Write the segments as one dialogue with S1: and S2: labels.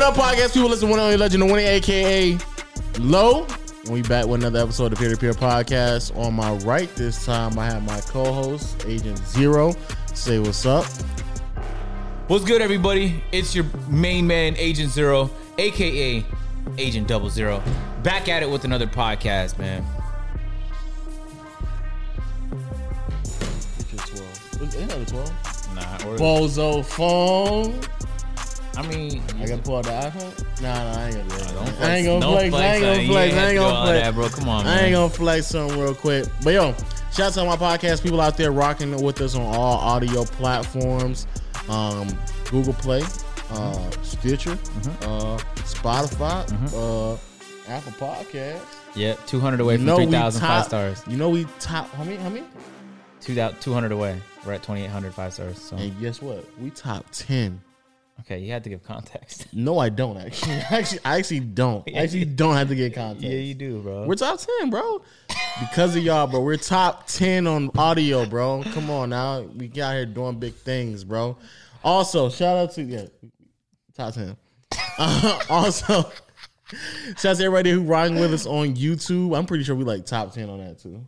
S1: Up Podcast. People listen to One Only Legend of Winning, aka Low. And we back with another episode of Peer to Peer Podcast. On my right this time, I have my co-host Agent Zero. Say what's up.
S2: What's good, everybody? It's your main man, Agent Zero, aka Agent Double Zero, back at it with another podcast, man.
S1: Another twelve.
S2: Nah, or,
S1: Bozo phone.
S2: I mean,
S1: I gotta pull out the iPhone. Nah, nah, I ain't gonna. do that.
S2: don't
S1: I ain't gonna
S2: don't
S1: flex. I ain't gonna
S2: son. You
S1: flex. I
S2: have
S1: ain't
S2: to do
S1: gonna
S2: all
S1: flex.
S2: that, bro. Come on,
S1: I
S2: man.
S1: ain't gonna flex something real quick. But yo, shout out to my podcast people out there rocking with us on all audio platforms. Um, Google Play, uh, Stitcher,
S2: Mm-hmm.
S1: uh, Spotify, uh, Apple Podcasts.
S2: Yeah, 200 away
S1: You
S2: from
S1: know we
S2: 3,000
S1: top-
S2: five stars.
S1: You know we top how many? How many?
S2: Two thou- 200 away. We're at 2,800 five stars. So,
S1: And guess what? We top ten.
S2: okay, you had to give context.
S1: No, I don't actually. actually, I actually don't. I actually don't have to get context.
S2: yeah, you do, bro.
S1: We're top ten, bro. Because of y'all, bro. We're top ten on audio, bro. Come on now. We got here doing big things, bro. Also, shout out to yeah, top ten. Uh, also, shout out to everybody who rocking with us on YouTube. I'm pretty sure we like top ten on that too.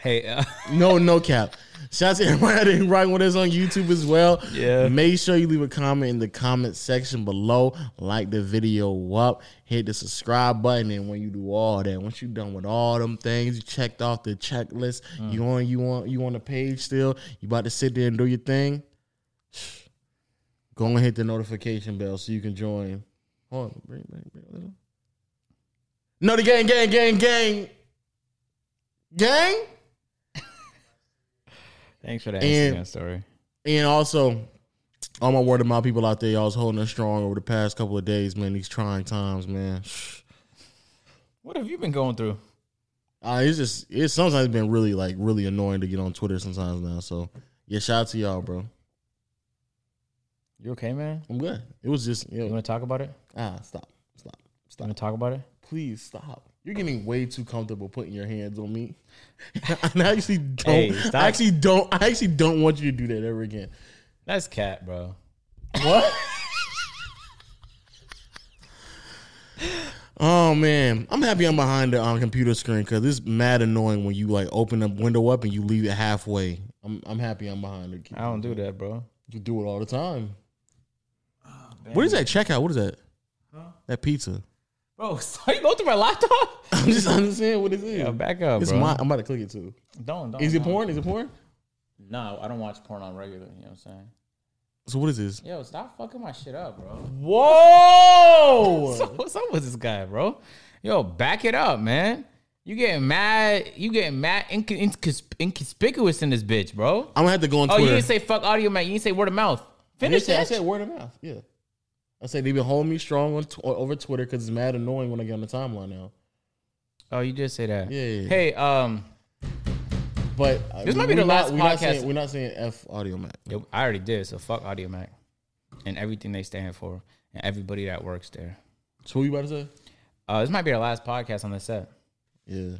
S2: hey, uh,
S1: No, no cap. Shout out to everybody who rocking with us on YouTube as well.
S2: Yeah.
S1: Make sure you leave a comment in the comment section below. Like the video up. Hit the subscribe button. And when you do all that, once you're done with all them things, you checked off the checklist. You on you on you on the page still. You about to sit there and do your thing. Go and hit the notification bell so you can join. Hold on, bring, bring, bring, bring. No, the gang, gang, gang, gang, gang.
S2: thanks for that
S1: And-
S2: Instagram story.
S1: And also, all my word of mouth people out there, y'all's holding us strong over the past couple of days, man. These trying times, man.
S2: What have you been going through?
S1: Uh, it's just it's sometimes been really like really annoying to get on Twitter sometimes now. So yeah, shout out to y'all, bro.
S2: You okay, man?
S1: I'm good. It was just you
S2: You
S1: know,
S2: want to talk about it?
S1: ah stop, stop,
S2: You
S1: stop.
S2: want to talk about it?
S1: Please stop. You're getting way too comfortable putting your hands on me. And I actually don't.
S2: Hey, stop.
S1: I actually don't. I actually don't want you to do that ever again.
S2: That's cat, bro.
S1: What? oh man, I'm happy I'm behind the um, computer screen because it's mad annoying when you like open the window up and you leave it halfway. I'm I'm happy I'm behind it.
S2: I don't do that, bro.
S1: You do it all the time.
S2: Oh,
S1: what is that checkout? What is that? That pizza.
S2: Bro, are you going through my laptop?
S1: I'm just understanding what it is.
S2: Yeah, back up,
S1: it's
S2: bro.
S1: my. I'm about to click it too.
S2: Don't, don't.
S1: Is it
S2: don't.
S1: porn? Is it porn?
S2: No, I don't watch porn on regular. You know what I'm saying?
S1: So what is this?
S2: Yo, stop fucking my shit up, bro.
S1: Whoa!
S2: So, what's up with this guy, bro? Yo, back it up, man. You getting mad? You getting mad? Inc- incons- inconspicuous in this bitch, bro.
S1: I'm gonna have to go on
S2: Oh,
S1: Twitter.
S2: you didn't say fuck audio, man. You didn't say word of mouth. Finish
S1: I did say-
S2: that.
S1: I said word of mouth. Yeah. I said they've been holding me strong on tw- over Twitter because it's mad annoying when I get on the timeline now.
S2: oh, you did say that.
S1: Yeah, yeah, yeah.
S2: Hey, um,
S1: But uh,
S2: This might be
S1: we're
S2: the
S1: not-
S2: last
S1: we're Not
S2: podcast-
S1: saying, we're not saying F audio Mac.
S2: yo, I already did. So fuck audio, Mac, and everything they stand for, and everybody that works there.
S1: So what you about to say?
S2: Uh, this might be our last podcast on the set.
S1: Yeah.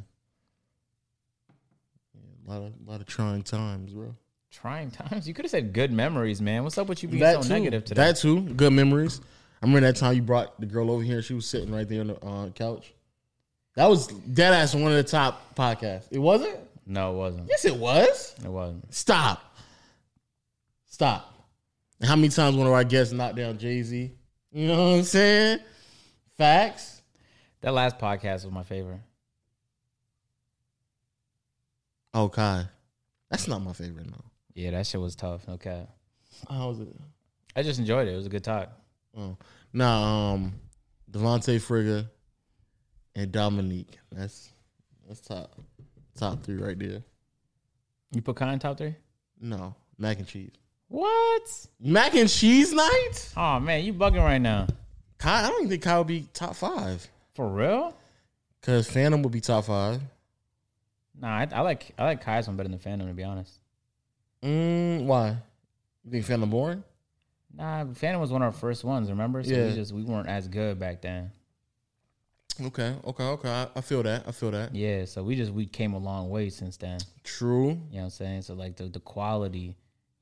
S1: Yeah, A lot of lot of trying times, bro.
S2: Trying times. You could have said good memories, man. What's up with you being
S1: That
S2: so
S1: too.
S2: negative today?
S1: That too. Good memories. I remember that time you brought the girl over here and she was sitting right there on the uh, couch. That was dead ass one of the top podcasts. It wasn't?
S2: no, it wasn't.
S1: Yes, it was.
S2: It wasn't.
S1: Stop. Stop. How many times one of our guests knocked down Jay Z? You know what I'm saying? Facts.
S2: That last podcast was my favorite.
S1: Okay. Oh, That's not my favorite, no.
S2: Yeah, that shit was tough. Okay.
S1: How was it?
S2: I just enjoyed it. It was a good talk.
S1: Oh. Nah, um, Devontae Frigga and Dominique. That's that's top top three right there.
S2: You put Kai in top three?
S1: No. Mac and cheese.
S2: What?
S1: Mac and cheese night?
S2: Oh man, you bugging right now.
S1: Kai, I don't even think Kai would be top five.
S2: For real?
S1: Cause Phantom would be top five.
S2: Nah, I, I like I like Kai's one better than Phantom to be honest.
S1: Mm, why? You think Phantom boring?
S2: Nah, Phantom was one of our first ones, remember? So
S1: Yeah.
S2: we just we weren't as good back then.
S1: Okay, okay, okay. I, I feel that. I feel that.
S2: Yeah, so we just we came a long way since then.
S1: True.
S2: You know what I'm saying? So like the, the quality,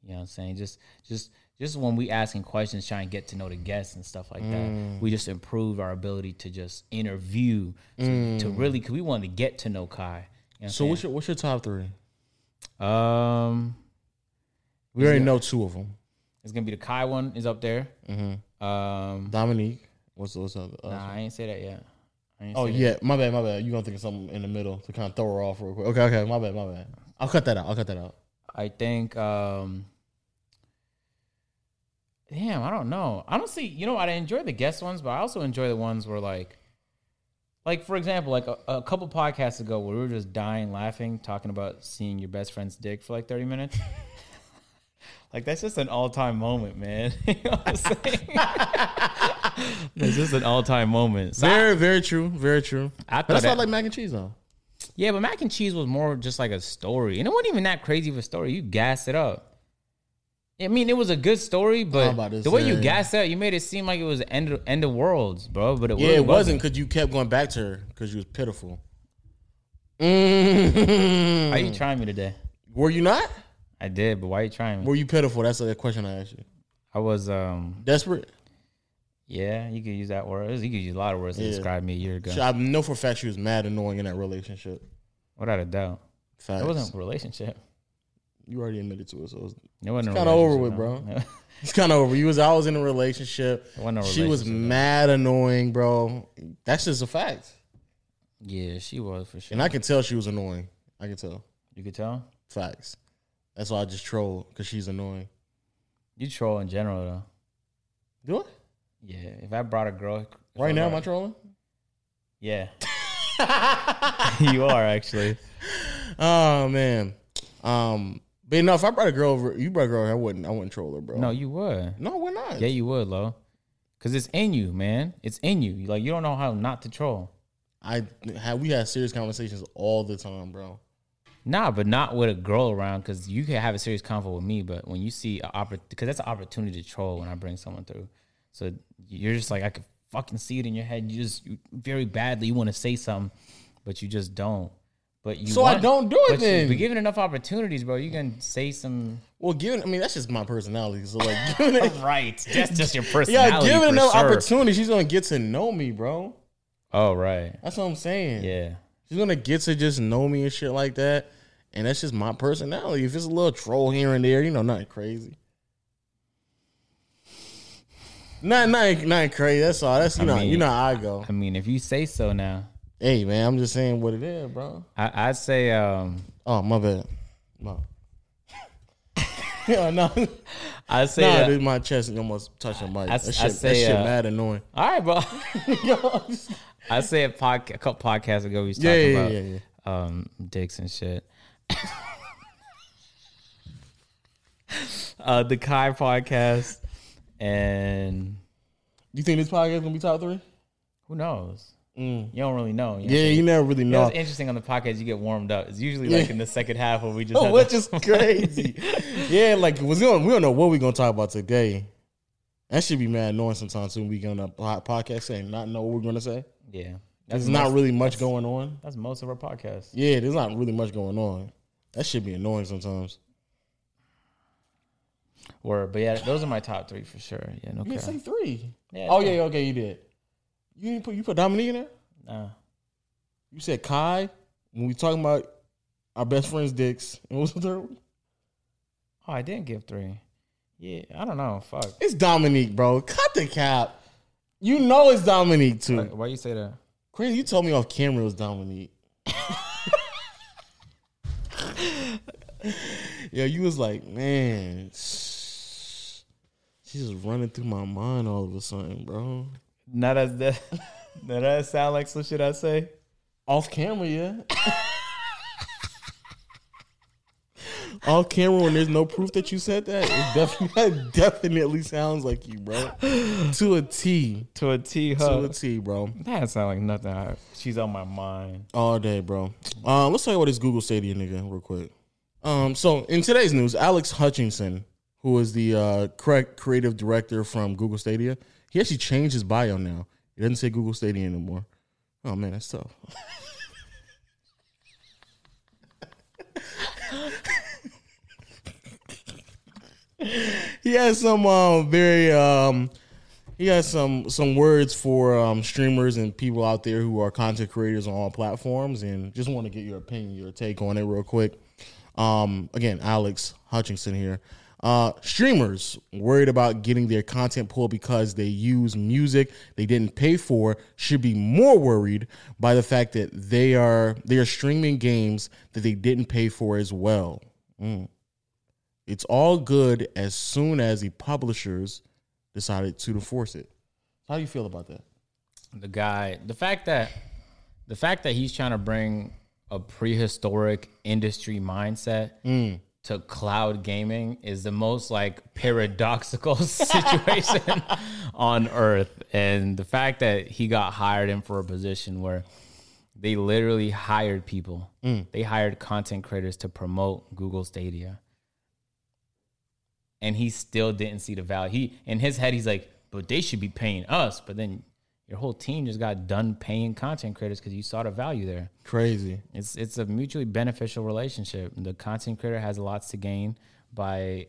S2: you know what I'm saying? Just just just when we asking questions, trying to get to know the guests and stuff like
S1: Mm.
S2: that, we just improved our ability to just interview to, to really because we wanted to get to know Kai. You
S1: Mm.
S2: know
S1: So
S2: what
S1: what's your what's your top three?
S2: I'm saying? um,
S1: We already know two of them.
S2: it's gonna be the Kai one is up there.
S1: Mm-hmm.
S2: Um,
S1: Dominique. What's what's the other? uh,
S2: nah, I ain't say that yet. I ain't
S1: oh
S2: say
S1: yeah, my bad, my bad. You gonna think of something in the middle to kind of throw her off real quick? Okay, okay, my bad, my bad. I'll cut that out. I'll cut that out.
S2: I think. Um, damn, I don't know. Honestly, you know, I enjoy the guest ones, but I also enjoy the ones where like, like for example, like a, a couple podcasts ago, where we were just dying laughing talking about seeing your best friend's dick for like thirty minutes. Like that's just an all-time moment, man. you know what I'm saying? it's just an all-time moment. So I-
S1: Very, very true. Very true.
S2: I
S1: But that's
S2: thought
S1: why I
S2: that-
S1: like mac and cheese though.
S2: yeah, but mac and cheese was more just like a story, and it wasn't even that crazy of a story. You gassed it up. I mean, it was a good story, but
S1: about to
S2: the way you
S1: say.
S2: gassed it, up, you made it seem like it was the end of, end of worlds, bro. But it
S1: Yeah,
S2: really
S1: it wasn't because you kept going back to her because you was pitiful. Mm.
S2: Why you trying me today?
S1: Were you not?
S2: I did, but why you trying me?
S1: Were you pitiful? That's the question I asked you.
S2: I was, um,
S1: Desperate.
S2: yeah, you could use that word. You could use a lot of words to
S1: Yeah.
S2: describe me a year ago,
S1: I know for a fact she was mad, annoying in that relationship.
S2: without a doubt.
S1: Facts.
S2: It wasn't a relationship.
S1: You already admitted to it, so it was,
S2: It wasn't
S1: It's kinda over with, bro. it's kind of over. You was I was in a relationship.
S2: wasn't a
S1: she was
S2: relationship, though.
S1: mad, annoying, bro. That's just a fact,
S2: yeah, she was for sure.
S1: and I could tell she was annoying. I could tell
S2: you could tell.
S1: facts. That's why I just trolled because she's annoying.
S2: You troll in general though.
S1: Do I?
S2: Yeah, if I brought a girl if I
S1: Right now,
S2: brought-
S1: am I trolling?
S2: Yeah. you are actually.
S1: Oh man. Um, but no, if I brought a girl over, you brought a girl, over, I wouldn't. I wouldn't troll her, bro.
S2: No, you would.
S1: no, we're not.
S2: Yeah, you would, Lo. Cause it's in you, man. It's in you. Like you don't know how not to troll.
S1: I had we had serious conversations all the time, bro.
S2: Nah, but not with a girl around, cause you can have a serious convo with me. But when you see a oppor- cause that's an opportunity to troll when I bring someone through. So you're just like I could fucking see it in your head. You just you, very badly you want to say something, but you just don't. But you
S1: So I
S2: want-
S1: don't do it
S2: but you-
S1: then.
S2: But given enough opportunities, bro, you can say some
S1: Well, given I mean that's just my personality. So like, given it,
S2: right. That's just your
S1: yeah,
S2: personality.
S1: given
S2: for
S1: enough
S2: sure.
S1: opportunity, she's gonna get to know me, bro.
S2: Oh right.
S1: That's what I'm saying.
S2: Yeah.
S1: She's gonna get to just know me and shit like that. And that's just my personality. If it's a little troll here and there, you know, nothing crazy. Not nothing, nothing crazy. That's all. That's you know,
S2: mean-
S1: you know how I go.
S2: I mean, if you say so now,
S1: Hey man, I'm just saying what it is, bro.
S2: I, I'd say um,
S1: Oh my bad. No. yeah, no, no.
S2: I'd say uh,
S1: Dude, my chest almost touched the mic.
S2: I-
S1: That shit,
S2: I
S1: that
S2: say,
S1: shit
S2: uh,
S1: mad annoying.
S2: all right, bro.
S1: yeah,
S2: I say a, podca- a couple podcasts ago we was
S1: yeah,
S2: talking
S1: yeah,
S2: about
S1: yeah, yeah.
S2: um dicks and shit. uh, the Kai podcast, and
S1: You think this podcast gonna be top three?
S2: who knows? You don't really know. You
S1: Mm.
S2: know?
S1: Yeah, you never really
S2: You know
S1: know.
S2: what's interesting on the podcast, you get warmed up. It's usually like in the second half where we just have
S1: Oh, Which
S2: to-
S1: is crazy. yeah, like we don't we don't know what we're gonna talk about today. That should be mad annoying sometimes when we get on a po- podcast and not know what we're gonna say.
S2: yeah. That's
S1: There's not really much going on.
S2: that's most of our podcasts.
S1: Yeah, there's not really much going on. That should be annoying sometimes.
S2: Word, but yeah, those are my top three for sure. Yeah, no
S1: You didn't
S2: cap.
S1: say three.
S2: Yeah,
S1: oh
S2: it's
S1: yeah, yeah, okay, you did. You didn't put you put Dominique in there.
S2: Nah.
S1: You said Kai when we talking about our best friends' dicks. And what's the third one?
S2: Oh, I didn't give three. Yeah, I don't know. Fuck.
S1: It's Dominique, bro. Cut the cap. You know it's Dominique too.
S2: Why, why you say that?
S1: Chris, you told me off camera it was Dominique. yeah, you was like, man, she's just running through my mind all of a sudden, bro.
S2: Not as that. Now that sound like some shit I say.
S1: Off camera, yeah. off camera when there's no proof that you said that, it definitely, that definitely sounds like you, bro. To a T.
S2: To a T,
S1: To
S2: huh?
S1: a T, bro.
S2: That sound like nothing. I, she's on my mind.
S1: All day, bro. Um, let's talk about this Google Stadia nigga real quick. Um, so in today's news, Alex Hutchinson, who is the uh, correct creative director from Google Stadia, he actually changed his bio now. It doesn't say Google Stadia anymore. Oh man, that's tough. he has some um very um he has some some words for um streamers and people out there who are content creators on all platforms and just want to get your opinion, your take on it real quick. Um again, Alex Hutchinson here. Uh, streamers worried about getting their content pulled because they use music they didn't pay for should be more worried by the fact that they are they are streaming games that they didn't pay for as well. Mm. It's all good as soon as the publishers decided to enforce it. How do you feel about that?
S2: the guy the fact that the fact that he's trying to bring a prehistoric industry mindset to cloud gaming is the most like paradoxical situation on earth and the fact that he got hired in for a position where they literally hired people they hired content creators to promote google stadia and he still didn't see the value. He in his head, he's like, "But they should be paying us." But then your whole team just got done paying content creators because you saw the value there.
S1: Crazy.
S2: It's it's a mutually beneficial relationship. The content creator has lots to gain by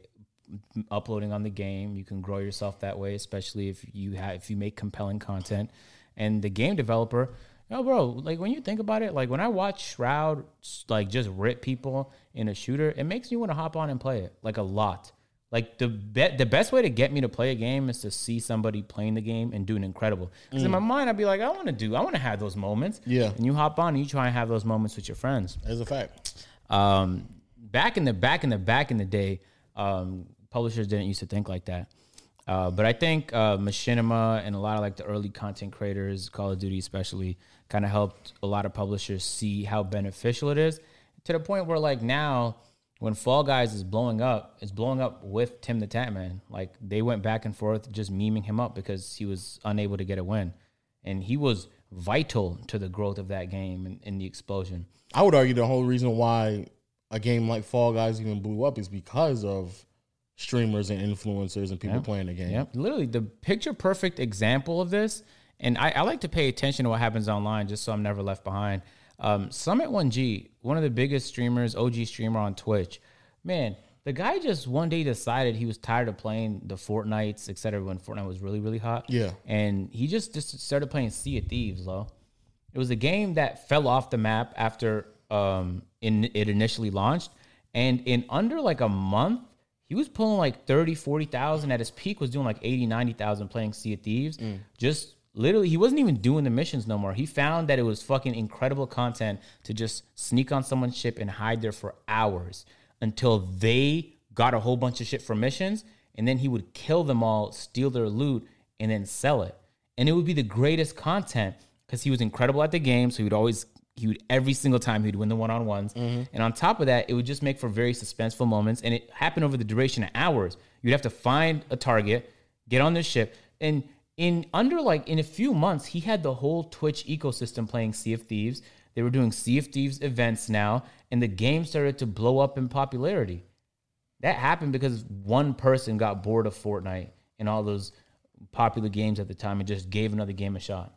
S2: uploading on the game. You can grow yourself that way, especially if you have if you make compelling content. And the game developer, no bro, like when you think about it, like when I watch Shroud like just rip people in a shooter, it makes me want to hop on and play it like a lot. Like the be- the best way to get me to play a game is to see somebody playing the game and doing incredible. Because in my mind, I'd be like, I want to do, I want to have those moments.
S1: Yeah.
S2: And you hop on and you try and have those moments with your friends
S1: As a fact.
S2: um, back in the back in the back in the day, um, publishers didn't used to think like that. Uh, but I think uh, Machinima and a lot of like the early content creators, Call of Duty especially, kind of helped a lot of publishers see how beneficial it is to the point where like now when Fall Guys is blowing up, it's blowing up with Tim the Tatman. Like they went back and forth just memeing him up because he was unable to get a win, and he was vital to the growth of that game and, and the explosion.
S1: I would argue the whole reason why a game like Fall Guys even blew up is because of streamers and influencers and people playing the game.
S2: Yep. Literally the picture perfect example of this. And I, I like to pay attention to what happens online just so I'm never left behind. Um, Summit 1G, one of the biggest streamers, OG streamer on Twitch. Man, the guy just one day decided he was tired of playing the Fortnites, et cetera, when Fortnite was really, really hot.
S1: Yeah.
S2: And he just, just started playing Sea of Thieves, though. It was a game that fell off the map after um, in, it initially launched. And in under like a month, he was pulling like 30, 40,000. At his peak, was doing like 80, 90,000 playing Sea of Thieves. Just literally, he wasn't even doing the missions no more. He found that it was fucking incredible content to just sneak on someone's ship and hide there for hours until they got a whole bunch of shit for missions. And then he would kill them all, steal their loot, and then sell it and it would be the greatest content because he was incredible at the game. So he would always, he would every single time he'd win the one on ones, and on top of that, it would just make for very suspenseful moments. And it happened over the duration of hours. You'd have to find a target, get on this ship, and in under like in a few months, he had the whole Twitch ecosystem playing Sea of Thieves. They were doing Sea of Thieves events now, and the game started to blow up in popularity. That happened because one person got bored of Fortnite and all those popular games at the time and just gave another game a shot.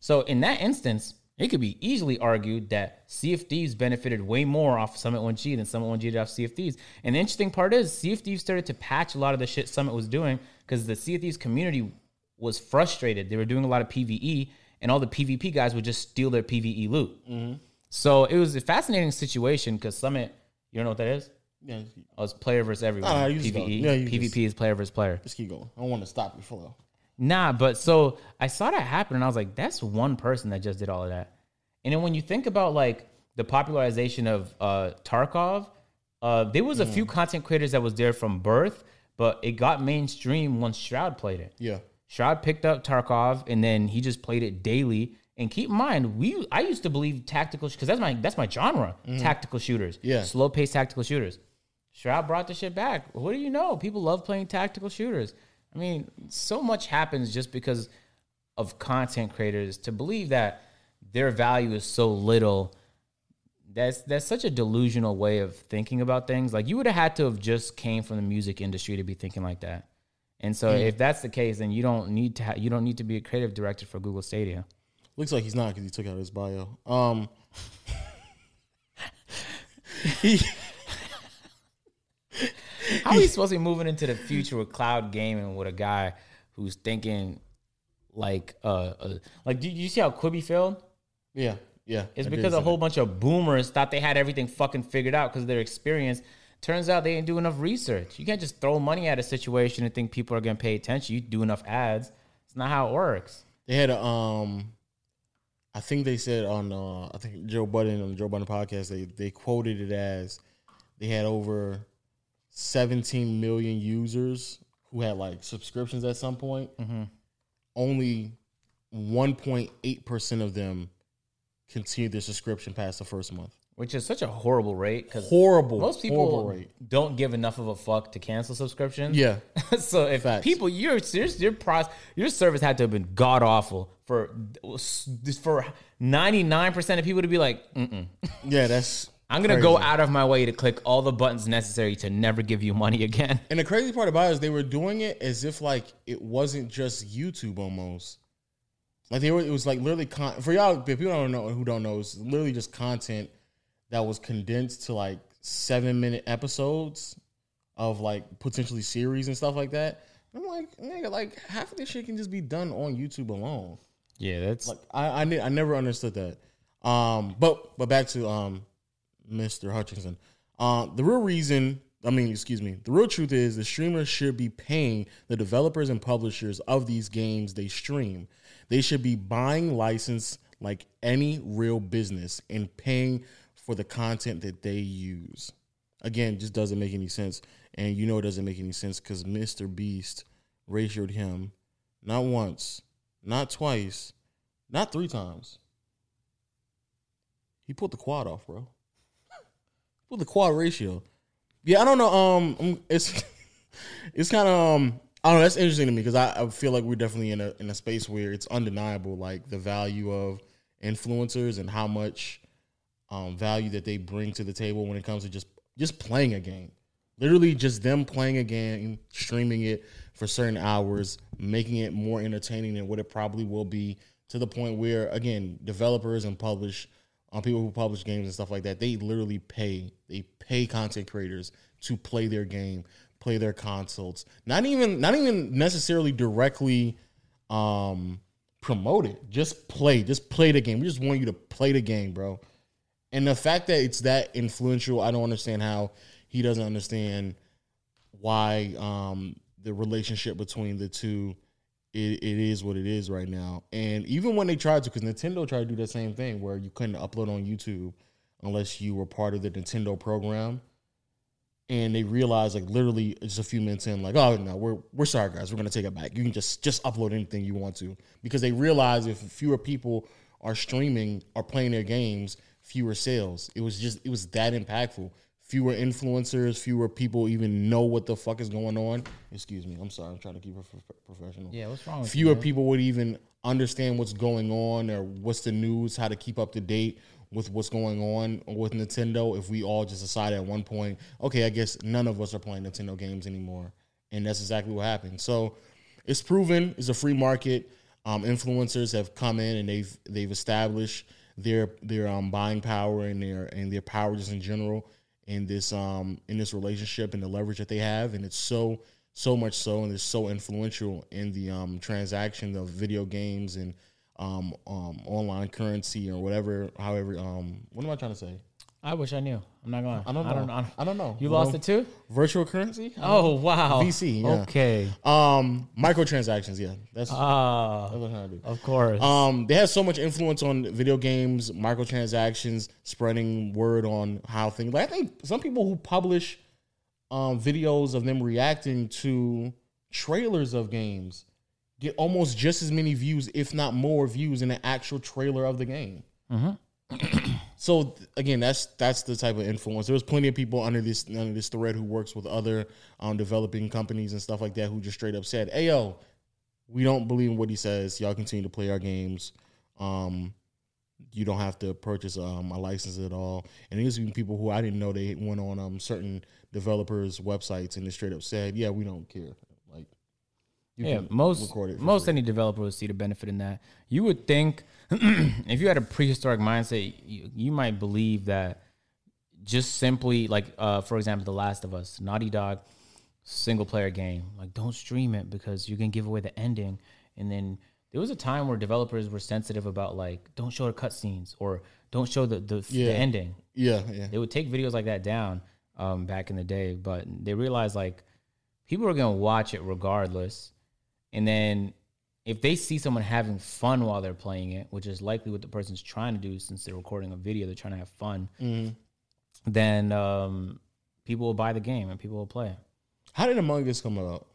S2: So in that instance, it could be easily argued that Sea of Thieves benefited way more off Summit 1G than Summit 1G did off Sea of Thieves. And the interesting part is Sea of Thieves started to patch a lot of the shit Summit was doing because the Sea of Thieves community was frustrated. They were doing a lot of PvE and all the PvP guys would just steal their PvE loot. So it was a fascinating situation because Summit, you don't know what that is?
S1: Yeah,
S2: Oh, it's player versus everyone. E.
S1: Nah, you just go.
S2: PvE.
S1: Yeah, you
S2: PvP
S1: just-
S2: is player versus player.
S1: just keep going. I don't want to stop your flow.
S2: Nah, but so I saw that happen and I was like, that's one person that just did all of that. And then when you think about like the popularization of uh, Tarkov, uh, there was a few
S1: Mm.
S2: content creators that was there from birth, but it got mainstream once Shroud played it.
S1: Yeah.
S2: Shroud picked up Tarkov and then he just played it daily. And keep in mind, we I used to believe tactical because that's my that's my genre, tactical shooters,
S1: Yeah.
S2: slow paced tactical shooters. Shroud brought the shit back. What do you know? People love playing tactical shooters. I mean, so much happens just because of content creators to believe that their value is so little. That's that's such a delusional way of thinking about things. Like you would have had to have just came from the music industry to be thinking like that. And so
S1: Mm.
S2: if that's the case, then you don't need to ha- you don't need to be a creative director for Google Stadia.
S1: Looks like he's not because he took out his bio. Um, he,
S2: How are you supposed to be moving into the future with cloud gaming with a guy who's thinking like uh, uh like do you see how Quibi failed?
S1: Yeah, yeah.
S2: It's
S1: I did
S2: because
S1: see
S2: a whole bunch of boomers thought they had everything fucking figured out because of their experience. Turns out they didn't do enough research. You can't just throw money at a situation and think people are gonna pay attention. You do enough ads. It's not how it works.
S1: They had a um, I think they said on uh, I think Joe Budden on the Joe Budden podcast they they quoted it as they had over 17 million users who had like subscriptions at some point. Only 1.8 percent of them continued their subscription past the first month.
S2: Which is such a horrible rate because
S1: Horrible.
S2: most
S1: horrible
S2: people
S1: rate.
S2: don't give enough of a fuck to cancel subscriptions.
S1: Yeah.
S2: so if
S1: Facts.
S2: people your your your, pros, your service had to have been god awful for for ninety nine percent of people to be like, Mm-mm.
S1: Yeah, that's
S2: I'm gonna go out of my way to click all the buttons necessary to never give you money again.
S1: And the crazy part about it is they were doing it as if like it wasn't just YouTube almost. Like they were, it was like literally con- for y'all. If people don't know who don't know, it's literally just content that was condensed to like seven minute episodes of like potentially series and stuff like that. I'm like, nigga, like half of this shit can just be done on YouTube alone.
S2: Yeah, that's
S1: Like I, I, ne- I never understood that. Um, but but back to um, Mr. Hutchinson. Um, the real reason, I mean, excuse me, the real truth is the streamers should be paying the developers and publishers of these games they stream. They should be buying license like any real business and paying for the content that they use. Again, just doesn't make any sense, and you know it doesn't make any sense because Mr. Beast ratioed him not once, not twice, not three times. He pulled the quad off, bro. Pulled the quad ratio. Yeah, I don't know. Um, um, it's it's kind of um, I don't know. That's interesting to me because I, I feel like we're definitely in a in a space where it's undeniable, like the value of influencers and how much um value that they bring to the table when it comes to just just playing a game. Literally, just them playing a game, streaming it for certain hours, making it more entertaining than what it probably will be. To the point where, again, developers and publish on people who publish games and stuff like that, they literally pay. They pay content creators to play their game, play their consults. Not even not even necessarily directly um promote it. Just play. Just play the game. We just want you to play the game, bro. And the fact that it's that influential, I don't understand how he doesn't understand why um the relationship between the two it, it is what it is right now. And even when they tried to, because Nintendo tried to do the same thing where you couldn't upload on YouTube unless you were part of the Nintendo program. And they realized, like literally just a few minutes in, like, oh no, we're we're sorry guys, we're gonna take it back. You can just just upload anything you want to. Because they realized if fewer people are streaming or playing their games, fewer sales. It was just it was that impactful. Fewer influencers, fewer people even know what the fuck is going on. Excuse me, I'm sorry, I'm trying to keep it prof- professional
S2: yeah. What's wrong with
S1: fewer people would even understand what's going on or what's the news, how to keep up to date with what's going on with Nintendo if we all just decide at one point, okay, I guess none of us are playing Nintendo games anymore. And that's exactly what happened. So it's proven it's a free market. Um, influencers have come in and they've they've established their their um, buying power and their and their power just in general in this um in this relationship and the leverage that they have and it's so so much so and it's so influential in the um transaction of video games and um um online currency or whatever however um what am I trying to say
S2: I wish I knew. I'm not going.
S1: I don't know
S2: I don't, I don't-
S1: I don't know
S2: You lost it too?
S1: virtual currency
S2: Oh wow.
S1: VC, yeah.
S2: Okay.
S1: um microtransactions yeah that's,
S2: Ah,
S1: that's what I'm trying to do
S2: of course.
S1: Um, they have so much influence on video games, microtransactions, spreading word on how things. Like I think some people who publish um, videos of them reacting to trailers of games get almost just as many views, if not more views, in the actual trailer of the game. so th- again, that's that's the type of influence. There was plenty of people under this under this thread who works with other um, developing companies and stuff like that who just straight up said, "Hey yo, we don't believe in what he says. Y'all continue to play our games. Um, you don't have to purchase um, a license at all. And these even people who I didn't know they went on um, certain developers' websites and they straight up said, "Yeah, we don't care." Like, you
S2: yeah,
S1: can
S2: most
S1: record it for
S2: most
S1: free.
S2: any developer would see the benefit in that. You would think if you had a prehistoric mindset, you, you might believe that just simply like uh, for example, The Last of Us, Naughty Dog single player game. Like, don't stream it because you can give away the ending. And then there was a time where developers were sensitive about like, don't show the cutscenes or don't show the the,
S1: Yeah.
S2: the ending.
S1: Yeah, yeah.
S2: They would take videos like that down um, back in the day, but they realized like people are gonna watch it regardless. And then if they see someone having fun while they're playing it, which is likely what the person's trying to do since they're recording a video, they're trying to have fun. Then um, people will buy the game and people will play. it.
S1: How did Among Us come out?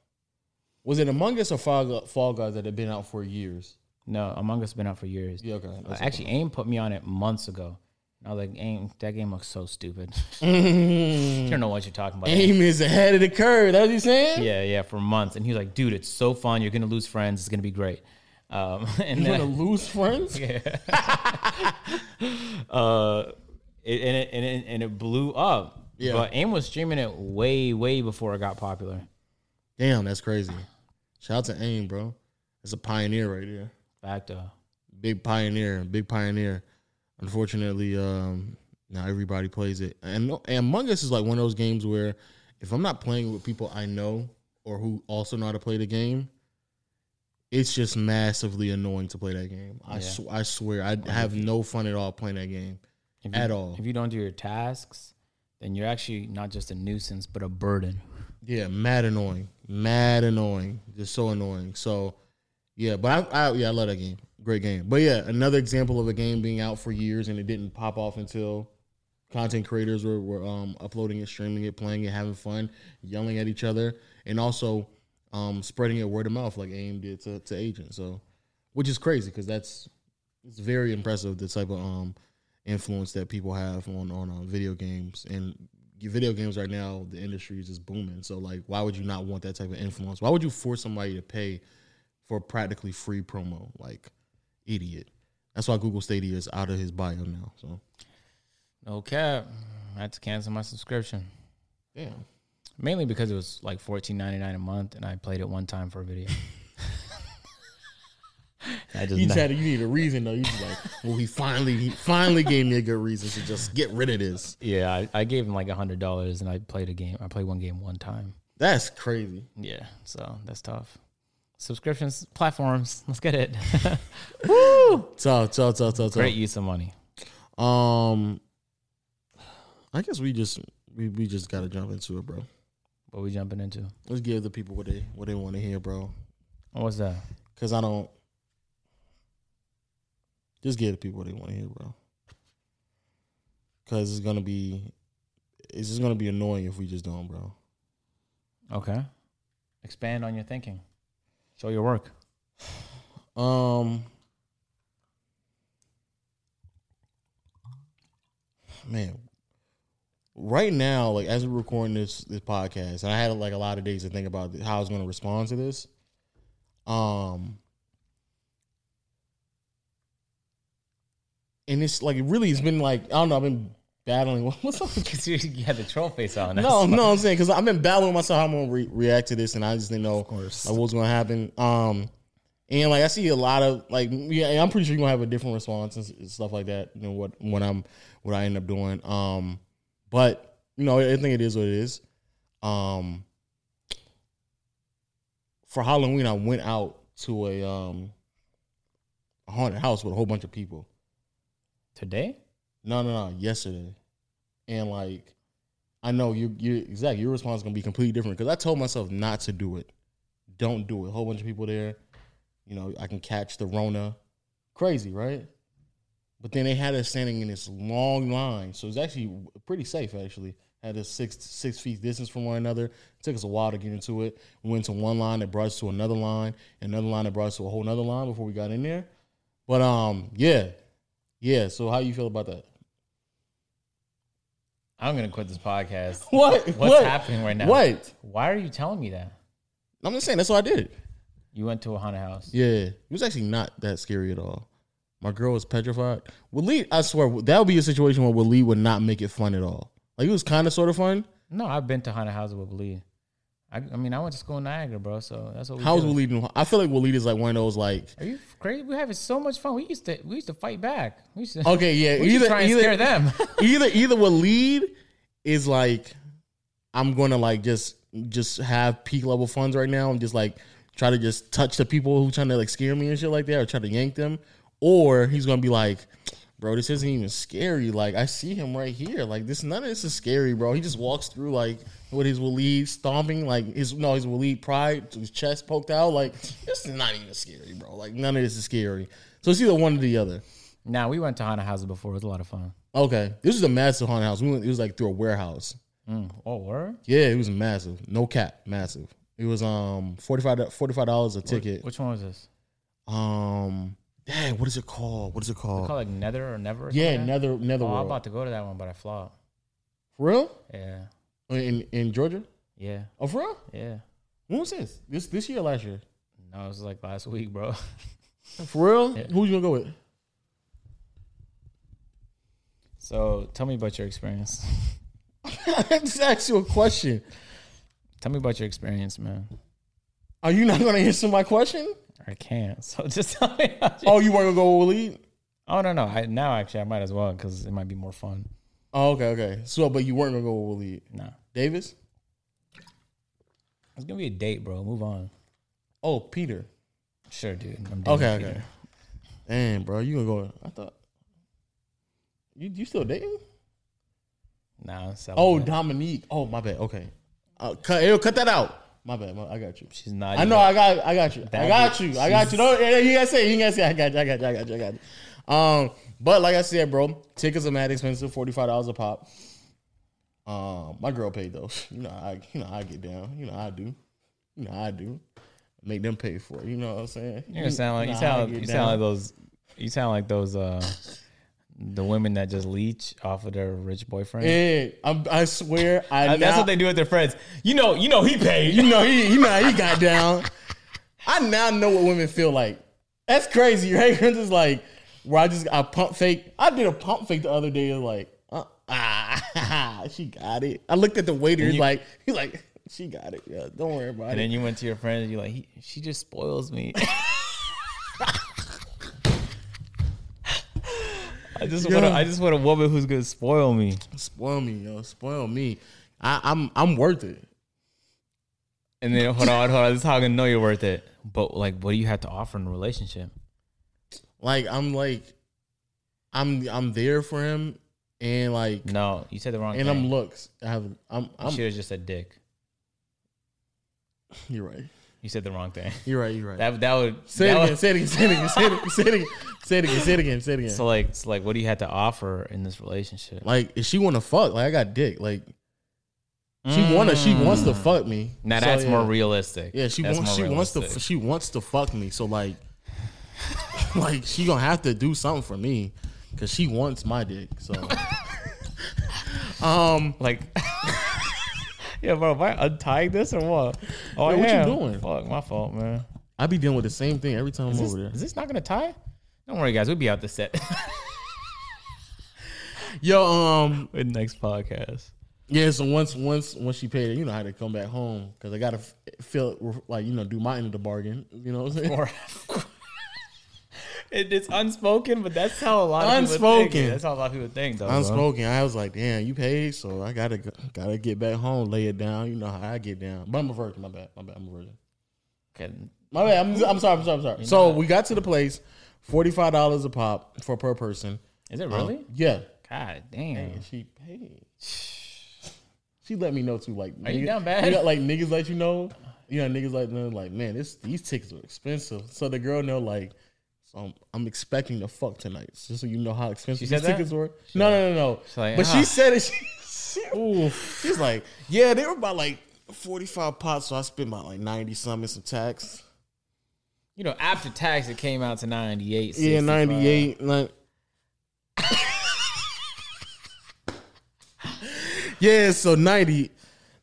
S1: Was it Among Us or Fall, Gu- Fall Guys that had been out for years?
S2: No, Among Us has been out for years.
S1: Yeah, okay.
S2: Uh, actually, AIM put me on it months ago. And I was like, AIM, that game looks so stupid. you don't know what you're talking about.
S1: Aim is ahead of the curve. That's what you're saying?
S2: Yeah, yeah, for months. And he was like, dude, it's so fun. You're going to lose friends. It's going to be great. Um, and
S1: You're
S2: then,
S1: going to lose friends?
S2: uh, it, and, it, and, it, and it blew up.
S1: Yeah.
S2: But AIM was streaming it way, way before it got popular.
S1: Damn, that's crazy. Shout out to AIM, bro. It's a pioneer right there.
S2: Facto.
S1: big pioneer, big pioneer. Unfortunately, um, not everybody plays it, and, and Among Us is like one of those games where if I'm not playing with people I know or who also know how to play the game, it's just massively annoying to play that game. I
S2: Yeah.
S1: sw- I swear, I have no fun at all playing that game
S2: If you-
S1: at all.
S2: If you don't do your tasks, then you're actually not just a nuisance, but a burden.
S1: Yeah, mad annoying, mad annoying, just so annoying. So, yeah, but I, I yeah I love that game, great game. But yeah, another example of a game being out for years and it didn't pop off until content creators were were um, uploading it, streaming it, playing it, having fun, yelling at each other, and also um, spreading it word of mouth like AIM did to, to Agent. So, which is crazy because that's it's very impressive the type of um influence that people have on on uh, video games and your video games right now the industry is just booming so like why would you not want that type of influence why would you force somebody to pay for practically free promo like idiot that's why google stadia is out of his bio now so
S2: No cap. I had to cancel my subscription.
S1: damn
S2: Mainly because it was like fourteen ninety nine a month, and I played it one time for a video. I just
S1: you
S2: not-
S1: tried to, you need a reason though you just like well he finally he finally gave me a good reason to just get rid of this
S2: yeah, I, I gave him like a hundred dollars, and I played a game. I played one game one time.
S1: that's crazy
S2: Yeah, so that's tough. Subscriptions, platforms, let's get it.
S1: tough tough tough tough, tough.
S2: Great use of money.
S1: um i guess we just we, we just gotta jump into it bro
S2: What we jumping into?
S1: Let's give the people what they what they want to hear, bro.
S2: What's that?
S1: Cause I don't. Just give the people what they want to hear, bro. Cause it's gonna be, it's just gonna be annoying if we just don't, bro.
S2: Okay, expand on your thinking. Show your work.
S1: Um, man, right now, like as we're recording this this podcast, and I had like a lot of days to think about how I was going to respond to this. Um, and it's like it really has been like I don't know. I've been battling. What's up? with-
S2: Because you, you had the troll face on.
S1: No, no, I'm saying because I've been battling with myself how I'm gonna re- react to this, and I just didn't know
S2: course.
S1: like what's gonna happen. Um, and like I see a lot of like, yeah, and I'm pretty sure you're gonna have a different response and s- stuff like that than what when I'm what I end up doing. Um, but you know, I think it is what it is. Um, for Halloween, I went out to a um a haunted house with a whole bunch of people.
S2: Today?
S1: No, no, no. Yesterday, and like, I know you. You exactly. Your response is gonna be completely different because I told myself not to do it. Don't do it. Whole bunch of people there. You know, I can catch the Rona. Crazy, right? But then they had us standing in this long line, so it's actually pretty safe. Actually, had us six six feet distance from one another. took us a while to get into it. We went to one line that brought us to another line, another line that brought us to a whole another line before we got in there. But um, yeah, yeah. So how you feel about that?
S2: I'm gonna quit this podcast.
S1: What?
S2: What's
S1: What?
S2: happening right now?
S1: What?
S2: Why are you telling me that?
S1: I'm just saying that's why I did it.
S2: You went to a haunted house.
S1: Yeah, it was actually not that scary at all. My girl was petrified. Waleed, I swear that would be a situation where Waleed would not make it fun at all. Like it was kind of sort of fun.
S2: No, I've been to haunted houses with Believe. I, I mean, I went to school in Niagara, bro. So that's what we.
S1: How's
S2: do.
S1: Waleed? in- I feel like Waleed is like one of those like.
S2: Are you crazy? We're having so much fun. We used to we used to fight back. We used to.
S1: Okay, yeah.
S2: we used to
S1: Oh, Either
S2: try and scare
S1: either either
S2: them.
S1: either Waleed is like, I'm gonna like just just have peak level funds right now and just like try to just touch the people who trying to like scare me and shit like that or try to yank them, or he's gonna be like, bro, this isn't even scary. Like I see him right here. Like this, none of this is scary, bro. He just walks through like with his Waleed stomping, like his no, his Waleed pride, his chest poked out. Like this is not even scary, bro. Like none of this is scary. So it's either one or the other.
S2: Now we went to haunted houses before. It was a lot of fun.
S1: Okay, this is a massive haunted house. We went, it was like through a warehouse.
S2: Mm. Oh, word.
S1: Yeah, it was massive. No cap, massive. It was um 45 dollars a ticket.
S2: Which one was this?
S1: Um, dang, what is it called? What is it called?
S2: Called like Nether or Never? Or
S1: yeah,
S2: something like
S1: Nether
S2: that? Oh, I'm
S1: Netherworld.
S2: about to go to that one, but I flopped.
S1: for real?
S2: Yeah,
S1: In in Georgia?
S2: yeah,
S1: Oh, for real?
S2: yeah.
S1: When was this? This this year, or last year?
S2: No, it was like last week, bro.
S1: For real? Who you gonna go with?
S2: so tell me about your experience.
S1: Just ask you a question.
S2: Tell me about your experience, man.
S1: Are you not gonna answer my question?
S2: I can't. So just tell me. About your-
S1: Oh, you weren't gonna go with Waleed?
S2: oh no, no. I, now actually, I might as well because it might be more fun.
S1: Oh, okay, okay. So, but you weren't gonna go with Waleed
S2: No,
S1: Davis?
S2: it's gonna be a date, bro. Move on.
S1: Oh, Peter.
S2: Sure, dude. I'm dating
S1: Okay,
S2: Peter.
S1: okay. Damn, bro, you gonna go? I thought you you still dating?
S2: Nah, I'm celibate.
S1: Oh, Dominique. Oh, my bad. Okay, uh, cut. Ew, cut that out. My bad. My, I got you.
S2: she's not.
S1: I know. I got. I got you. I
S2: That
S1: got
S2: bitch,
S1: you. I got you. No, yeah, you gotta say. it. You gotta say. I got you. I got you. I got you. I got you. Um, but like I said, bro, tickets are mad expensive. Forty five dollars a pop. Um, my girl paid those. You know, I. You know, I get down. You know, I do. You know, I do. Make them pay for it. You know what I'm saying?
S2: You're gonna sound like you
S1: know, I
S2: sound
S1: get
S2: you
S1: down.
S2: sound like those you sound like those uh the women that just leech off of their rich boyfriend.
S1: Yeah, I'm, I swear. I.
S2: Uh, That's
S1: now-
S2: what they do with their friends. You know, you know he paid.
S1: You know, he, you know, he got down. I now know what women feel like. That's crazy, right? It's just like where I just I pump fake. I did a pump fake the other day. it was Like, uh, ah, she got it. I looked at the waiter. He's
S2: you-
S1: like, he's like, she got it. Yeah, don't worry about
S2: and
S1: it.
S2: then you went to your friends. You're like, he, she just spoils me. I just want
S1: Yeah.
S2: a, I just want a woman who's gonna spoil me.
S1: Spoil me, yo. Spoil me. I, I'm I'm worth it.
S2: And then hold on, hold on. This is how I can know you're worth it. But like, what do you have to offer in a relationship?
S1: Like I'm like, I'm I'm there for him, and like,
S2: No, you said the wrong
S1: and
S2: thing.
S1: I'm looks. I have I'm I'm.
S2: She was just a dick.
S1: You're right.
S2: You said the wrong thing.
S1: You're right. You're right.
S2: That that would
S1: Say
S2: that
S1: it,
S2: would-
S1: again, say it again, say it again, say it again, say it again, say it again, say it again, say it again.
S2: So like, so like, what do you have to offer in this relationship?
S1: like, if she wanna fuck, like I got dick. Like she wanna, she wants to fuck me.
S2: Now
S1: So,
S2: Mm. that's
S1: yeah.
S2: more realistic.
S1: Yeah, she
S2: That's
S1: wants,
S2: more
S1: she wants to,
S2: realistic.
S1: she wants to fuck me. So like, like she gonna have to do something for me, cause she wants my dick. So, um,
S2: like, yeah, bro. Am I untying this or what? Oh,
S1: Yo, what you
S2: yeah.
S1: doing?
S2: Fuck, my fault, man.
S1: I be dealing with the same thing every time I'm
S2: Is
S1: over there.
S2: this, is this not gonna tie? Don't worry, guys. We'll be out the set
S1: Yo, um,
S2: with next podcast.
S1: Yeah, so once once once she paid it, you know I had to come back home because I gotta f- feel like you know do my end of the bargain. You know what I'm saying?
S2: Or it, it's unspoken, but that's how a lot of People
S1: Unspoken.
S2: think. That's how a lot of people think, though. bro.
S1: Unspoken. I was like, damn, you paid, so I gotta go- gotta get back home, lay it down. You know how I get down. But I'm a virgin. My bad. My bad. I'm a virgin.
S2: Okay.
S1: My bad. I'm, I'm sorry. I'm sorry. I'm sorry. So we got to the place, forty five dollars a pop for per person.
S2: Is it really?
S1: Yeah,
S2: God damn.
S1: and she paid. She let me know too. Like,
S2: Are you
S1: nigga-
S2: down bad?
S1: You know, like niggas let you know. You know, niggas like know, like man, this these tickets are expensive. So the girl know like, so I'm, I'm expecting to fuck tonight, just so you know how expensive
S2: said
S1: these
S2: that?
S1: tickets were. No, no, no, no.
S2: like,
S1: but
S2: "Ah."
S1: she said it. She, she- she's like, yeah, they were about like forty five pots, so I spent about like ninety some and some tax.
S2: You know, after tax, it came out to ninety eight.
S1: Yeah, ninety eight. Like, yeah, so 90,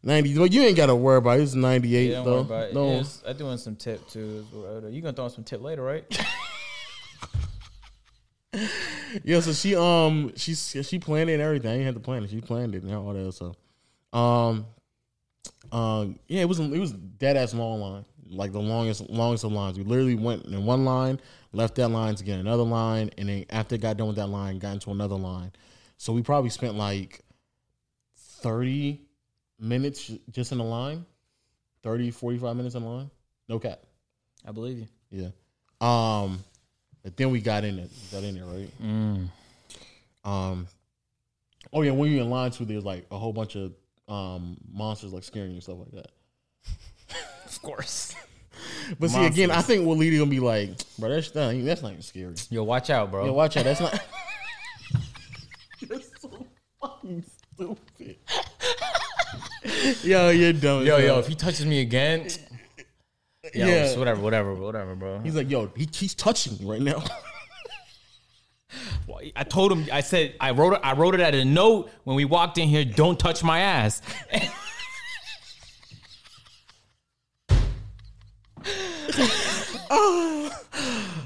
S1: 90. Well, you ain't got to worry about it. It's ninety eight
S2: Yeah, don't
S1: though.
S2: worry about it.
S1: No,
S2: Yes, I doing some tip too. You gonna throw in some tip later, right?
S1: yeah. So she um she she planned it and everything. I ain't had to plan it. She planned it and all that. So, um, um, yeah, it was it was dead ass long line, like the longest longest of lines. We literally went in one line, left that line to get another line, and then after it got done with that line, got into another line. So we probably spent like thirty minutes just in the line. 30, 45 minutes in line. No cap.
S2: I believe you.
S1: Yeah. Um, but then we got in it. Got in it right.
S2: Mm.
S1: Um. Oh yeah, when you're in line too, there's like a whole bunch of um monsters like scaring you and stuff like that.
S2: Of course.
S1: But see, again, I think Walidi gonna be like, bro, that's not, that's not even scary.
S2: Yo, watch out, bro.
S1: Yeah, watch out. That's not. you're so fucking stupid. yo, you're dumb. as
S2: yo,
S1: hell.
S2: yo, if he touches me again, yo,
S1: Yeah.
S2: it's whatever, whatever, whatever, bro.
S1: He's like, yo, he, he's touching me right now.
S2: Well, I told him. I said I wrote it. I wrote it at a note when we walked in here. Don't touch my ass.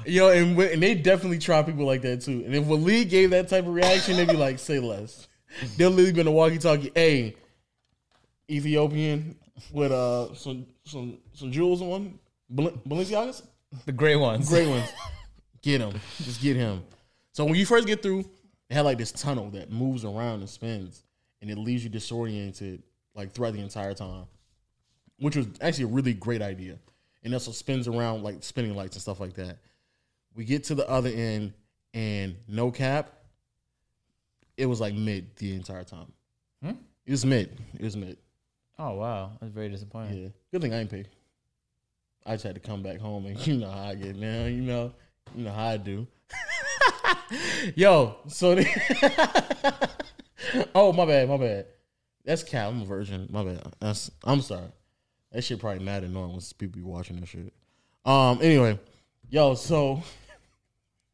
S1: Yo, and when- and they definitely try people like that too. And if Waleed gave that type of reaction, they'd be like, "Say less." They'll literally be in a walkie-talkie. Hey, Ethiopian with uh some some some jewels on Bal- Balenciagas,
S2: the gray ones.
S1: great ones. Get him, just get him. So when you first get through, it had like this tunnel that moves around and spins, and it leaves you disoriented like throughout the entire time, which was actually a really great idea. And also spins around like spinning lights and stuff like that. We get to the other end, and no cap, it was like mid the entire time. It was mid. It was mid.
S2: Oh wow, that's very disappointing.
S1: Yeah. Good thing I ain't pay. I just had to come back home and you know how I get now, you know. You know how I do. Yo, so they- Oh, my bad, my bad. That's Cal, I'm a virgin. My bad. That's I'm sorry. That shit probably mad annoying when people be watching that shit. Um anyway, yo, so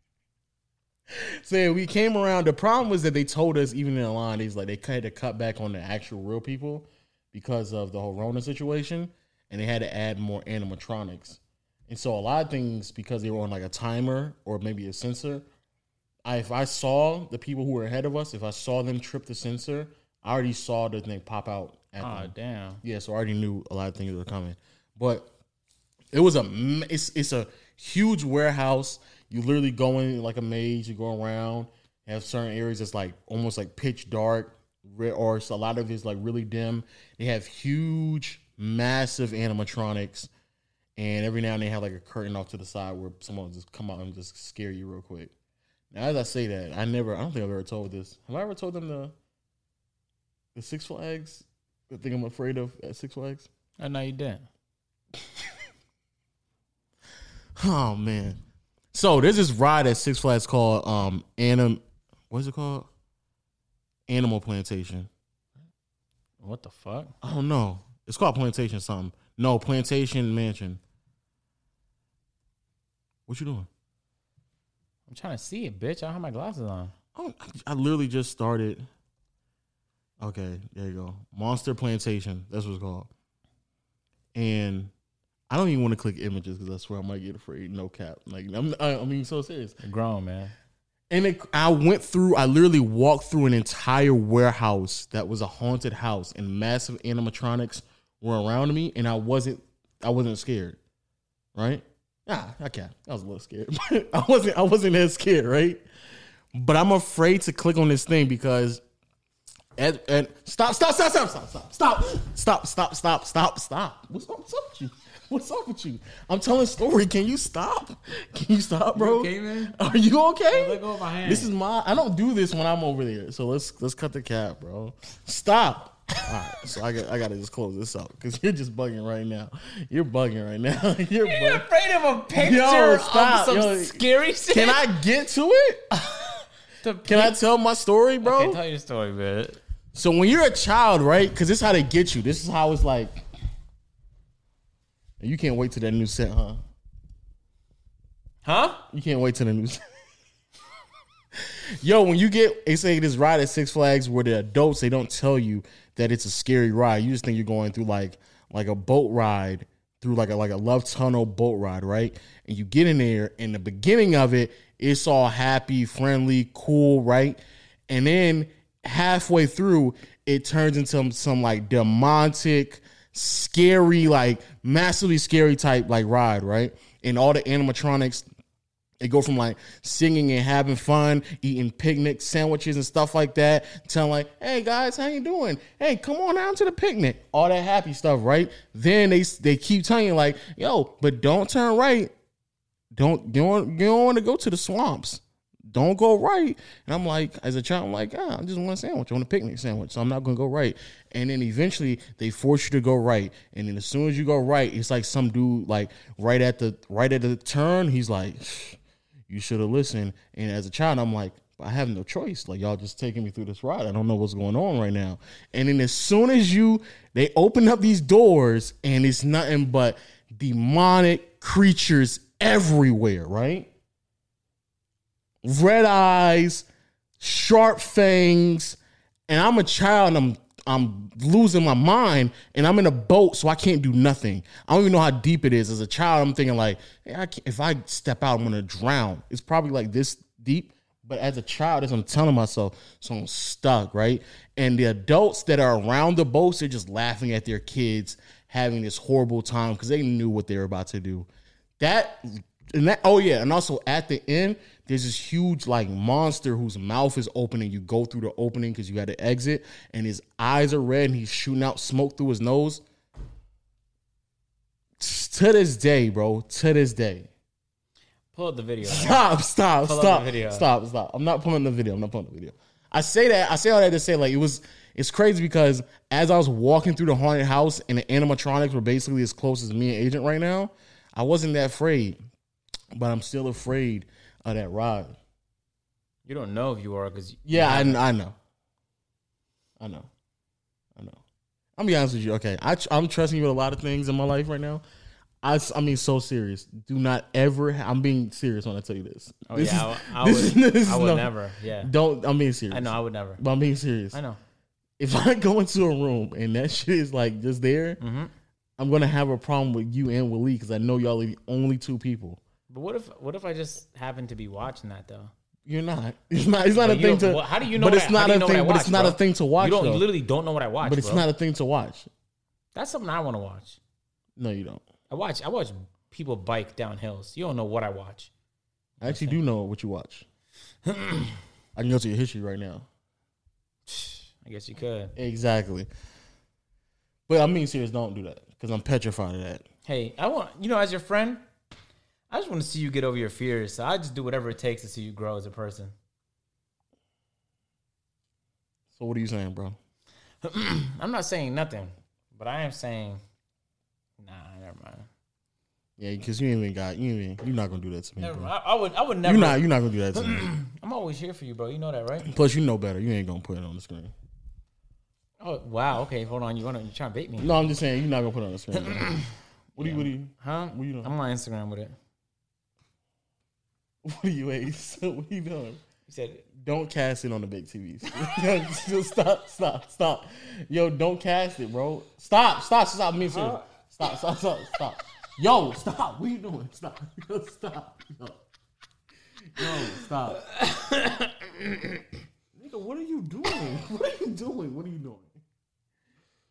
S1: so yeah, we came around. The problem was that they told us even in the line, he's like they had to cut back on the actual real people because of the whole Rona situation, and they had to add more animatronics. And so a lot of things because they were on like a timer or maybe a sensor. I, if I saw the people who were ahead of us, if I saw them trip the sensor, I already saw the thing pop out. At
S2: Oh
S1: them.
S2: damn.
S1: Yeah, so I already knew a lot of things were coming, but it was a m- it's it's a huge warehouse. You literally go in like a maze. You go around. Have certain areas that's like almost like pitch dark, re- or it's a lot of it's like really dim. They have huge, massive animatronics, and every now and then they have like a curtain off to the side where someone will just come out and just scare you real quick. Now, as I say that, I never, I don't think I've ever told this. Have I ever told them the the Six Flags the thing I'm afraid of at Six Flags?
S2: I know you didn't.
S1: Oh man. So there's this ride at Six Flags called um Anim what's it called? Animal Plantation.
S2: What the fuck?
S1: I don't know. It's called Plantation something. No, Plantation Mansion. What you doing?
S2: I'm trying to see it, bitch. I don't have my glasses on.
S1: I, don't, Oh, I literally just started. Okay, there you go. Monster Plantation. That's what it's called. And I don't even want to click images because I swear I might get afraid. No cap. Like I'm, I, I'm being so serious.
S2: You're grown man.
S1: And it, I went through, I literally walked through an entire warehouse that was a haunted house and massive animatronics were around me and I wasn't, I wasn't scared. Right? Nah, I can't. I was a little scared. but I wasn't, I wasn't that scared, right? But I'm afraid to click on this thing because and, and stop, stop, stop, stop, stop, stop, stop, stop, stop, stop, stop, stop. What's up, what's up with you? What's up with you? I'm telling a story. Can you stop? Can you stop, bro?
S2: okay, man?
S1: Are you okay?
S2: Let go of my hand.
S1: This is my. I don't do this when I'm over there. So let's let's cut the cap, bro. Stop. All right, so I got I gotta just close this out because you're just bugging right now. You're bugging right now. You're
S2: You're
S1: bugging.
S2: afraid of a picture
S1: Yo, stop.
S2: of some
S1: Yo,
S2: scary shit.
S1: Can I get to it? Can I tell my story, bro?
S2: Okay, tell your story, man.
S1: So when you're a child, right? Because this is how they get you. This is how it's like. You can't wait to that new set, huh?
S2: Huh?
S1: You can't wait till the news. Yo, when you get they say this ride at Six Flags where the adults they don't tell you that it's a scary ride. You just think you're going through like like a boat ride through like a like a love tunnel boat ride, right? And you get in there and the beginning of it, it's all happy, friendly, cool, right? And then halfway through, it turns into some, some like demontic, scary, like massively scary type like ride, right? And all the animatronics It go from like singing and having fun, eating picnic sandwiches and stuff like that, telling like, "Hey guys, how you doing? Hey, come on down to the picnic." All that happy stuff, right? Then they they keep telling you like, "Yo, but don't turn right. Don't you don't, you don't want to go to the swamps. Don't go right." And I'm like, as a child, I'm like, "Ah, I just want a sandwich. I want a picnic sandwich, so I'm not gonna go right." And then eventually they force you to go right, and then as soon as you go right, it's like some dude like right at the right at the turn, he's like. you should have listened. And as a child, I'm like, I have no choice. Like y'all just taking me through this ride. I don't know what's going on right now. And then as soon as you they open up these doors and it's nothing but demonic creatures everywhere, right? Red eyes, sharp fangs, and I'm a child and I'm I'm losing my mind and I'm in a boat, so I can't do nothing. I don't even know how deep it is. As a child, I'm thinking like, hey, I can't, if I step out, I'm gonna drown. It's probably like this deep. But as a child, that's what I'm telling myself. So I'm stuck, right? And the adults that are around the boats, they're just laughing at their kids having this horrible time because they knew what they were about to do. That and that oh yeah, and also at the end, there's this huge like monster whose mouth is open and you go through the opening because you had to exit, and his eyes are red and he's shooting out smoke through his nose. To this day, bro, to this day.
S2: Pull up the video.
S1: Stop, stop,
S2: Pull up
S1: stop,
S2: the video.
S1: stop, stop. I'm not pulling the video. I'm not pulling the video. I say that, I say all that to say like it was it's crazy because as I was walking through the haunted house and the animatronics were basically as close as me and Agent right now, I wasn't that afraid. But I'm still afraid of that ride.
S2: You don't know if you are because
S1: Yeah, I, kn- I know. I know. I know. I'm be honest with you. Okay, I, tr- I'm trusting you with a lot of things in my life right now. I, s- I mean, so serious. Do not ever. ha- I'm being serious when I tell you this.
S2: Oh
S1: This
S2: yeah,
S1: is-
S2: I, I
S1: this
S2: would.
S1: is- this
S2: I
S1: is
S2: would
S1: no-
S2: never. Yeah,
S1: Don't. I'm being serious.
S2: I know. I would never.
S1: But I'm being serious.
S2: I know.
S1: If I go into a room and that shit is like just there,
S2: Mhm.
S1: I'm gonna have a problem with you and Willie because I know y'all are the only two people.
S2: But what if? What if I just happen to be watching that though?
S1: You're not. It's not. It's not a
S2: But you
S1: thing
S2: don't-
S1: to.
S2: well, how do you know
S1: But
S2: what
S1: it's
S2: I-
S1: not
S2: how do
S1: a
S2: you know what
S1: thing.
S2: I
S1: But it's
S2: watch,
S1: not a
S2: bro?
S1: thing to watch.
S2: you don't. You
S1: though.
S2: literally don't know what I watch.
S1: But it's
S2: bro.
S1: not a thing to watch.
S2: That's something I want to watch.
S1: No, you don't.
S2: I watch. I watch people bike down hills. You don't know what I watch.
S1: I actually do know what you watch. I can go to your history right now.
S2: I guess you could.
S1: Exactly. But I mean, serious, don't do that because I'm petrified of that.
S2: Hey, I want you know, as your friend, I just want to see you get over your fears. So I just do whatever it takes to see you grow as a person.
S1: So what are you saying, bro?
S2: I'm not saying nothing, but I am saying, nah, never mind.
S1: Yeah, because you ain't even got you. Ain't even, you're not gonna do that to me,
S2: Never
S1: bro.
S2: mind. I, I would. I would never.
S1: You're not. You're not gonna do that to me.
S2: I'm always here for you, bro. You know that, right?
S1: Plus, you know better. You ain't gonna put it on the screen.
S2: Oh wow. Okay, hold on. You want to? You trying to bait me?
S1: No, I'm just saying you're not gonna put it on the screen. bro. What do you? What do you?
S2: Huh?
S1: What you doing?
S2: I'm on Instagram with it.
S1: What are you? Ace? What are you doing?
S2: You said
S1: Don't cast it on the big TVs. Yo, just stop, stop, stop. Yo, don't cast it, bro. Stop, stop, stop. Me too. Stop, stop, stop, stop. Yo, stop. What you doing? Stop. Yo, stop. Yo, Yo, stop. Nigga, what are you doing? What are you doing? What are you doing?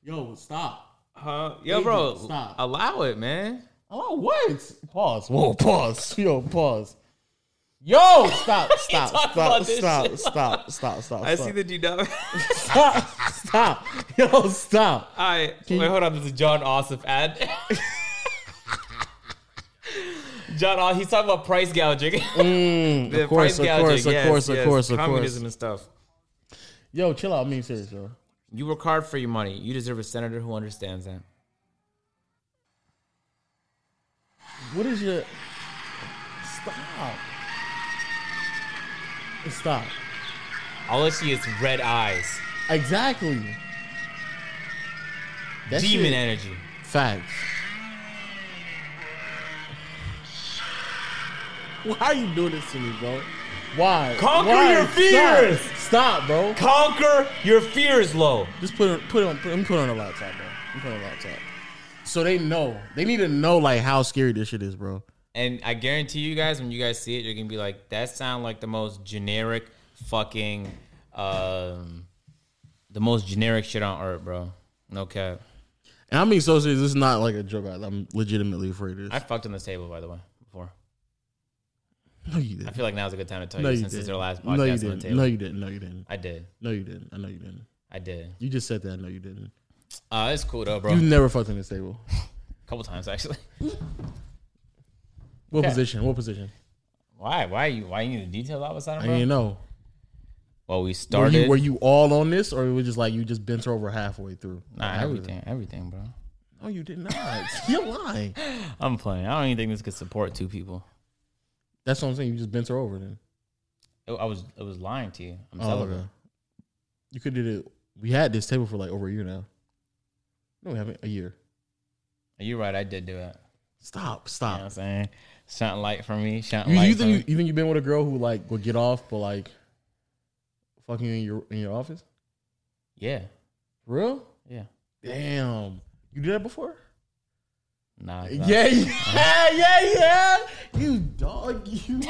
S1: Yo, stop.
S2: Huh? Yo,
S1: bro,
S2: bro.
S1: stop.
S2: Allow it, man.
S1: Oh, what? Pause. Whoa, pause. Yo, pause. Yo, stop, stop,
S2: talking
S1: stop,
S2: about this
S1: stop,
S2: shit.
S1: stop, stop, stop.
S2: I
S1: stop.
S2: see that you done.
S1: stop, stop, yo, stop.
S2: All right. Wait, hold on. This is John Ossoff ad. John Oss, he's talking about price gouging.
S1: Mm,
S2: The
S1: of course,
S2: price
S1: of
S2: gouging,
S1: course, of
S2: yes,
S1: course, of
S2: yes,
S1: course, of
S2: Communism
S1: course.
S2: and stuff.
S1: Yo, chill out. I mean, serious, bro.
S2: You work hard for your money. You deserve a senator who understands that.
S1: What is your stop? Stop.
S2: All I see is red eyes,
S1: Exactly. That
S2: demon
S1: shit-
S2: energy.
S1: Facts. Why are you doing this to me, bro? Why?
S2: Conquer
S1: Why?
S2: your fears!
S1: Stop, Stop bro.
S2: Conquer your fears, low.
S1: Just put it, put it on. Put, let me put it on a laptop, bro. Let me put it on a laptop. So they know. They need to know like how scary this shit is, bro.
S2: And I guarantee you guys, when you guys see it, you're gonna be like, "That sound like the most generic fucking, um, the most generic shit on earth, bro." No cap.
S1: And I mean, so serious. This is not like a joke. I- I'm legitimately afraid of this.
S2: I fucked on this table, by the way, before.
S1: No, you
S2: I
S1: didn't.
S2: feel like now's a good time to tell
S1: No,
S2: you,
S1: you
S2: since
S1: didn't.
S2: it's our last podcast
S1: No, you
S2: on the
S1: didn't.
S2: table.
S1: No, you didn't. No, you didn't.
S2: I did.
S1: No, you didn't. I know you didn't.
S2: I did.
S1: You just said that. I know you didn't.
S2: Uh, it's cool though, bro.
S1: You never fucked on this table.
S2: a couple times actually.
S1: What
S2: Okay.
S1: position? What position?
S2: Why? Why you? Why you need the details all of a sudden,
S1: I
S2: bro?
S1: didn't know.
S2: well, we
S1: Were
S2: started.
S1: you, were you all on this, or it was just like you just bent over halfway through?
S2: nah,
S1: I was-
S2: everything, everything, bro.
S1: No, you did not. You're lying.
S2: I'm playing. I don't even think this could support two people.
S1: That's what I'm saying. You just bent her over then.
S2: I- I was, I was lying to you. I'm
S1: Oh,
S2: celibate.
S1: okay. You could did it. We had this table for like over a year now. No, we haven't. A year.
S2: You're right. I did do it.
S1: Stop.
S2: You know
S1: Stop.
S2: what I'm saying? Shine light for me. Shine
S1: Ah. You,
S2: light.
S1: you
S2: for
S1: think
S2: me.
S1: you, you think you've been with a girl who like will get off, but like fucking in your in your office?
S2: Yeah.
S1: For real?
S2: Yeah.
S1: Damn. You did that before?
S2: Nah. it's not.
S1: Yeah, yeah, yeah, yeah. You dog, you.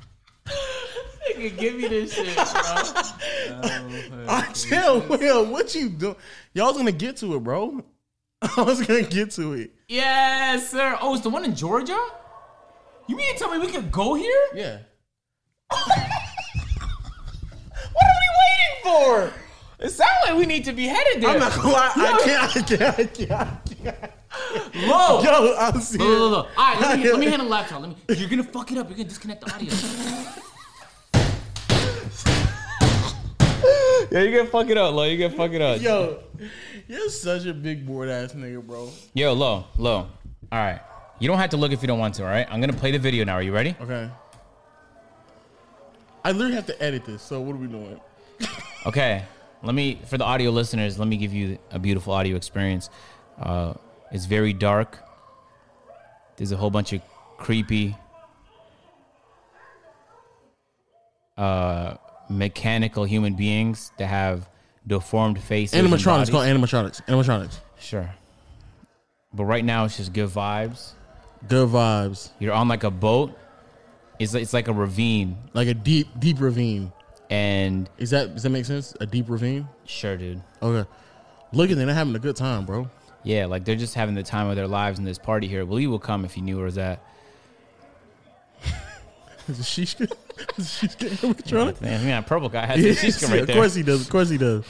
S2: Nigga, give me this shit, bro.
S1: I tell Will, what you do? Y'all's gonna get to it, bro. I was gonna get to it.
S2: yes, sir. Oh, it's the one in Georgia. You mean to tell me we could go here?
S1: Yeah.
S2: What are we waiting for? It sounds like we need to be headed there.
S1: I'm not gonna lie. I can't. I can't. I can't. I can't.
S2: Low.
S1: Yo, I'm serious.
S2: Look, look, look. All right, let me, let me handle the laptop. Let me. You're gonna fuck it up. You're gonna disconnect the audio. yeah, you're gonna fuck it up, Lo. You're gonna fuck it up. Yo,
S1: Yo, you're such a big bored ass nigga, bro.
S2: Yo Lo, Lo. All right. You don't have to look if you don't want to, all right? I'm gonna play the video now. Are you ready?
S1: Okay. I literally have to edit this. So what are we doing?
S2: Okay. Let me, for the audio listeners, let me give you a beautiful audio experience. Uh, it's very dark. There's a whole bunch of creepy, uh, mechanical human beings that have deformed faces. and
S1: Animatronics.
S2: bodies.
S1: Call animatronics. Animatronics.
S2: Sure. But right now, it's just good vibes.
S1: Good vibes.
S2: You're on like a boat. It's it's like a ravine,
S1: Like a deep, deep ravine.
S2: and
S1: Is that does that make sense? A deep ravine.
S2: sure, dude.
S1: Okay. Look at them. They're having a good time, bro.
S2: Yeah, like they're just having the time of their lives in this party here. Well, you will come if you knew where it's at.
S1: Is it Shishka? Is it Shishka animatronic?
S2: Man, I mean, that purple guy has
S1: Yeah,
S2: a Shishkin right
S1: of
S2: there.
S1: course he does. Of course he does.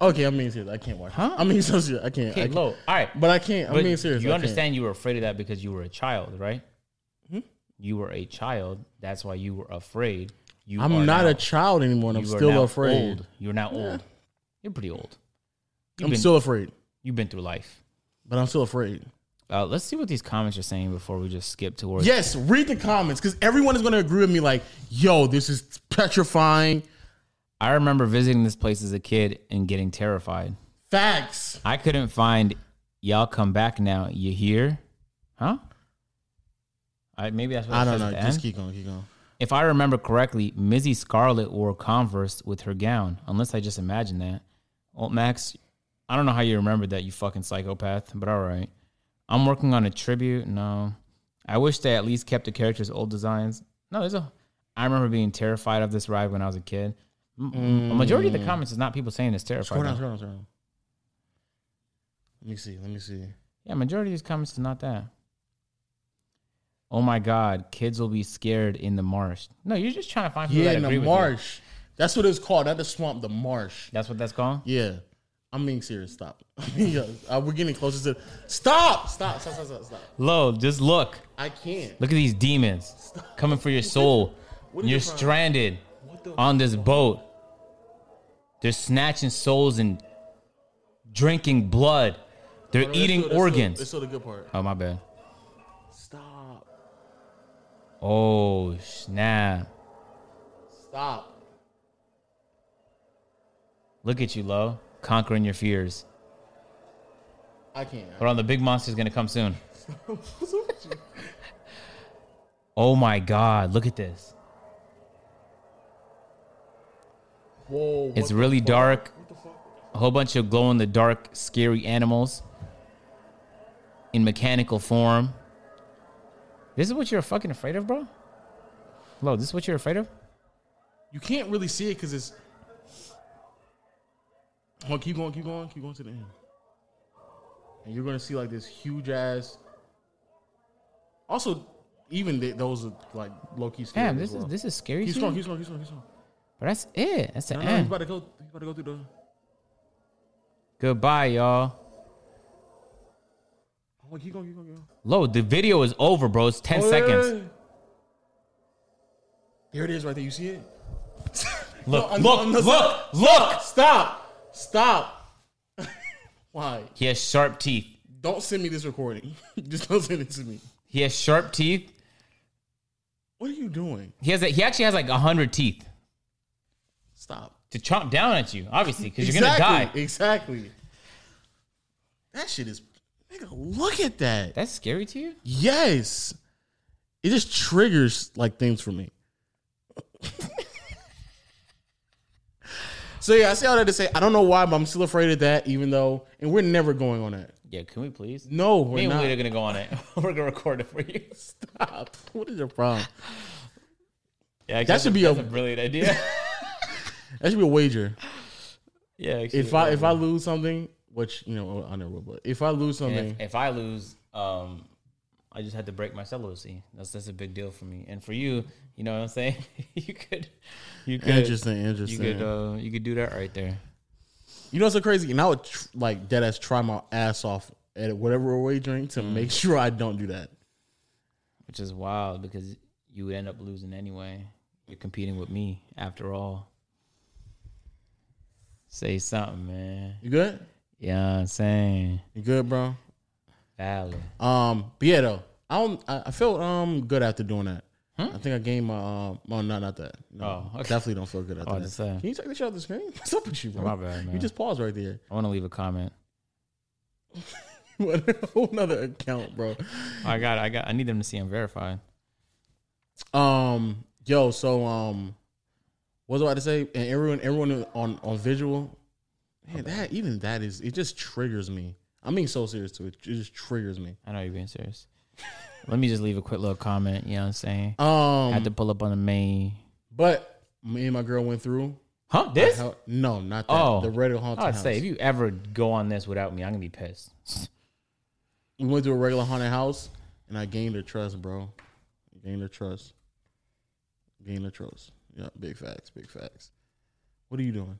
S1: Okay, I'm being serious. I can't watch.
S2: Huh?
S1: Huh? I'm being so serious. I can't. I
S2: Okay,
S1: can't.
S2: low. All right,
S1: But I can't. I'm
S2: but
S1: being serious.
S2: you
S1: I can't. Hmm?
S2: understand you were afraid of that because you were a child, right? You were a child. That's why you were afraid. You
S1: I'm
S2: are
S1: not
S2: now-
S1: a child anymore, and I'm
S2: you are
S1: still
S2: now
S1: afraid.
S2: Old. You're now old. You're pretty old. You've
S1: I'm
S2: been,
S1: still afraid,
S2: You've been through life.
S1: but I'm still afraid.
S2: Uh, let's see what these comments are saying before we just skip towards.
S1: Yes, read the comments because everyone is going to agree with me. Like, yo, this is petrifying.
S2: I remember visiting this place as a kid and getting terrified.
S1: Facts.
S2: I couldn't find y'all come back now. You hear? Huh? I, maybe that's what
S1: I
S2: it
S1: don't
S2: says
S1: know.
S2: at the
S1: Just
S2: end.
S1: keep going. Keep going.
S2: If I remember correctly, Mizzy Scarlet wore Converse with her gown, unless I just imagined that. Old Max, I don't know how you remember that, you fucking psychopath, but all right. I'm working on a tribute. No. I wish they at least kept the character's old designs. No, there's a. I remember being terrified of this ride when I was a kid. M- A majority of
S1: Mm.
S2: the comments is not people saying it's
S1: Scroll
S2: terrifying.
S1: down. Scroll down. Scroll down. Let me see. Let me see.
S2: Yeah, majority of these comments is not that. Oh my God, kids will be scared in the marsh. No, you're just trying to find people
S1: Yeah,
S2: that
S1: in
S2: agree
S1: the
S2: with you.
S1: marsh. That's what it's called. Not the swamp. The marsh.
S2: That's what that's called.
S1: Yeah. I'm being serious. Stop. Yeah, uh, we're getting closer to. Stop. Stop. Stop. Stop. Stop. stop.
S2: Lo, just look.
S1: I can't.
S2: Look at these demons coming for your soul.
S1: is
S2: You're
S1: your problem?
S2: stranded
S1: the-
S2: on this boat. They're snatching souls and drinking blood. They're
S1: That's still-
S2: eating
S1: that's still-
S2: organs.
S1: That's still the good part.
S2: oh, my bad.
S1: Stop.
S2: Oh, snap.
S1: Stop.
S2: Look at you, Lo, conquering your fears.
S1: I can't.
S2: Hold on, the big monster's gonna come soon. Oh my god, look at this.
S1: Whoa. what
S2: It's
S1: the
S2: really
S1: fuck?
S2: dark.
S1: What the fuck?
S2: A whole bunch of glow in the dark, scary animals in mechanical form. This is what you're fucking afraid of, bro? Lo, this is what you're afraid of?
S1: You can't really see it because it's. Well, keep going, keep going, keep going to the end. And you're gonna see like this huge ass. Also, Even th- those are like low key scary.
S2: Damn,
S1: as
S2: this is
S1: well.
S2: this is scary.
S1: Keep
S2: to
S1: strong,
S2: you?
S1: keep strong, keep strong, keep strong.
S2: But that's it. That's the
S1: No, no, he's
S2: end.
S1: about to go. He's about to go through the.
S2: Goodbye, y'all.
S1: Oh, keep going, keep going, keep going.
S2: Load. The video is over, bro. It's ten
S1: Oh, yeah,
S2: seconds.
S1: yeah, yeah. There it is, right there. You see it? No,
S2: Look,
S1: I'm-
S2: look,
S1: I'm not-
S2: look, look.
S1: Stop! Stop! Why?
S2: He has sharp teeth.
S1: Don't send me this recording. Just don't send it to me.
S2: He has sharp teeth.
S1: What are you doing?
S2: He has. A, he actually has like hundred teeth
S1: Stop.
S2: to chomp down at you, obviously, because you're gonna die.
S1: Exactly. That shit is. Nigga, look at that.
S2: That's scary to you.
S1: Yes. It just triggers like things for me. so yeah, I say all that to say I don't know why, but I'm still afraid of that, even though and we're never going on that.
S2: Yeah. Can we please?
S1: No, we're
S2: Me and
S1: not.
S2: Wade are gonna go on it. We're gonna record it for you.
S1: Stop. What is your problem?
S2: Yeah,
S1: That should be a-
S2: that's brilliant idea.
S1: That should be a wager.
S2: yeah. actually,
S1: If I if I lose something, which you know I never will, but if I lose
S2: And
S1: something,
S2: if, if I lose, um, I just had to break my celibacy. That's that's a big deal for me, and for you, you know what I'm saying. you could, you could,
S1: interesting,
S2: you
S1: interesting. You,
S2: could, uh, you could do that right there.
S1: know what's so crazy? And I would tr- like dead ass try my ass off at whatever we're wagering to make sure I don't do that.
S2: Which is wild because you would end up losing anyway. You're competing with me after all. Say something, man.
S1: You good?
S2: Yeah, you know what I'm saying
S1: You good, bro?
S2: valid.
S1: Um, but yeah, though I don't. I, I feel um good after doing that. I think I gained my um. Oh, no, not that. No,
S2: Oh, okay.
S1: definitely don't feel good after
S2: Oh,
S1: that.
S2: just saying.
S1: Can you take the shit off the screen? What's up with you, bro?
S2: My bad,
S1: You
S2: man.
S1: just paused right there.
S2: I want to leave a comment.
S1: You on a whole another account, bro.
S2: I got, I got, I need them to see I'm verified.
S1: Um, yo, so um, what was I about to say? And everyone, everyone on on visual, man, that even that is it just triggers me. I mean, so serious too. It, it just triggers me.
S2: I know you're being serious. Let me just leave a quick little comment. You know what I'm saying?
S1: Um,
S2: had to pull up on the main.
S1: but me and my girl went through.
S2: Huh? This?
S1: How, no, not that.
S2: Oh.
S1: the regular haunted
S2: I'd
S1: house.
S2: say if you ever go on this without me, I'm gonna be pissed.
S1: we went to a regular haunted house, and I gained her trust, bro. Gained her trust. Gained her trust. Yeah, big facts. Big facts. What are you doing?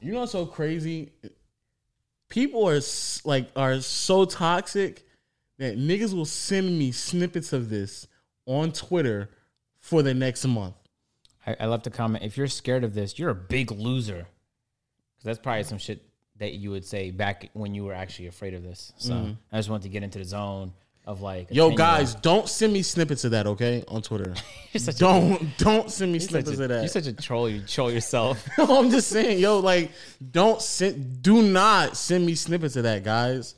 S1: You know, what's so crazy. People are s- like are so toxic that niggas will send me snippets of this on Twitter for the next month.
S2: I, I left a comment. If you're scared of this, you're a big loser. Because that's probably some shit that you would say back when you were actually afraid of this. So I just wanted to get into the zone of like, a
S1: Yo,
S2: 10-year-old.
S1: guys, don't send me snippets of that, okay? On Twitter,
S2: you're such a,
S1: don't don't send me
S2: you're
S1: snippets
S2: such a,
S1: of that.
S2: you're such a troll. You troll yourself.
S1: No, I'm just saying, yo, like, don't send, do not send me snippets of that, guys.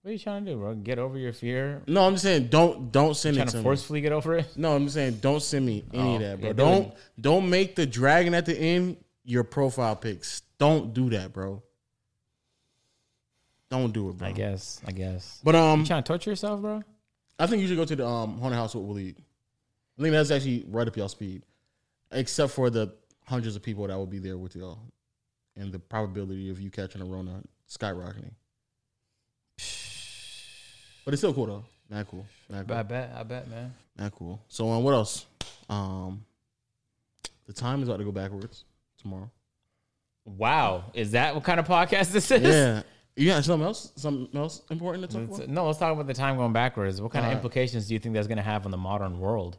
S2: what are you trying to do, bro? Get over your fear?
S1: No, I'm just saying, don't, don't send
S2: Trying
S1: it to
S2: to
S1: me.
S2: forcefully get over it?
S1: no, I'm just saying, don't send me any
S2: Oh,
S1: of that, bro.
S2: yeah, do
S1: don't, don't make the dragon at the end your profile pics. Don't do that, bro. Don't do it, bro.
S2: I guess. I guess.
S1: But um,
S2: You trying to torture yourself, bro?
S1: I think you should go to the um haunted house with Waleed. I think that's actually right up y'all speed, except for the hundreds of people that will be there with y'all, and the probability of you catching a Rona skyrocketing. But it's still cool though. Not cool. Not
S2: I
S1: cool.
S2: bet. I bet, man.
S1: Not cool. So um, what else? Um, the time is about to go backwards tomorrow.
S2: Wow. Is that what kind of podcast this is?
S1: Yeah. You got something else? Something else important to talk
S2: Let's-
S1: about?
S2: no, let's talk about the time going backwards. What kind of
S1: Alright.
S2: implications do you think that's going to have on the modern world?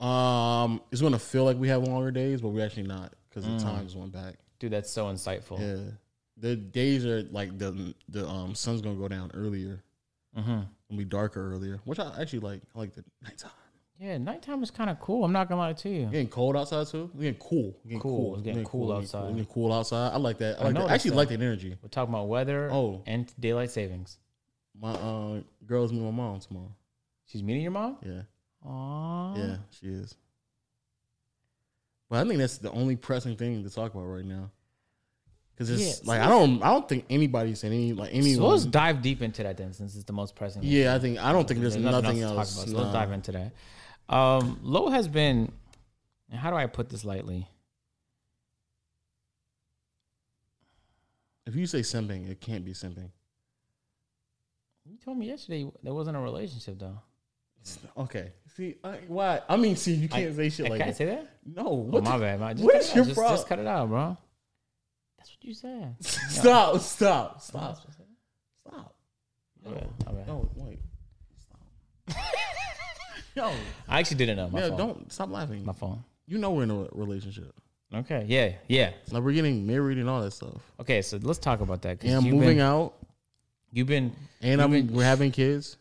S1: Um, it's gonna feel like we have longer days, but we're actually not because the time's went back.
S2: Dude, that's so insightful.
S1: Yeah, the days are like the the um sun's gonna go down earlier.
S2: Mhm.
S1: It'll be darker earlier, which I actually like. I like the nighttime.
S2: Yeah, nighttime is kind of cool. I'm not going to lie to you.
S1: Getting cold outside too. It's getting cool. It's Getting
S2: Cool. It's getting cool
S1: Getting
S2: outside.
S1: Getting cool outside. I like that. I like. that.
S2: noticed
S1: I actually
S2: that.
S1: like that energy.
S2: We're talking about weather
S1: Oh.
S2: and daylight savings.
S1: My uh, girls meet my mom tomorrow.
S2: She's meeting your mom?
S1: Yeah,
S2: Aww.
S1: yeah, she is. But I think that's the only pressing thing to talk about right now. Cause it's
S2: Yeah,
S1: like
S2: so
S1: I don't, I don't think anybody's saying any like
S2: So let's
S1: anyone.
S2: dive deep into that then, since it's the most pressing.
S1: Yeah, I think I don't think there's, nothing, else.
S2: So let's
S1: nah.
S2: dive into that. Um, Low has been, and how do I put this lightly?
S1: If you say simping, it can't be simping.
S2: You told me yesterday there wasn't a relationship though.
S1: Okay. See, I, why? I mean, see, you can't say shit
S2: I
S1: like
S2: can't
S1: that.
S2: say that.
S1: no.
S2: Oh,
S1: What
S2: my
S1: the-
S2: bad. Man. Just
S1: what
S2: cut
S1: is
S2: it out.
S1: your
S2: Just-
S1: problem?
S2: Just cut it out, bro. That's what you said.
S1: Stop! Stop! Stop! Stop!
S2: My bad, my bad.
S1: No, wait. Stop.
S2: I actually didn't know.
S1: Yo,
S2: My
S1: yeah,
S2: phone.
S1: don't stop laughing.
S2: My phone.
S1: You know we're in a relationship.
S2: Okay. Yeah. Yeah.
S1: Like we're getting married and all that stuff.
S2: Okay. So let's talk about that. 'cause
S1: And I'm
S2: you've
S1: moving
S2: been,
S1: out.
S2: You've been.
S1: And
S2: you've
S1: I'm
S2: been-
S1: we're having kids.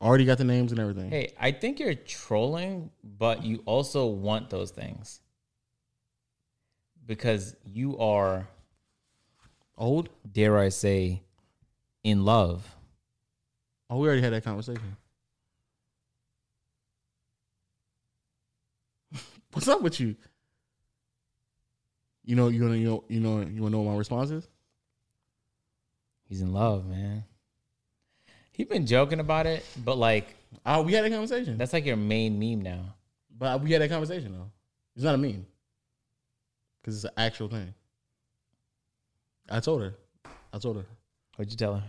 S1: Already got the names and everything.
S2: Hey, I think you're trolling, but you also want those things because you are,
S1: Old?
S2: dare I say, in love.
S1: Oh, we already had that conversation. What's up with you? You know, you wanna, you know, you know, you wanna know what my response is?
S2: He's in love, man. He's been joking about it, but like
S1: Uh, we had that conversation.
S2: that's like your main meme now.
S1: But we had that conversation though. It's not a meme because it's an actual thing. I told her. I told her.
S2: What'd you tell her?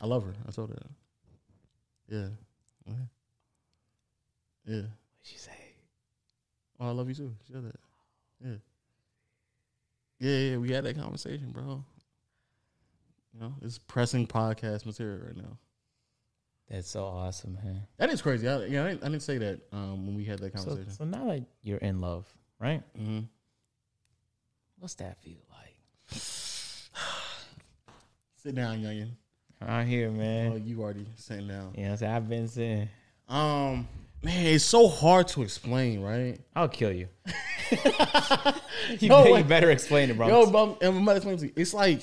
S1: I love her. I told her. Yeah. Okay. Yeah.
S2: What'd she say?
S1: Oh, I love you too. She said that. Yeah. Yeah, yeah. We had that conversation, bro. You know, it's pressing podcast material right now.
S2: That's so awesome, man.
S1: That is crazy. I, yeah, I didn't, I didn't say that um, when we had that
S2: So,
S1: conversation.
S2: so now that you're in love, right?
S1: hmm
S2: What's that feel like?
S1: Sit down, youngin.
S2: Out here,
S1: Oh,
S2: man.
S1: you already sitting down.
S2: You know, what I'm saying? I've been saying,
S1: Um, man, it's so hard to explain, right?
S2: I'll kill you. you,
S1: No,
S2: be- you
S1: like-
S2: better explain it, bro.
S1: Yo, but I'm, and I'm about to explain to you. It's like,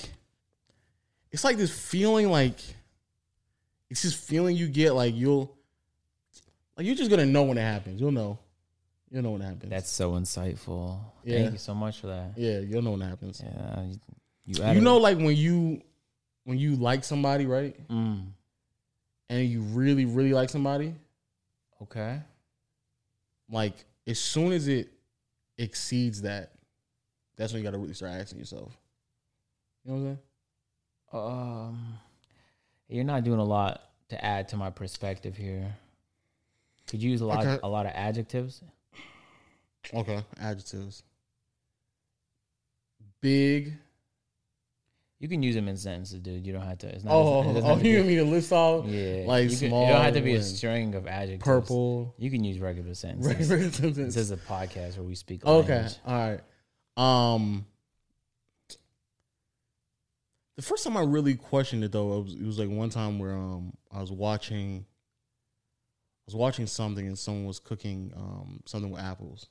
S1: it's like this feeling, like it's this feeling you get, like you'll, like you're just gonna know when it happens. You'll know, you'll know when it happens.
S2: That's so insightful.
S1: Yeah.
S2: Thank you so much for that.
S1: yeah, you'll know when it happens.
S2: Yeah, you,
S1: You
S2: added-
S1: know, like when you, when you like somebody, right,
S2: Mm,
S1: and you really, really like somebody,
S2: okay.
S1: like as soon as it exceeds that, that's when you gotta really start asking yourself. You know what I'm saying?
S2: Um, you're not doing a lot to add to my perspective here. Could you use a lot,
S1: Okay.
S2: a lot of adjectives?
S1: Okay. Adjectives. Big.
S2: You can use them in sentences, dude. You don't have to. It's not,
S1: Oh,
S2: it doesn't
S1: oh,
S2: have to
S1: you
S2: be-
S1: mean to list off?
S2: yeah,
S1: like
S2: you can-
S1: small
S2: You don't have to be a
S1: and
S2: string of adjectives.
S1: Purple.
S2: You can use regular sentences.
S1: Regular
S2: This
S1: sentence.
S2: is a podcast where we speak.
S1: Okay.
S2: language.
S1: All right. Um. The first time I really questioned it though, it was, it was like one time where um I was watching. I was watching something and someone was cooking um something with apples.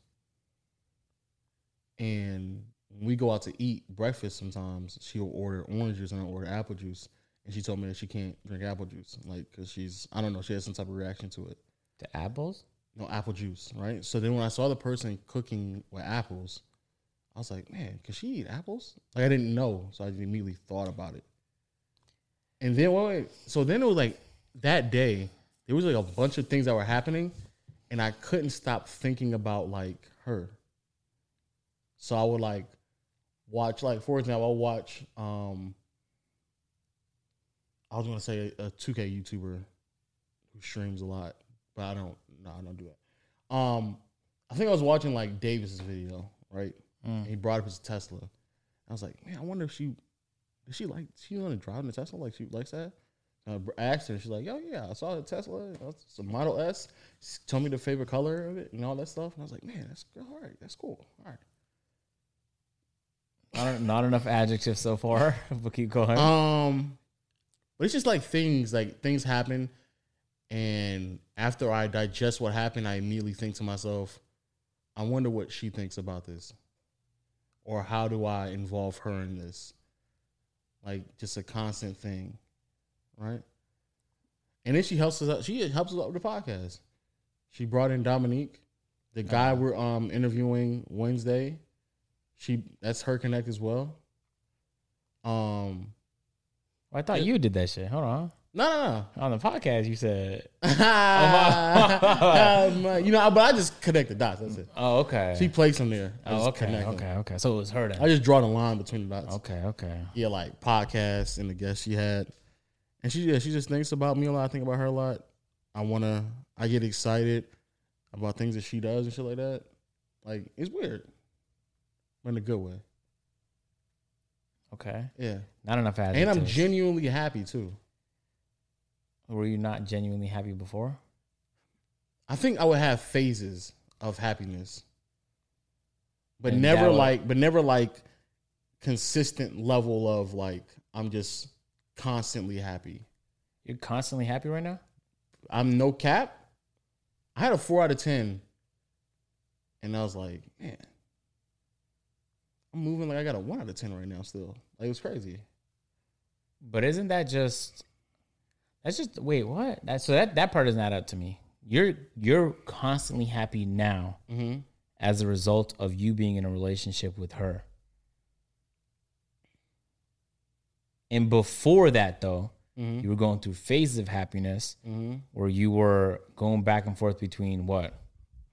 S1: And when we go out to eat breakfast sometimes, she'll order orange juice and I'll order apple juice. And she told me that she can't drink apple juice, like, cause she's, I don't know, she has some type of reaction to it.
S2: The apples.
S1: no apple juice, right? So then when I saw the person cooking with apples, I was like, man, could she eat apples? Like I didn't know, so I immediately thought about it. And then wait, wait, so then it was like that day, there was like a bunch of things that were happening, and I couldn't stop thinking about like her. So I would like watch, like for example, I'll watch um I was gonna say a, a 2K YouTuber who streams a lot, but I don't no, I don't do that. Um I think I was watching like Davis's video, right? And
S2: Mm.
S1: he brought up his Tesla. I was like, man, I wonder if she does she like she on a driving a Tesla like she likes that. And I br- I asked her, and she's like, "Yo, yeah, I saw the Tesla. It's a Model S. She told me the favorite color of it and all that stuff." And I was like, "Man, that's good. All right, that's cool. All
S2: Not, not enough adjectives so far, but keep going.
S1: right." Um, but it's just like things, like things happen, and after I digest what happened, I immediately think to myself, "I wonder what she thinks about this, or how do I involve her in this?" Like just a constant thing, right? And then she helps us out. She helps us out with the podcast. She brought in Dominique, the guy we're um interviewing Wednesday. She that's her connect as well. Um,
S2: Well, I thought you did that shit. Hold on.
S1: no, no, no.
S2: On the podcast, you said,
S1: Um, you know, but I just connect the dots. That's it.
S2: "Oh, okay."
S1: She played some there. I
S2: oh,
S1: just
S2: okay,
S1: connect them.
S2: okay, okay. So it was her then.
S1: I just draw the line between the dots.
S2: Okay, okay.
S1: Yeah, like podcasts and the guests she had, And she yeah, she just thinks about me a lot. I think about her a lot. I wanna I get excited about things that she does and shit like that. Like it's weird. But in a good way.
S2: Okay.
S1: Yeah.
S2: Not enough
S1: And
S2: adjectives.
S1: I'm genuinely happy too.
S2: Were you not genuinely happy before?
S1: I think I would have phases of happiness. But
S2: And
S1: never
S2: that would-
S1: like but never like consistent level of like I'm just constantly happy.
S2: You're constantly happy right now?
S1: I'm no cap. I had a four out of ten, and I was like, man, I'm moving like I got a one out of ten right now. Still, like it was crazy.
S2: But isn't that just that's just wait, what? That so that that part doesn't add up to me. You're you're constantly happy now
S1: Mm-hmm.
S2: as a result of you being in a relationship with her. And before that though,
S1: Mhm.
S2: you were going through phases of happiness
S1: Mm-hmm.
S2: where you were going back and forth between what?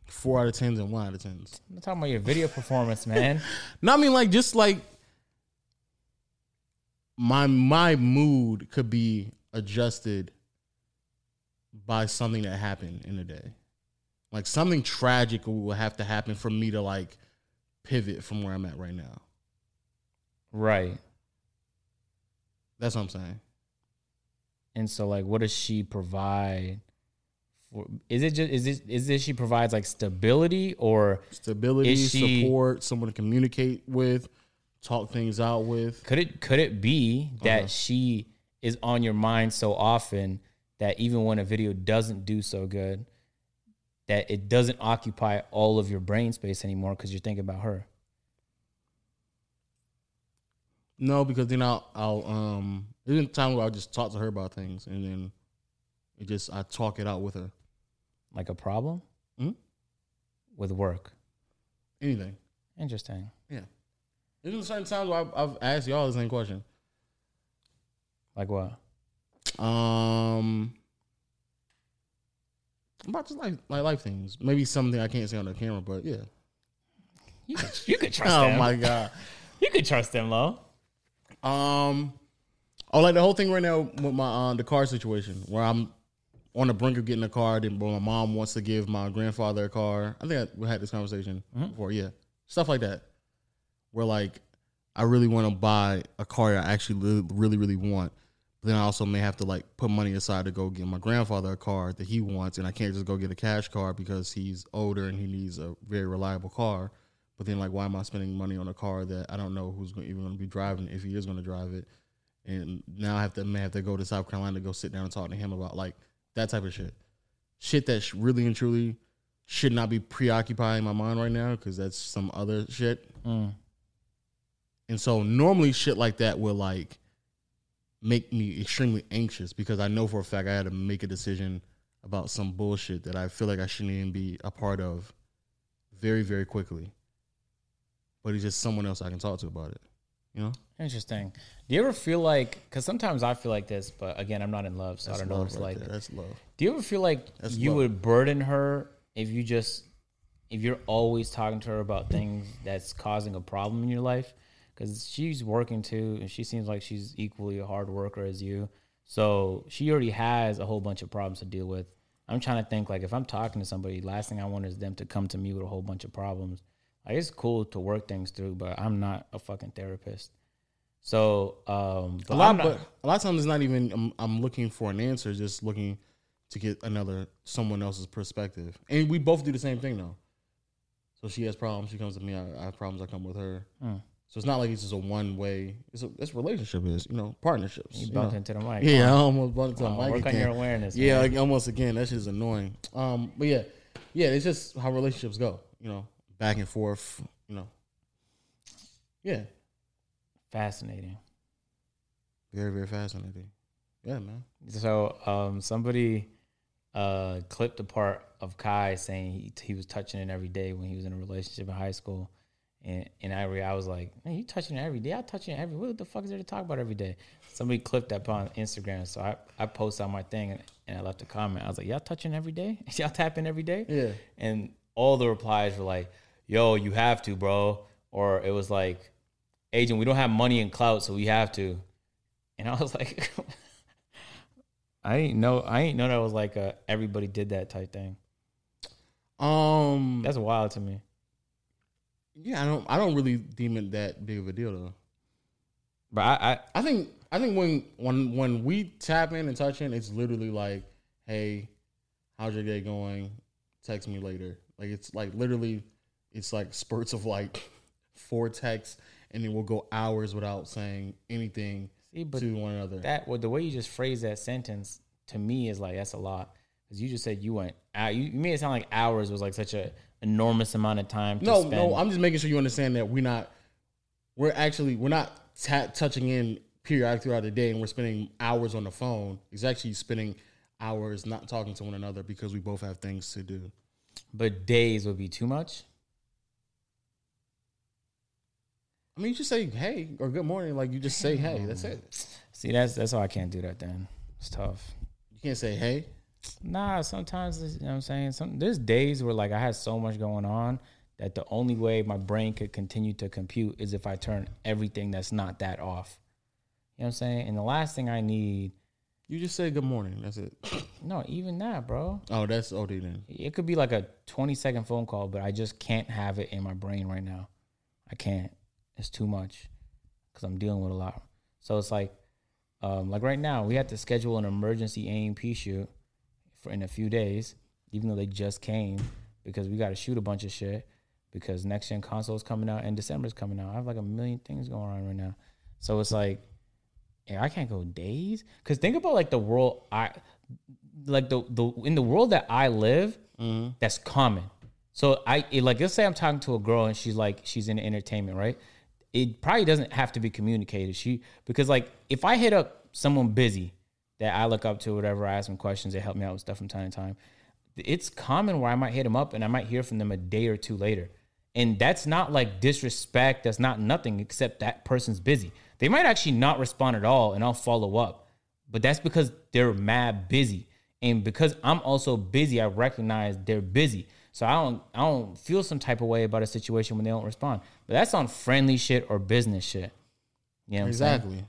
S1: Four out of tens and one out of tens.
S2: I'm not talking about your video performance, man.
S1: No, I mean like just like my my mood could be adjusted by something that happened in the day. Like something tragic will have to happen for me to like pivot from where I'm at right now.
S2: Right.
S1: That's what I'm saying.
S2: And so like what does she provide for is it just is it is it she provides like stability or
S1: Stability,
S2: Is she-
S1: support, someone to communicate with, talk things out with.
S2: could it could it be that
S1: Uh-huh.
S2: she is on your mind so often that even when a video doesn't do so good that it doesn't occupy all of your brain space anymore cuz you're thinking about her.
S1: No, because then I'll, I'll um, there's been time where I'll just talk to her about things, and then it just I talk it out with her.
S2: Like a problem
S1: Hmm?
S2: with work.
S1: Anything.
S2: Interesting.
S1: There's been certain times where I've, I've asked y'all the same question.
S2: Like what?
S1: Um, about just like like life things. Maybe something I can't say on the camera, but yeah.
S2: You could, you could trust
S1: Oh
S2: them.
S1: my god.
S2: You could trust them, Lo.
S1: Um, oh, like the whole thing right now with my uh, the car situation, where I'm on the brink of getting a car. Then, but my mom wants to give my grandfather a car. I think I, we had this conversation before. Yeah, stuff like that. Where like I really want to buy a car I actually li- really really want. But then I also may have to like put money aside to go get my grandfather a car that he wants, and I can't just go get a cash car because he's older and he needs a very reliable car. But then, like, why am I spending money on a car that I don't know who's gonna, even going to be driving if he is going to drive it? And now I have to may have to go to South Carolina to go sit down and talk to him about like that type of shit, shit that sh- really and truly should not be preoccupying my mind right now because that's some other shit.
S2: Mm.
S1: And so normally shit like that will like make me extremely anxious because I know for a fact I had to make a decision about some bullshit that I feel like I shouldn't even be a part of very, very quickly. But it's just someone else I can talk to about it. You know?
S2: Interesting. Do you ever feel like? Because sometimes I feel like this, but again, I'm not in love, so I don't know what
S1: love
S2: it's
S1: right
S2: like.
S1: there. That's love.
S2: Do you ever feel like
S1: That's
S2: you
S1: love.
S2: would burden her if you just if you're always talking to her about things that's causing a problem in your life? Because she's working too, and she seems like she's equally a hard worker as you. So she already has a whole bunch of problems to deal with. I'm trying to think like if I'm talking to somebody, last thing I want is them to come to me with a whole bunch of problems. Like it's cool to work things through, but I'm not a fucking therapist. So um,
S1: A
S2: but
S1: lot,
S2: I'm not-
S1: but a lot of times it's not even I'm, I'm looking for an answer, just looking to get another someone else's perspective. And we both do the same thing though. So she has problems, she comes to me. I, I have problems, I come with her.
S2: Hmm.
S1: So it's not like it's just a one way. It's a it's relationship is you know partnerships.
S2: you
S1: you
S2: bumped
S1: know.
S2: into the mic.
S1: Yeah, I almost bumped into
S2: Wow,
S1: Mike
S2: work on
S1: again.
S2: your awareness.
S1: yeah,
S2: man.
S1: like, almost again. That shit is annoying. Um, but yeah, yeah, it's just how relationships go. You know, back and forth. You know, yeah,
S2: Fascinating.
S1: very very fascinating. Yeah, man.
S2: So um, somebody uh, clipped a part of Kai saying he, he was touching it every day when he was in a relationship in high school. And, and I, re- I was like, man, you touching it every day. I touch it every. What the fuck is there to talk about every day? Somebody clipped that on Instagram, so I, I posted on my thing and, and I left a comment. I was like, y'all touching every day? Y'all tapping every day?
S1: Yeah.
S2: And all the replies were like, yo, you have to, bro. Or it was like, agent, we don't have money and clout, so we have to. And I was like, I didn't know. I didn't know that was like a everybody did that type thing.
S1: Um,
S2: That's wild to me.
S1: yeah, I don't, I don't really deem it that big of a deal though.
S2: But I, I
S1: I think, I think when, when, when we tap in and touch in, it's literally like, hey, how's your day going? Text me later. Like it's like literally, it's like spurts of like four texts, and then we'll go hours without saying anything
S2: see, but
S1: to one another.
S2: that well, the way you just phrased that sentence to me is like that's a lot because you just said you went out. You, you made it sound like hours was like such a enormous amount of time. To
S1: No,
S2: spend.
S1: no, I'm just making sure you understand that we're not, we're actually we're not ta touching in periodic throughout the day, and we're spending hours on the phone. It's actually spending hours not talking to one another because we both have things to do.
S2: but days would be too much.
S1: I mean, you just say hey or good morning, like you just say hey. That's it.
S2: See, that's that's why I can't do that. Then it's tough.
S1: You can't say hey.
S2: Nah, sometimes it's- you know what I'm saying. Some there's days where like I had so much going on that the only way my brain could continue to compute is if I turn everything that's not that off. You know what I'm saying? And the last thing I need,
S1: You just say good morning. That's it.
S2: no, even that, bro.
S1: Oh, that's OD then.
S2: It could be like a 20 second phone call, but I just can't have it in my brain right now. I can't. It's too much because I'm dealing with a lot. So it's like, um, like right now, we had to schedule an emergency AMP shoot for in a few days, even though they just came because we got to shoot a bunch of shit because next gen console is coming out and December is coming out. I have like a million things going on right now. So it's like, yeah, I can't go days. Cause think about like the world I like the the in the world that I live, that's common. So I it, like let's say I'm talking to a girl and she's like she's in entertainment, right? It probably doesn't have to be communicated. She because like if I hit up someone busy that I look up to, or whatever, I ask them questions, they help me out with stuff from time to time. It's common where I might hit them up and I might hear from them a day or two later. And that's not like disrespect. That's not nothing except that person's busy. They might actually not respond at all, and I'll follow up. But that's because they're mad busy. And because I'm also busy, I recognize they're busy. So I don't I don't feel some type of way about a situation when they don't respond. But that's on friendly shit or business shit. You know what I'm saying?
S1: Exactly.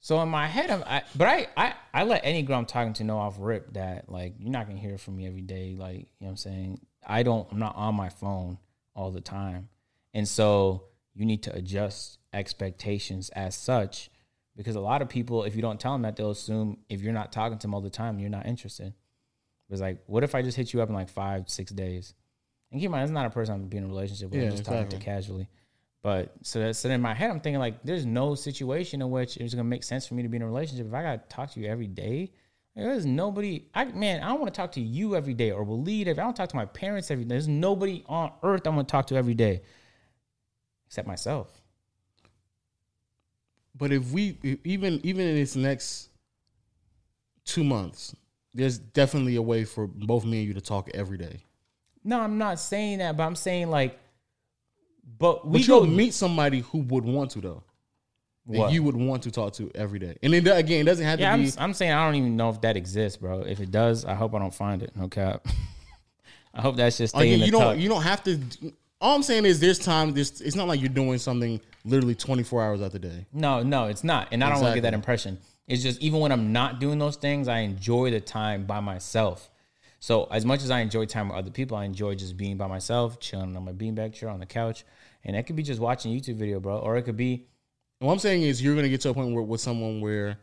S2: So in my head, I'm, I, but I, I, I let any girl I'm talking to know off rip that like you're not gonna hear from me every day. Like you know what I'm saying. I don't. I'm not on my phone all the time, and so you need to adjust expectations as such, because a lot of people, if you don't tell them that, they'll assume if you're not talking to them all the time, you're not interested. It's like, what if I just hit you up in like five, six days? And keep in mind, it's not a person I'm being in a relationship with.
S1: Yeah,
S2: I'm just talking to
S1: exactly.
S2: casually. But so that, so in my head, I'm thinking like, there's no situation in which it's gonna make sense for me to be in a relationship if I gotta talk to you every day. Like, There's nobody. I man, I don't want to talk to you every day or Waleed. If I don't talk to my parents every day, there's nobody on earth I'm gonna talk to every day, except myself.
S1: But if we e, even even in this next two months, there's definitely a way for both me and you to talk every day.
S2: No, I'm not saying that, but I'm saying like, but we
S1: but
S2: go
S1: you'll meet somebody who would want to though. That
S2: What?
S1: you would want to talk to every day. And it, again, it doesn't have
S2: Yeah,
S1: to
S2: I'm,
S1: be.
S2: I'm saying I don't even know if that exists, bro. If it does, I hope I don't find it. No cap. I hope that's just staying
S1: Again,
S2: the
S1: Oh, you don't.
S2: tuck.
S1: You don't have to. All I'm saying is, there's time. This it's not like you're doing something literally 24 hours out the day.
S2: No, no, it's not. And I don't want to get that
S1: Exactly.
S2: impression. It's just even when I'm not doing those things, I enjoy the time by myself. So as much as I enjoy time with other people, I enjoy just being by myself, chilling on my beanbag chair on the couch, and that could be just watching a YouTube video, bro, or it could be
S1: And what I'm saying is, you're gonna get to a point where with someone where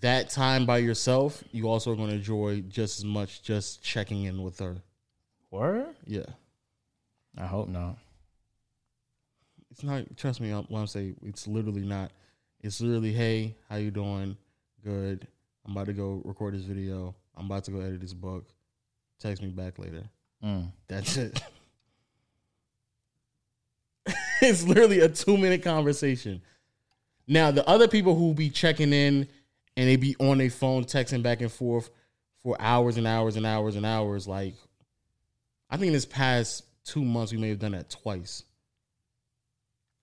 S1: that time by yourself, you also are gonna enjoy just as much just checking in with her.
S2: word.
S1: Yeah,
S2: I hope not.
S1: it's not. Trust me. I'm- What I'm saying, it's literally not. It's literally, hey, how you doing? Good. I'm about to go record this video. I'm about to go edit this book. Text me back later.
S2: Mm.
S1: That's it. it's literally a two minute conversation. Now, the other people who be checking in and they be on their phone texting back and forth for hours and hours and hours and hours, like, I think in this past two months, we may have done that twice.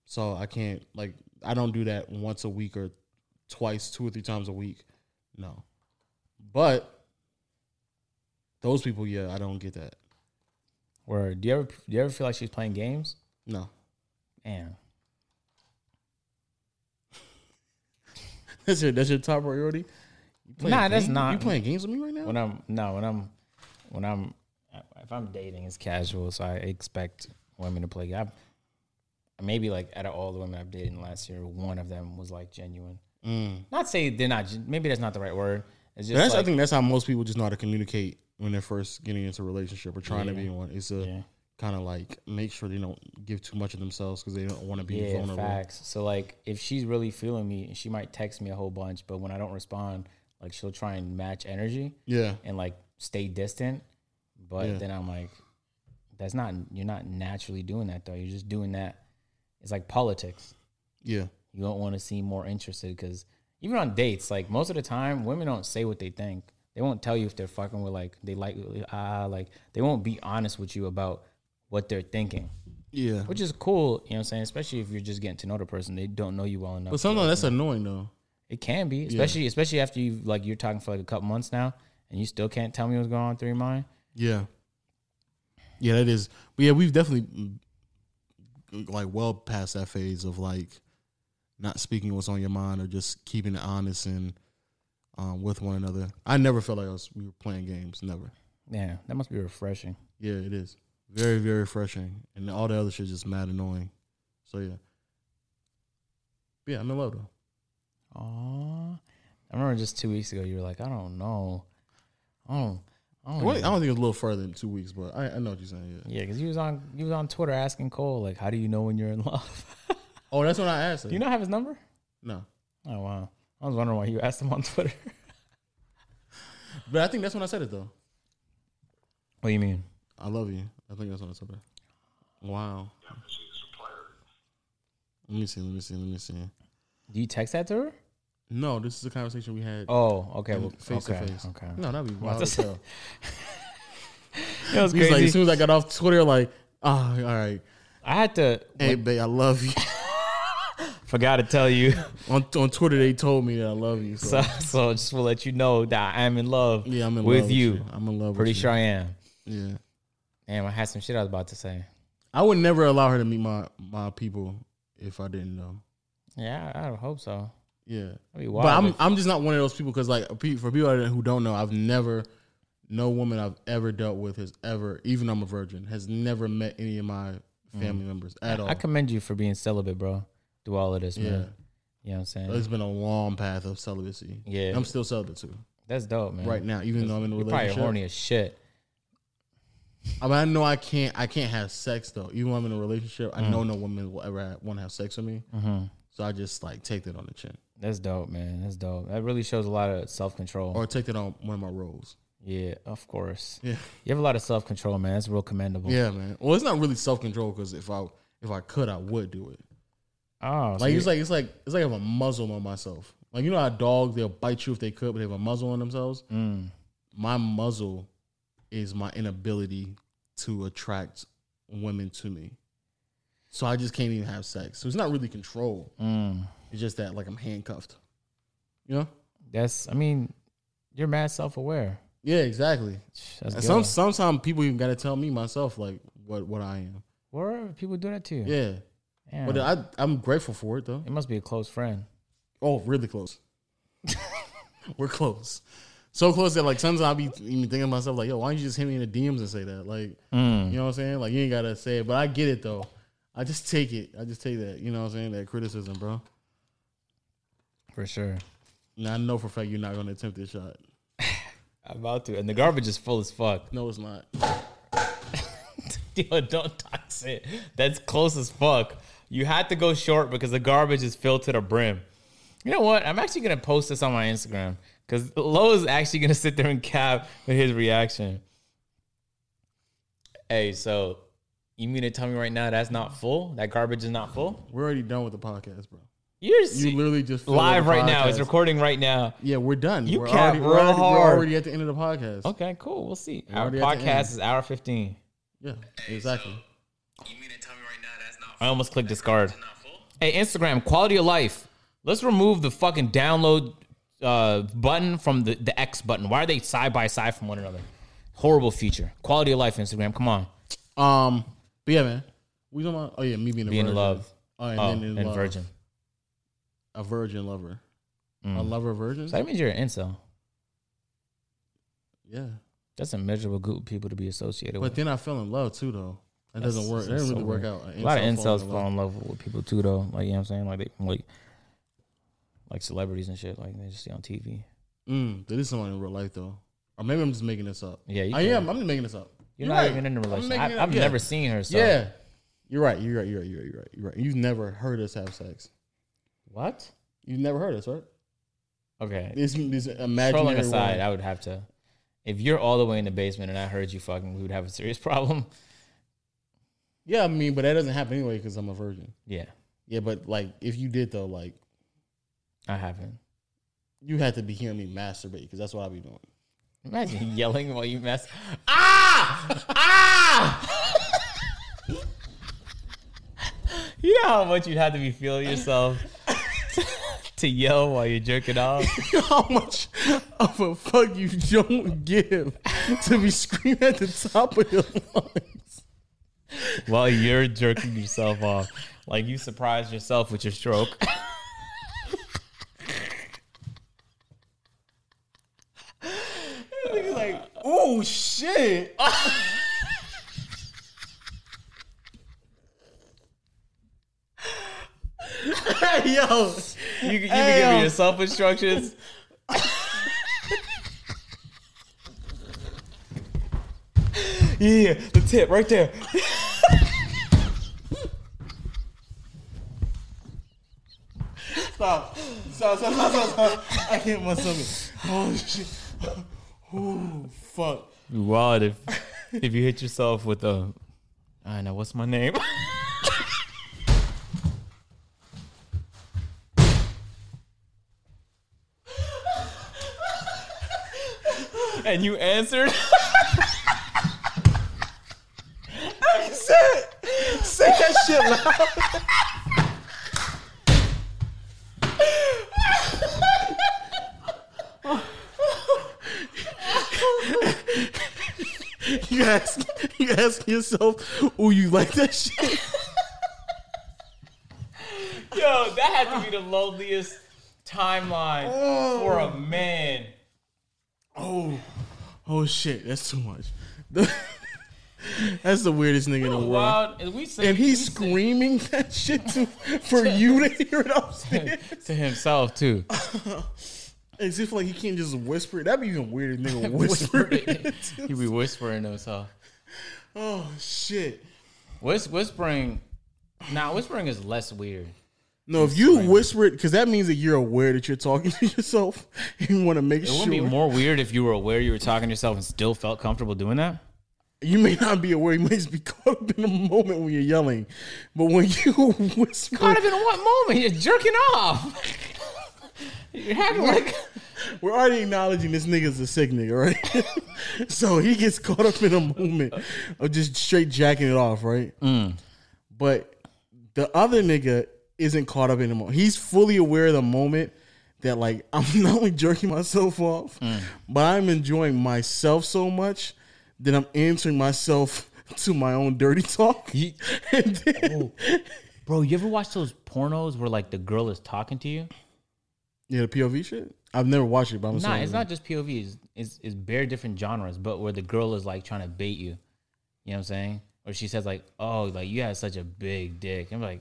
S1: So I can't, like, I don't do that once a week or twice, two or three times a week. No. But those people, yeah, I don't get that.
S2: Word. Do you ever do you ever feel like she's playing games?
S1: No.
S2: Man.
S1: That's your that's your top priority. You playing
S2: Nah, that's
S1: games?
S2: not-
S1: You playing games with me right now?
S2: When I'm no, when I'm when I'm if I'm dating, it's casual, so I expect women to play. I maybe like out of all the women I've dated in the last year, one of them was like genuine. Not say they're not. gen- Maybe that's not the right word. It's just
S1: Mm. that's I
S2: like,
S1: think that's how most people just know how to communicate when they're first getting into a relationship or trying to be in one. It's a
S2: Yeah.
S1: kind of like make sure they don't give too much of themselves because they don't want to be
S2: yeah,
S1: vulnerable.
S2: facts. So like, if she's really feeling me, she might text me a whole bunch, but when I don't respond, like she'll try and match energy.
S1: Yeah,
S2: and like stay distant. But
S1: Yeah.
S2: then I'm like, that's not you're not naturally doing that though. You're just doing that. It's like politics.
S1: yeah,
S2: You don't want to seem more interested because even on dates, like most of the time, women don't say what they think. They won't tell you if they're fucking with like they like ah like they won't be honest with you about what they're thinking,
S1: yeah.
S2: which is cool. You know what I'm saying? Especially if you're just getting to know the person, they don't know you well enough.
S1: But sometimes that's annoying though.
S2: It can be, especially especially after you have like you're talking for like a couple months now, and you still can't tell me what's going on through your mind.
S1: Yeah, yeah, that is. But yeah, we've definitely mm, like well past that phase of like not speaking what's on your mind or just keeping it honest and um, with one another. I never felt like I was we were playing games. Never.
S2: Yeah, that must be refreshing.
S1: Yeah, it is. Very, very refreshing. And all the other shit's just mad annoying. So yeah. Yeah, I'm in love though.
S2: Aww. I remember just two weeks ago you were like, I don't know. I don't I don't
S1: Wait, I
S2: even-
S1: don't think it's a little further than two weeks, but I, I know what you're saying. Yeah.
S2: Oh, Yeah, because you was on you was on Twitter asking Cole, like, how do you know when you're in love?
S1: Oh, that's what I asked.
S2: do you not have his number?
S1: No,
S2: Oh wow. I was wondering why you asked him on Twitter.
S1: but I think that's when I said it though.
S2: what do you mean?
S1: I love you. I think that's when I said that. Wow. Let me see. Let me see. Let me see.
S2: Do you text that to her?
S1: No, this is a conversation we had
S2: Oh, okay. well,
S1: face
S2: okay,
S1: to face.
S2: Okay.
S1: No, that'd be wild.
S2: to
S1: as
S2: say-
S1: hell.
S2: It was
S1: He was like, as
S2: crazy.
S1: soon as I got off Twitter, like, ah, all right.
S2: I had to
S1: Hey, babe, I love you.
S2: forgot to tell you.
S1: on on Twitter, they told me that I love you.
S2: So, so just will let you know that I am in love
S1: Yeah, I'm in
S2: with
S1: love
S2: you.
S1: With you. I'm in love.
S2: Pretty
S1: with
S2: sure I am.
S1: You. Yeah,
S2: Damn, I had some shit I was about to say.
S1: I would never allow her to meet my my people if I didn't know.
S2: Yeah, I, I would hope so.
S1: Yeah,
S2: That'd be
S1: but
S2: wild.
S1: I'm
S2: if-
S1: I'm just not one of those people because like pe- for people who don't know, I've never no woman I've ever dealt with has ever even I'm a virgin has never met any of my family members at all.
S2: Mm. I commend you for being celibate, bro. Do all of this,
S1: yeah,
S2: man. You know what I'm saying?
S1: it's been a long path of celibacy.
S2: Yeah.
S1: I'm still celibate too
S2: That's dope, man.
S1: right now, even though I'm in a
S2: You're probably
S1: relationship.
S2: horny as shit.
S1: I mean, I know I can't I can't have sex though. Even when I'm in a relationship, I
S2: Mm.
S1: know no woman will ever want to have sex with me.
S2: Mm-hmm.
S1: So I just like take that on the chin.
S2: That's dope, man. That's dope. That really shows a lot of self control.
S1: or take that on one of my roles.
S2: yeah, of course.
S1: Oh. Yeah,
S2: You have a lot of self control, man. That's real commendable.
S1: yeah, man. Well, it's not really self control because if I if I could, I would do it.
S2: Oh, so
S1: Like
S2: you-
S1: it's like it's like it's like I have a muzzle on myself. Like you know how dogs they'll bite you if they could, but they have a muzzle on themselves.
S2: Mm.
S1: My muzzle is my inability to attract women to me. So I just can't even have sex. So it's not really control.
S2: Mm.
S1: It's just that like I'm handcuffed. You know?
S2: that's, I mean, you're mad self aware.
S1: Yeah, exactly. And
S2: That's good.
S1: some sometimes people even gotta tell me myself like what what I am.
S2: Where people do that to you?
S1: Yeah.
S2: Damn.
S1: But I, I'm grateful for it though.
S2: it must be a close friend.
S1: Oh, really close. We're close. So close that like sometimes I'll be even thinking to myself like, yo, why don't you just hit me in the DMs and say that? Like,
S2: Mm.
S1: you know what I'm saying? Like you ain't gotta say it, but I get it though. I just take it. I just take that. You know what I'm saying? That criticism, bro.
S2: For sure.
S1: And I know for a fact you're not gonna attempt this shot.
S2: I'm about to. And the garbage is full as fuck.
S1: No, it's not.
S2: Yo, don't toss it. That's close as fuck. You had to go short because the garbage is filled to the brim. You know what? I'm actually gonna post this on my Instagram because Lo is actually gonna sit there and cap with his reaction. Hey, so you mean to tell me right now that's not full? That garbage is not full?
S1: We're already done with the podcast, bro.
S2: You're
S1: You
S2: se-
S1: literally just filled out
S2: live
S1: the
S2: right now.
S1: podcast.
S2: It's recording right now.
S1: Yeah, we're done.
S2: You
S1: we're
S2: capped
S1: already,
S2: real
S1: we're, already,
S2: hard.
S1: we're already at the end of the podcast.
S2: Okay, cool. We'll see. Our
S1: already at the end.
S2: podcast is hour 15.
S1: Yeah, exactly.
S3: You mean to tell me right now that's not
S2: I almost clicked discard.
S3: not full?
S2: Hey, Instagram, quality of life. Let's remove the fucking download uh, button from the, the X button. Why are they side by side from one another? Horrible feature. Quality of life, Instagram. Come on.
S1: Um, but yeah, man. We talking about? Oh yeah, me being a
S2: Being in
S1: virgin.
S2: love.
S1: Oh, and
S2: Oh,
S1: then in
S2: and
S1: love.
S2: virgin.
S1: a virgin lover. A lover of virgins?
S2: Mm. So that means you're an incel.
S1: Yeah.
S2: That's a miserable group of people to be associated
S1: But
S2: with.
S1: then I fell in love too, though. That doesn't work. That
S2: that's
S1: doesn't really
S2: so
S1: work out.
S2: weird. A lot of
S1: incel falling
S2: incels
S1: in
S2: fall
S1: love.
S2: in love with people too, though. Like you know what I'm saying? Like they like like celebrities and shit. Like they just see on TV.
S1: Mm, that is someone in real life, though. Or maybe I'm just making this up.
S2: Yeah, you
S1: I
S2: can-
S1: am. I'm just making this up.
S2: You're,
S1: You're
S2: not
S1: right.
S2: even in a
S1: I'm
S2: relationship.
S1: making it
S2: I,
S1: up.
S2: I've
S1: Yeah.
S2: never seen her. So.
S1: Yeah. You're right. You're right. You're right. You're right. You're right. You're right. You've never heard us have sex.
S2: What?
S1: You've never heard us, right?
S2: Okay.
S1: This, this imaginary
S2: Trolling aside,
S1: world.
S2: I would have to. If you're all the way in the basement and I heard you fucking, we would have a serious problem.
S1: Yeah, I mean, but that doesn't happen anyway because I'm a virgin.
S2: Yeah,
S1: Yeah, but like, if you did though, like,
S2: I haven't.
S1: you had to be hearing me masturbate because that's what I be doing.
S2: Imagine yelling while you mess. Ah! Ah! you know how much you'd have to be feeling yourself to yell while you're jerking off?
S1: How much of a fuck you don't give to be screaming at the top of your lungs?
S2: while you're jerking yourself off. Like you surprised yourself with your stroke.
S1: Like, oh shit! hey yo,
S2: You,
S1: Hey,
S2: you be giving
S1: yo.
S2: yourself instructions. yeah, the tip right there.
S1: stop! Stop! Stop! Stop! Stop! stop. I hit my stomach. Oh shit! Ooh, fuck!
S2: You wild if if you hit yourself with a I know what's my name. and you answered.
S1: Say that shit loud. you ask, you ask yourself, "Oh, you like that shit?"
S2: Yo, that had to be the loneliest timeline for a man.
S1: Oh, oh shit, that's too much. that's the weirdest nigga in the world.
S2: Wild, and we say,
S1: Oh. And
S2: we
S1: he's
S2: say-
S1: screaming that shit to, for you to hear it upstairs.
S2: to himself too.
S1: As if like he can't just whisper it. That'd be even weirder, nigga. Whisper it.
S2: He be whispering to himself.
S1: oh shit.
S2: Whis- whispering. Nah, whispering is less weird.
S1: No, if you whisper it, because that means that you're aware that you're talking to yourself. You want to make
S2: It
S1: sure
S2: would be more weird if you were aware you were talking to yourself and still felt comfortable doing that.
S1: you may not be aware. You may just be caught up in the moment when you're yelling, but when you whisper,
S2: Caught up in what moment? You're jerking off. You're having like
S1: we're already acknowledging this nigga's a sick nigga, right? so he gets caught up in a moment of just straight jacking it off, right?
S2: Mm.
S1: But the other nigga isn't caught up in the moment. He's fully aware of the moment that like I'm not only jerking myself off,
S2: Mm.
S1: but I'm enjoying myself so much that I'm answering myself to my own dirty talk.
S2: You- Oh.
S1: and then,
S2: Bro, you ever watch those pornos where like the girl is talking to you?
S1: yeah, the POV shit. I've never watched it, but I'm
S2: Nah,
S1: assuming
S2: it's not just POVs. It's it's bare different genres, but where the girl is like trying to bait you. You know what I'm saying? Or she says like, "Oh, like you had such a big dick." I'm like,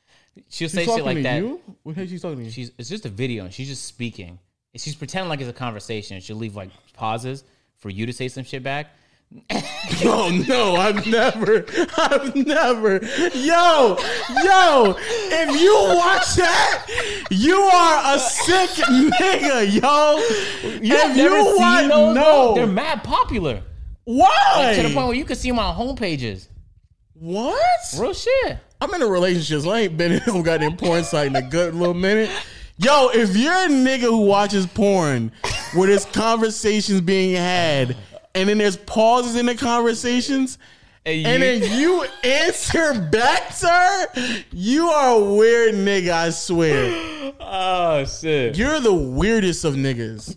S2: she'll say
S1: She's
S2: shit
S1: talking
S2: like
S1: to
S2: that.
S1: you. What the heck she's talking to you?
S2: She's it's just a video, and she's just speaking. And she's pretending like it's a conversation. She'll leave like pauses for you to say some shit back.
S1: No, no, I've never, I've never. Yo, yo, if you watch that, you are a sick nigga, yo. if you watch,
S2: those, bro? they're
S1: no,
S2: mad popular
S1: why?
S2: to the point where you can see them on homepages.
S1: what?
S2: Real shit.
S1: I'm in a relationship, so I ain't been in no goddamn porn site in a good little minute. Yo, if you're a nigga who watches porn where there's conversations being had and then there's pauses in the conversations, And then you answer back, sir. You are a weird nigga, I swear.
S2: oh shit.
S1: You're the weirdest of niggas.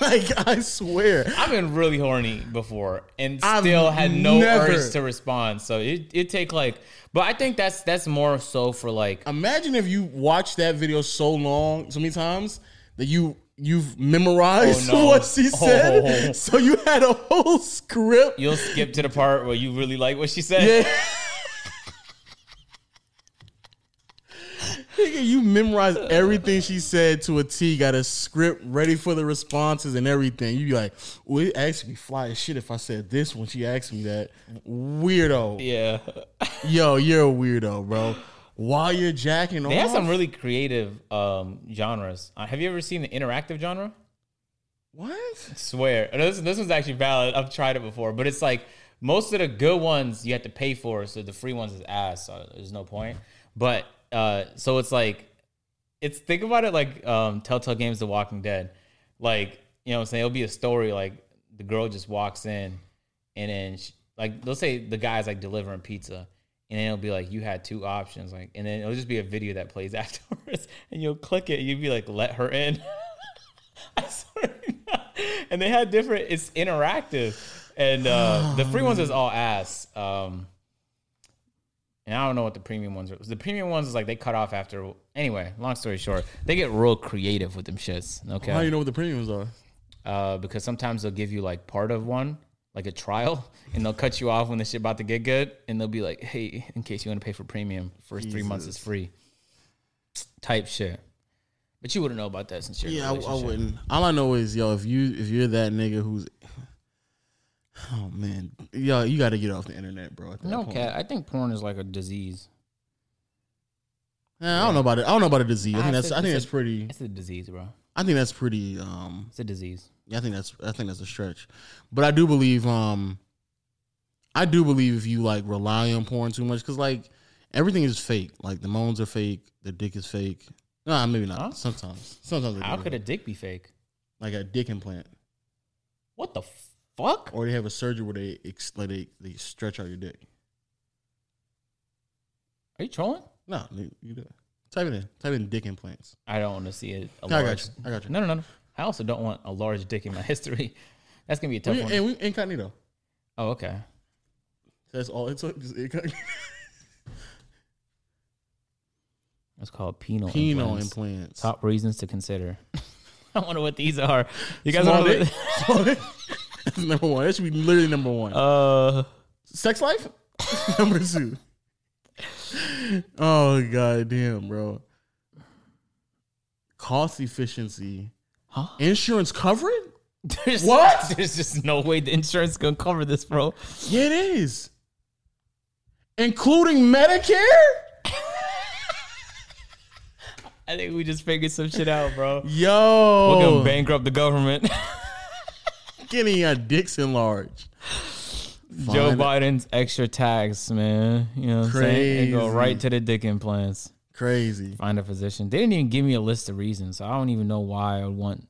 S1: like, I swear.
S2: I've been really horny before and
S1: I've
S2: still had no
S1: never-
S2: urge to respond. So it it take like, but I think that's that's more so for like
S1: Imagine if you watch that video so long, so many times, that you you've memorized
S2: Oh, no.
S1: what she said.
S2: Oh.
S1: So you had a whole script.
S2: You'll skip to the part where you really like what she said.
S1: Yeah. Nigga, you memorized everything she said to a T, got a script ready for the responses and everything. You be like, well, it actually be fly as shit if I said this when she asked me that. Weirdo.
S2: Yeah.
S1: Yo, you're a weirdo, bro. While you're jacking
S2: They have
S1: off.
S2: some really creative um, genres. Uh, have you ever seen the interactive genre?
S1: what?
S2: swear. And This, this one's actually valid. I've tried it before, but it's like most of the good ones you have to pay for, so the free ones is ass. So there's no point. But uh, so it's like, it's think about it like um, Telltale Games, The Walking Dead. Like you know, what I'm saying it'll be a story like the girl just walks in, and then she, like let's say the guy's like delivering pizza. And then it'll be like you had two options, like, and then it'll just be a video that plays afterwards, and you'll click it, and you'll be like, "Let her in." I swear to God. and they had different. It's interactive, and uh, the free ones is all ass. Um, and I don't know what the premium ones are. The premium ones is like they cut off after. Anyway, long story short, they get real creative with them shits. Okay,
S1: How do you know what the premiums are?
S2: uh, because sometimes they'll give you like part of one, like a trial, and they'll cut you off when the shit about to get good, and they'll be like, "Hey, in case you want to pay for premium, first three months is free." Type shit, but you wouldn't know about that since you're in a
S1: Yeah, I, I
S2: relationship.
S1: wouldn't. All I know is, yo, if you if you're that nigga who's, oh man, yo, you got to get off the internet, bro. At that
S2: No
S1: point.
S2: cat. I think porn is like a disease.
S1: Eh, I don't know about it. I don't know about a disease. I
S2: I
S1: think that's.
S2: think
S1: I think
S2: it's
S1: that's pretty.
S2: It's a disease, bro.
S1: I think that's pretty. Um,
S2: It's a disease.
S1: yeah, I think that's. I think that's a stretch, but I do believe. Um, I do believe if you like rely on porn too much, because like everything is fake. Like the moans are fake. The dick is fake. Nah, maybe not.
S2: Huh?
S1: Sometimes. Sometimes. it
S2: How
S1: is.
S2: could a dick be fake?
S1: like a dick implant,
S2: What the fuck?
S1: or they have a surgery where they ex- like they, they stretch out your dick.
S2: Are you trolling?
S1: No, you you do it. Type it in. Type in dick implants.
S2: I don't want to see it. A
S1: I got
S2: large-
S1: you. I got you.
S2: No, no, no, no. I also don't want a large dick in my history. That's gonna be a tough
S1: We,
S2: one.
S1: and we incognito.
S2: oh, okay.
S1: That's all. It's just incognito.
S2: That's called penal.
S1: Penile
S2: implants.
S1: implants.
S2: Top reasons to consider. I wonder what these are. You guys
S1: Small
S2: want
S1: dick.
S2: to?
S1: Small dick. That's number one. That should be literally number one.
S2: Uh,
S1: Sex life? number two. Oh god damn, bro. Cost efficiency.
S2: Huh?
S1: Insurance coverage?
S2: there's,
S1: What?
S2: There's just no way the insurance gonna cover this, bro.
S1: Yeah, it is. Including Medicare?
S2: I think we just figured some shit out, bro.
S1: Yo.
S2: We're gonna bankrupt the government.
S1: Getting a dicks enlarged.
S2: Joe
S1: Fine.
S2: Biden's extra tax, man. You know what I'm saying? They go
S1: Crazy.
S2: right to the dick implants.
S1: Crazy.
S2: Find a physician. They didn't even give me a list of reasons, so I don't even know why I would want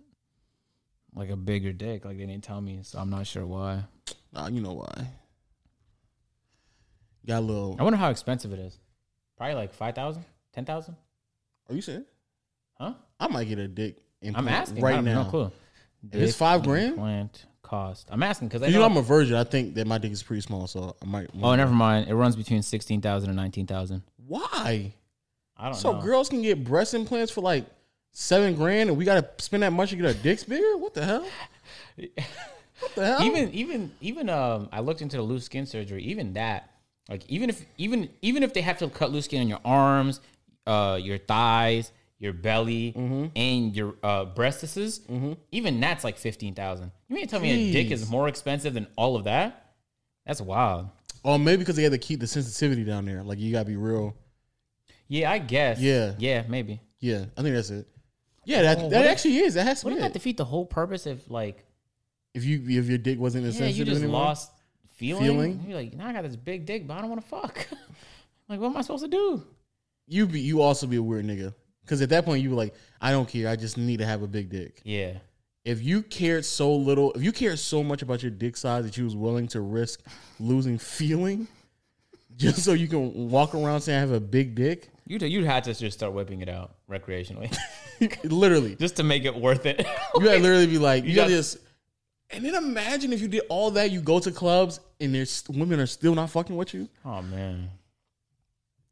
S2: like a bigger dick. Like they didn't tell me, so I'm not sure why.
S1: Nah, you know why. Got a little.
S2: I wonder how expensive it is. Probably like five thousand, ten thousand,
S1: Are you saying?
S2: huh?
S1: I might get a dick.
S2: I'm
S1: implant
S2: asking. I
S1: right
S2: have
S1: now.
S2: no clue.
S1: If it's five grand?
S2: Implant cost. I'm asking because I
S1: You
S2: know.
S1: know I'm a virgin. I think that my dick is pretty small, so I might.
S2: oh, never mind. It runs between sixteen thousand and nineteen thousand.
S1: Why?
S2: I don't
S1: So
S2: know.
S1: girls can get breast implants for like seven grand, and we gotta spend that much to get our dicks bigger? What the hell? What the hell?
S2: even even even um I looked into the loose skin surgery, even that. Like even if even even if they have to cut loose skin on your arms, uh your thighs, your belly,
S1: Mm-hmm.
S2: and your uh breastises, even that's like fifteen thousand. You mean to tell me a dick
S1: Jeez.
S2: is more expensive than all of that? That's wild.
S1: or maybe because they had to keep the sensitivity down there. Like you gotta be real.
S2: Yeah, I guess.
S1: Yeah.
S2: Yeah, maybe.
S1: Yeah, I think that's it. Yeah, that,
S2: Oh,
S1: that
S2: what if-
S1: actually is. That has to be
S2: Wouldn't
S1: it.
S2: that defeat the whole purpose of like
S1: if you if your dick wasn't as
S2: yeah, you
S1: sensitive
S2: just
S1: anymore,
S2: lost feeling?
S1: Feeling?
S2: You're like, now I got this big dick, but I don't want to fuck. like, what am I supposed to do?
S1: you be you also be a weird nigga. Because at that point you were like, I don't care. I just need to have a big dick.
S2: Yeah.
S1: If you cared so little, if you cared so much about your dick size that you was willing to risk losing feeling just so you can walk around saying I have a big dick,
S2: You'd, you'd have to just start whipping it out recreationally
S1: literally,
S2: just to make it worth it.
S1: you gotta literally be like, you,
S2: You
S1: gotta
S2: got-
S1: just. And then imagine if you did all that, you go to clubs and there's women are still not fucking with you.
S2: oh, man.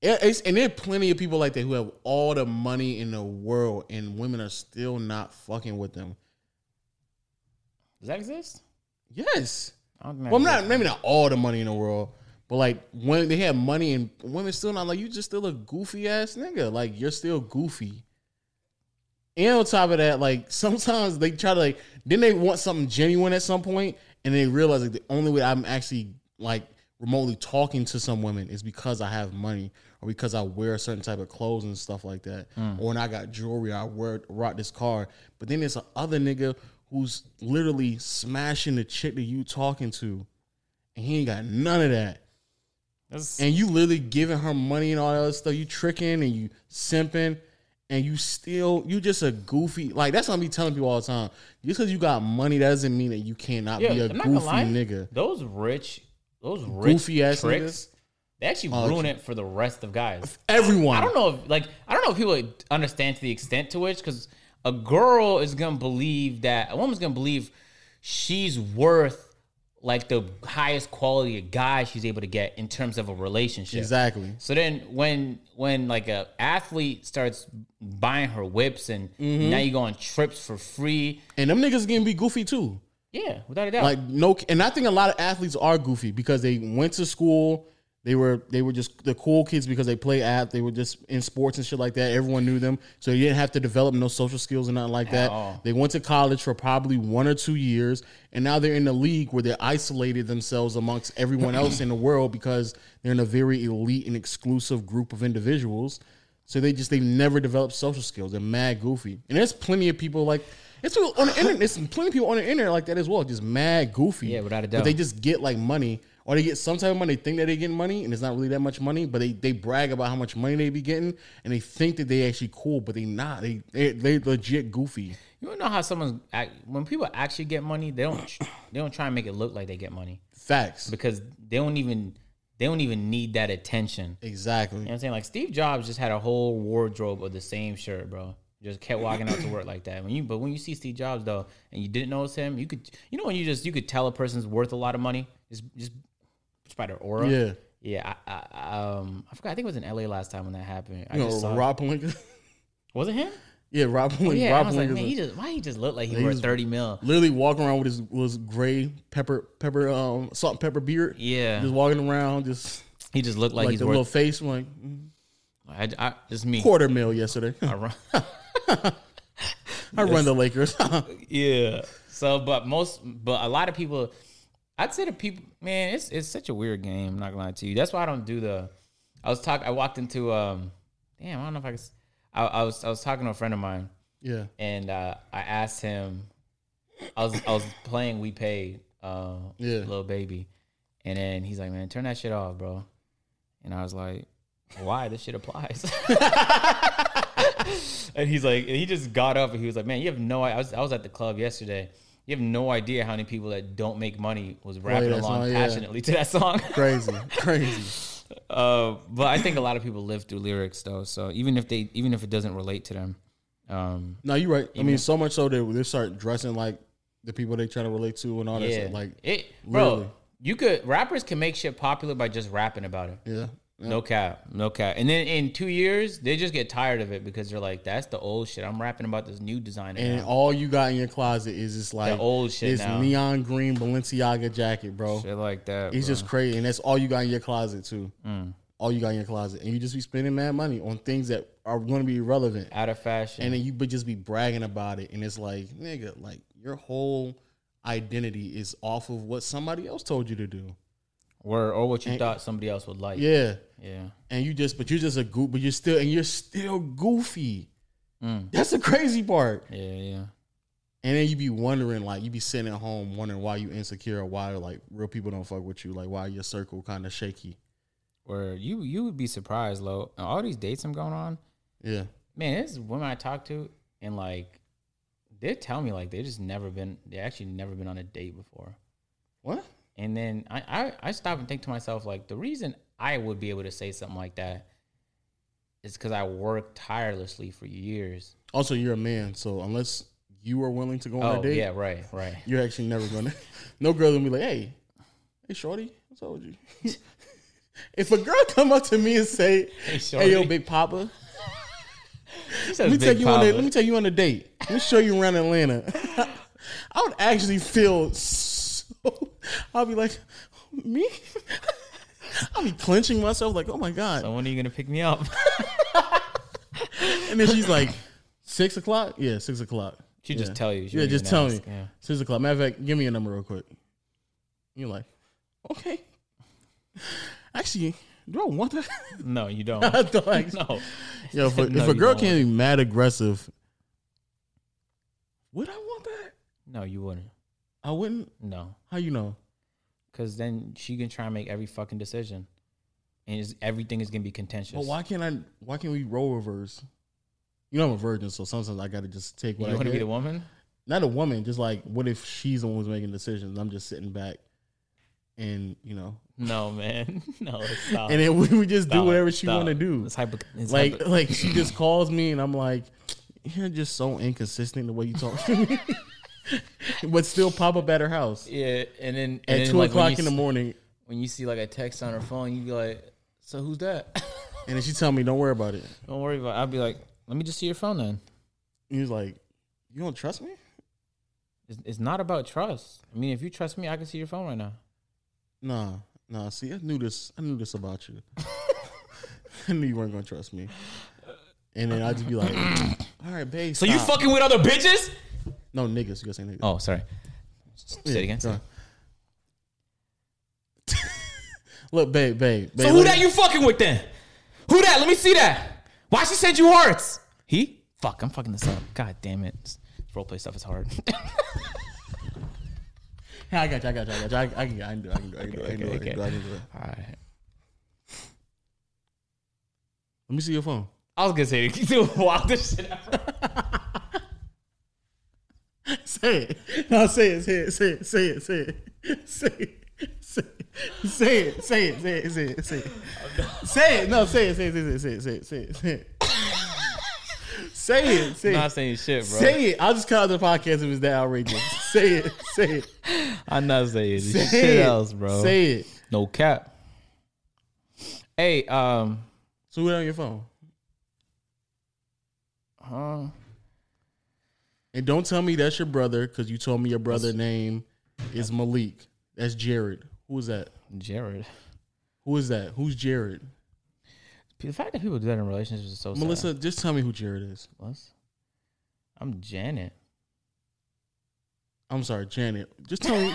S1: It- it's- and there are plenty of people like that who have all the money in the world, and women are still not fucking with them.
S2: Does that exist?
S1: Yes.
S2: I don't
S1: Well, I'm not maybe not all the money in the world, but like when they have money and women still not like you, just still a goofy ass nigga. Like you're still goofy. And on top of that, like sometimes they try to like then they want something genuine at some point, and they realize like the only way I'm actually like remotely talking to some women is because I have money or because I wear a certain type of clothes and stuff like that, or when I got jewelry, I wear rock this car. But then there's a other nigga who's literally smashing the chick that you talking to, and he ain't got none of that
S2: That's-
S1: and you literally giving her money and all that other stuff. You tricking and you simping, and you still you just a goofy. Like that's what I be telling people all the time. Just because you got money that doesn't mean that you cannot
S2: yeah,
S1: be a
S2: I'm not
S1: goofy
S2: gonna lie.
S1: nigga.
S2: Those rich, those rich
S1: Goofy ass
S2: tricks, they actually
S1: Oh,
S2: ruin it for the rest of guys.
S1: Everyone,
S2: I don't know if like I don't know if people understand to the extent to which because a girl is gonna believe that a woman's gonna believe she's worth like the highest quality of guy she's able to get in terms of a relationship.
S1: exactly.
S2: So then when when like a athlete starts buying her whips and
S1: Mm-hmm.
S2: now you go on trips for free,
S1: And them niggas can be goofy too.
S2: yeah, without a doubt.
S1: Like no, and I think a lot of athletes are goofy because they went to school. They were they were just the cool kids because they play app. They were just in sports and shit like that. Everyone knew them, so they didn't have to develop no social skills and nothing like that.
S2: all.
S1: They went to college for probably one or two years, and now they're in the league where they isolated themselves amongst everyone else in the world because they're in a very elite and exclusive group of individuals. So they just they've never developed social skills. They're mad goofy, and there's plenty of people like it's people on the internet. There's plenty of people on the internet like that as well, just mad goofy.
S2: Yeah, without a
S1: But
S2: doubt.
S1: they just get like money, or they get some type of money. They think that they get money, and it's not really that much money. But they, they brag about how much money they be getting, and they think that they actually cool, but they not. They they, they legit goofy.
S2: you don't know how someone's act, when people actually get money, they don't tr- they don't try and make it look like they get money
S1: Facts.
S2: because they don't even they don't even need that attention.
S1: Exactly.
S2: You know what I'm saying? Like Steve Jobs just had a whole wardrobe of the same shirt, bro. Just kept walking out to work like that. When you but when you see Steve Jobs though, and you didn't notice him, you could you know when you just you could tell a person's worth a lot of money just just, just by their aura.
S1: Yeah.
S2: yeah. I, I, um, I forgot. I think it was in L.A. last time when that happened. I
S1: You
S2: just
S1: know,
S2: saw.
S1: Rob Lincoln.
S2: was it him?
S1: yeah, Rob Lincoln.
S2: Yeah. I
S1: Rob
S2: was like,
S1: Lincoln.
S2: man, he just why he just looked like he
S1: He
S2: were
S1: was-
S2: thirty mil.
S1: literally walking around with his was gray pepper pepper um salt and pepper beard.
S2: Yeah.
S1: Just walking around, just
S2: He just looked like,
S1: like
S2: he's
S1: the
S2: worth.
S1: little face, like mm,
S2: I, I, it's me.
S1: quarter mil yesterday.
S2: I run-
S1: I run the Lakers.
S2: Yeah. So, but most, but a lot of people, I'd say the people, man, it's it's such a weird game. I'm not gonna lie to you. That's why I don't do the. I was talking. I walked into um, damn, I don't know if I could. s- I, I was I was talking to a friend of mine,
S1: yeah.
S2: and uh, I asked him. I was I was playing We Paid, uh,
S1: Yeah.
S2: little baby, and then he's like, man, turn that shit off, bro. And I was like, why this shit applies? and he's like, and he just got up and he was like, man, you have no. I was I was at the club yesterday. You have no idea how many people that don't make money was rapping
S1: that
S2: along
S1: song, yeah.
S2: passionately to that song.
S1: Crazy. Crazy.
S2: Uh, but I think a lot of people live through lyrics though, so even if they even if it doesn't relate to them, um,
S1: No, you're right. I mean, so much so that they start dressing like the people they try to relate to and all that
S2: yeah,
S1: stuff. Like
S2: it, bro.
S1: literally.
S2: You could rappers can make shit popular by just rapping about it.
S1: yeah.
S2: No cap, no cap. And then in two years, they just get tired of it because they're like, "That's the old shit." I'm rapping about this new designer.
S1: And
S2: now.
S1: all you got in your closet is just like
S2: old shit
S1: this
S2: now.
S1: neon green Balenciaga jacket, bro.
S2: shit like
S1: It's
S2: that. bro. Mm.
S1: just crazy, and that's all you got in your closet too. All you got in your closet, and you just be spending mad money on things that are going to be irrelevant,
S2: out of fashion.
S1: and then you would just be bragging about it, and it's like, nigga, like your whole identity is off of what somebody else told you to do.
S2: or or what you thought somebody else would like. Yeah,
S1: Yeah,
S2: yeah.
S1: and you just, but you're just a goof, but you're still, and you're still goofy. That's the crazy part.
S2: Mm. Yeah, yeah.
S1: And then you be wondering, like, you be sitting at home wondering why you insecure, or why like real people don't fuck with you, like why your circle kind of shaky.
S2: Or you you would be surprised, Lo. All these dates I'm going on,
S1: Yeah,
S2: man. There's women I talk to, and like, they tell me like they just never been. They actually never been on a date before.
S1: what?
S2: And then I, I, I stop and think to myself, like, the reason I would be able to say something like that is because I worked tirelessly for years.
S1: Also, you're a man, so unless you are willing to go on
S2: oh,
S1: a date,
S2: yeah, right, right.
S1: you're actually never gonna. no girl gonna be like, "Hey, hey, shorty, what's up with you?" If a girl come up to me and say,
S2: Hey,
S1: "Hey,
S2: shorty."
S1: yo, big papa,
S2: She says
S1: let me
S2: Big
S1: take you on
S2: Papa.
S1: a, let me take you on a date. Let me show you around Atlanta." I would actually feel so. I'll be like, me. I'll be clenching myself, like, "Oh my god!"
S2: So when are you gonna pick me up?
S1: And then she's like, six o'clock? Yeah, six o'clock.
S2: She
S1: yeah.
S2: just tell you. She
S1: yeah,
S2: wouldn't
S1: just
S2: even
S1: tell
S2: ask.
S1: me.
S2: Yeah.
S1: Six o'clock. Matter of fact, give me your number real quick. You're like, okay. Actually, do I want that?
S2: No, you don't.
S1: I don't actually.
S2: no.
S1: Yo, if a,
S2: No,
S1: if a
S2: you
S1: girl
S2: don't.
S1: can't be mad aggressive, would I want that?
S2: No, you wouldn't.
S1: I wouldn't.
S2: No.
S1: How you know?
S2: Cause then she can try and make every fucking decision. And it's, everything is gonna be contentious.
S1: But why can't I? Why can't we roll reverse? You know I'm a virgin, so sometimes I gotta just take
S2: you
S1: what I
S2: want to
S1: get.
S2: be the woman?
S1: not a woman, just like what if she's the one who's making decisions? I'm just sitting back and you know
S2: No, man. No, stop.
S1: and then we, we just do
S2: Stop.
S1: whatever she
S2: Stop.
S1: wanna do.
S2: It's hypo- it's
S1: Like
S2: hypo-
S1: like she just calls me and I'm like, You're just so inconsistent the way you talk to me. but still pop up at her house.
S2: yeah, and then and
S1: At
S2: then,
S1: two
S2: like, when
S1: o'clock
S2: you
S1: in the
S2: s-
S1: morning
S2: When you see like a text on her phone, you be like, "So who's that?"
S1: and then she tell me, Don't worry about it.
S2: Don't worry about. it. I'd be like, "Let me just see your phone then."
S1: And he's like, You don't trust me?
S2: It's, it's not about trust. I mean, if you trust me, I can see your phone right now.
S1: Nah, nah, see I knew this I knew this about you. I knew you weren't gonna trust me. And then I'd just be like, All right, babe.
S2: So you
S1: stop."
S2: fucking with other bitches?
S1: No niggas, you gotta say niggas.
S2: Oh, sorry. Say it again.
S1: Go on. Look, babe, babe, babe.
S2: So who
S1: look-
S2: that you fucking with then? Who that? Let me see that. Why she send you hearts? He? Fuck, I'm fucking this up. God damn it. This roleplay stuff is hard.
S1: I got you, I got you, I got you. I, I can, I can do it, I can do it, I can do it, I can do it, I
S2: Okay,
S1: can do it, I can do it.
S2: All right.
S1: Let me see your phone.
S2: I was gonna say you do wild shit out.
S1: Say it. No, say it, say it, say it, say it, say it. Say it. Say it, say it, say it, say it, say it, say it. Say it, no, say it, say it, say it, say it, say it, say it, say it. Say it, say
S2: not
S1: it.
S2: saying shit, bro.
S1: Say it. I'll just cut out the podcast if it's that outrageous. Say it, say it.
S2: I'm not saying
S1: Say
S2: shit
S1: it.
S2: else, bro.
S1: Say it.
S2: No cap. Hey, um,
S1: So who on your phone?
S2: huh?
S1: And don't tell me that's your brother because you told me your brother name is Malik. That's Jared. Who is that?
S2: Jared.
S1: Who is that? Who's Jared?
S2: The fact that people do that in relationships is so sad.
S1: Melissa, just tell me who Jared is.
S2: Melissa? I'm Janet.
S1: I'm sorry, Janet. Just tell me.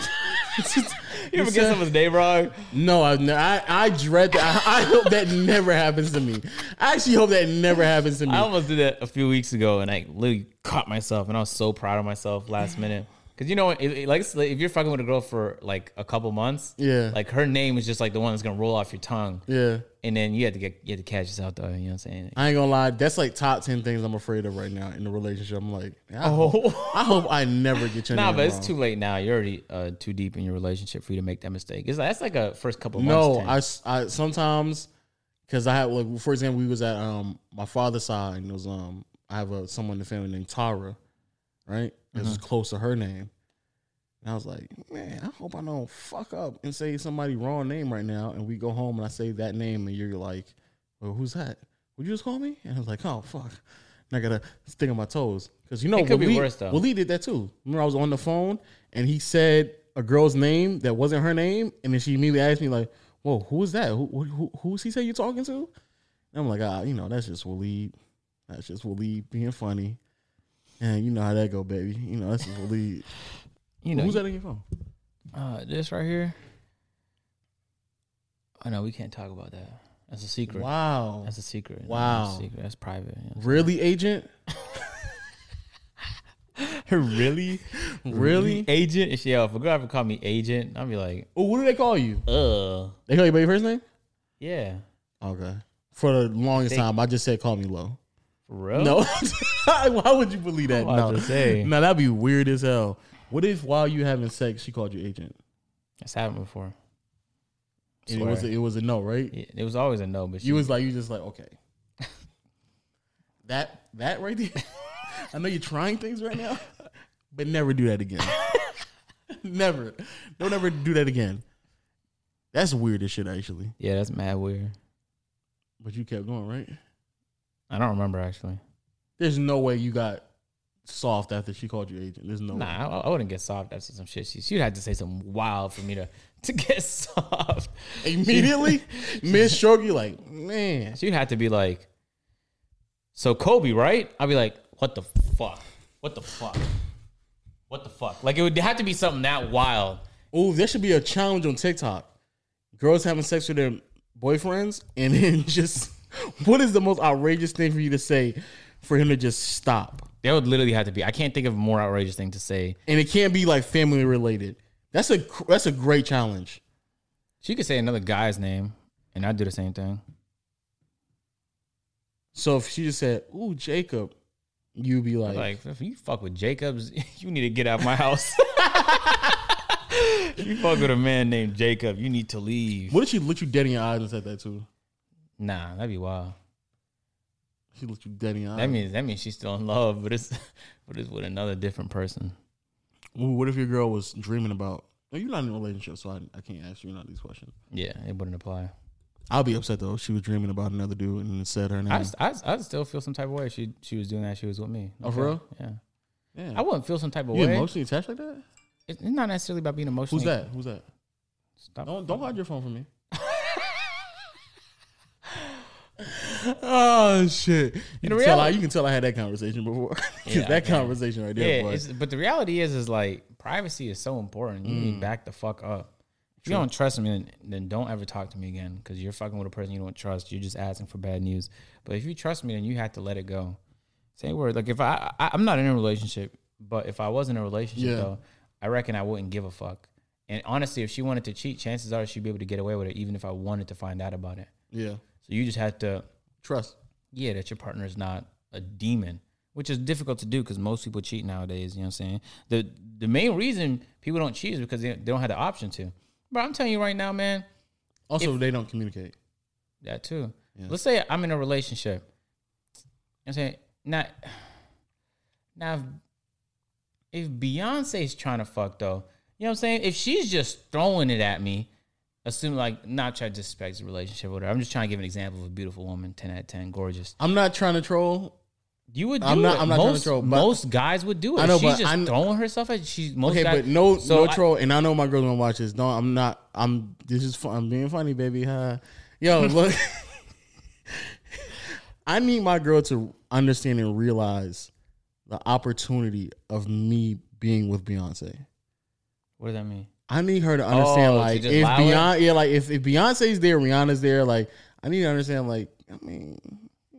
S1: Just-
S2: You ever
S1: you
S2: get
S1: said-
S2: someone's name wrong?
S1: no, I, no, I I dread that. I, I hope that never happens to me. I actually hope that never happens to me.
S2: I almost did that a few weeks ago, and I literally caught myself, and I was so proud of myself last minute. Cause you know, it, it- like if you're fucking with a girl for like a couple months,
S1: Yeah.
S2: like her name is just like the one that's gonna roll off your tongue,
S1: yeah,
S2: and then you had to get you had to catch yourself though. You know what I'm saying?
S1: I ain't gonna lie. That's like top ten things I'm afraid of right now in the relationship. I'm like, I,
S2: Oh,
S1: I hope I never get your
S2: nah,
S1: name
S2: but it's
S1: wrong.
S2: too late now. You're already uh, too deep in your relationship for you to make that mistake. It's that's like a first couple months.
S1: No,
S2: thing.
S1: I, s- I sometimes because I have like for example, we was at um my father's side and it was um I have a someone in the family named Tara, right? This
S2: Mm-hmm.
S1: is close to her name, and I was like, man, I hope I don't fuck up and say somebody wrong name right now. And we go home and I say that name and you're like, well, who's that? Would you just call me? And I was like, oh fuck. And I gotta stick on my toes because you know
S2: It could be
S1: Waleed-
S2: worse, though.
S1: Waleed did that too. Remember, I was on the phone and he said a girl's name that wasn't her name, and then she immediately asked me like, "Whoa, who is that? Who who- who who's he say you talking to?" And I'm like, ah, you know, that's just Waleed. That's just Waleed being funny, and you know how that go, baby. You know, that's just Waleed.
S2: you know,
S1: who's that on your phone?
S2: Uh, this right here. Oh no, we can't talk about that. That's a secret.
S1: Wow,
S2: That's a secret.
S1: Wow.
S2: That's, a secret. That's private. Yeah.
S1: really, agent?
S2: really?
S1: Really?
S2: Mm-hmm. Agent? If- Yeah, if a girl ever called me agent, I'd be like,
S1: Oh, what do they call you?
S2: uh,
S1: They call you by your first name?
S2: yeah.
S1: Okay. For the longest
S2: They-
S1: time, I just said call me low.
S2: For real?
S1: No, why would you believe that?
S2: I'm about
S1: No.
S2: to say.
S1: No, that'd be weird as hell. What if while you having sex, she called you agent?
S2: That's happened before.
S1: And it was a,
S2: Swear.
S1: it was a no, right?
S2: Yeah, it was always a no, but she
S1: You was like you just like okay. that that right there. I know you're trying things right now, but never do that again. never, don't ever do that again. That's weird as shit, actually.
S2: Yeah, that's mad weird.
S1: But you kept going, right?
S2: I don't remember actually.
S1: There's no way you got soft after she called you agent. There's no way.
S2: Nah, I, I wouldn't get soft after some shit. She, she'd have to say something wild for me to, to get soft.
S1: Immediately, mid stroke, you like, man.
S2: She'd have to be like, "So Kobe, right?" I'd be like, "What the fuck? What the fuck? What the fuck?" Like it would have to be something that wild.
S1: Ooh, there should be a challenge on TikTok. Girls having sex with their boyfriends, and then just what is the most outrageous thing for you to say for him to just stop?
S2: That would literally have to be. I can't think of a more outrageous thing to say.
S1: And it can't be like family related. That's a cr- that's a great challenge.
S2: She could say another guy's name, and I'd do the same thing.
S1: So if she just said, "Ooh, Jacob," you'd be like,
S2: Like if you fuck with Jacobs, you need to get out my house. you fuck with a man named Jacob, you need to leave.
S1: "What if she looked you dead in your eyes and said that too?"
S2: Nah, that'd be wild.
S1: She looked you dead in your eyes.
S2: That means that means she's still in love, but it's but it's with another different person.
S1: Ooh, what if your girl was dreaming about? No, you're not in a relationship, so I, I can't ask you none of these questions.
S2: Yeah, it wouldn't apply.
S1: I'll be upset though. if She was dreaming about another dude and said her name.
S2: I, s- I, s- I still feel some type of way. She she was doing that. She was with me.
S1: Oh, for real?
S2: Yeah.
S1: yeah.
S2: I wouldn't feel some type of
S1: you
S2: way.
S1: emotionally attached like that?
S2: It's not necessarily about being emotional.
S1: Who's that? Who's that?
S2: Stop.
S1: Don't don't hide your phone from me. oh shit! You can, tell I,
S2: reality-
S1: you can tell I had that conversation before. 'Cause
S2: Yeah,
S1: that
S2: I know.
S1: conversation right there,
S2: Yeah,
S1: boy.
S2: it's, but the reality is, is like privacy is so important. You need to back the fuck up. If you don't trust me, then, then don't ever talk to me again because you're fucking with a person you don't trust. You're just asking for bad news. But if you trust me, then you have to let it go. Same word. Like if I, I I'm not in a relationship, but if I was in a relationship
S1: Yeah.
S2: though, I reckon I wouldn't give a fuck. And honestly, if she wanted to cheat, chances are she'd be able to get away with it, even if I wanted to find out about it.
S1: yeah,
S2: So you just have to
S1: trust.
S2: yeah, that your partner is not a demon, which is difficult to do because most people cheat nowadays. You know what I'm saying? The the main reason people don't cheat is because they, they don't have the option to. But I'm telling you right now, man,
S1: Also, they don't communicate.
S2: that too. Let's say I'm in a relationship. You know what I'm saying? Now, now if, if Beyonce's trying to fuck though, you know what I'm saying? If she's just throwing it at me, assuming like not trying to disrespect the relationship or whatever. I'm just trying to give an example of a beautiful woman, ten out of ten, gorgeous.
S1: I'm not trying to troll.
S2: You would do
S1: I'm not-
S2: it.
S1: I'm not trying to
S2: most,
S1: troll, but-
S2: most guys would do it.
S1: I know,
S2: she's
S1: but
S2: just
S1: I'm-
S2: throwing herself at she's most
S1: Okay,
S2: guys,
S1: but no,
S2: so
S1: no
S2: I-
S1: troll. And I know my girls gonna watch this. No, I'm not. I'm. This is fun. I'm being funny, baby. Huh? Yo, look. I need my girl to understand and realize the opportunity of me being with Beyonce.
S2: what does that mean?
S1: I need her to understand,
S2: Oh, to
S1: like,
S2: just
S1: if
S2: allow it?
S1: Beyonce, yeah, like if, if Beyonce's there, Rihanna's there, like, I need to understand, like, I mean,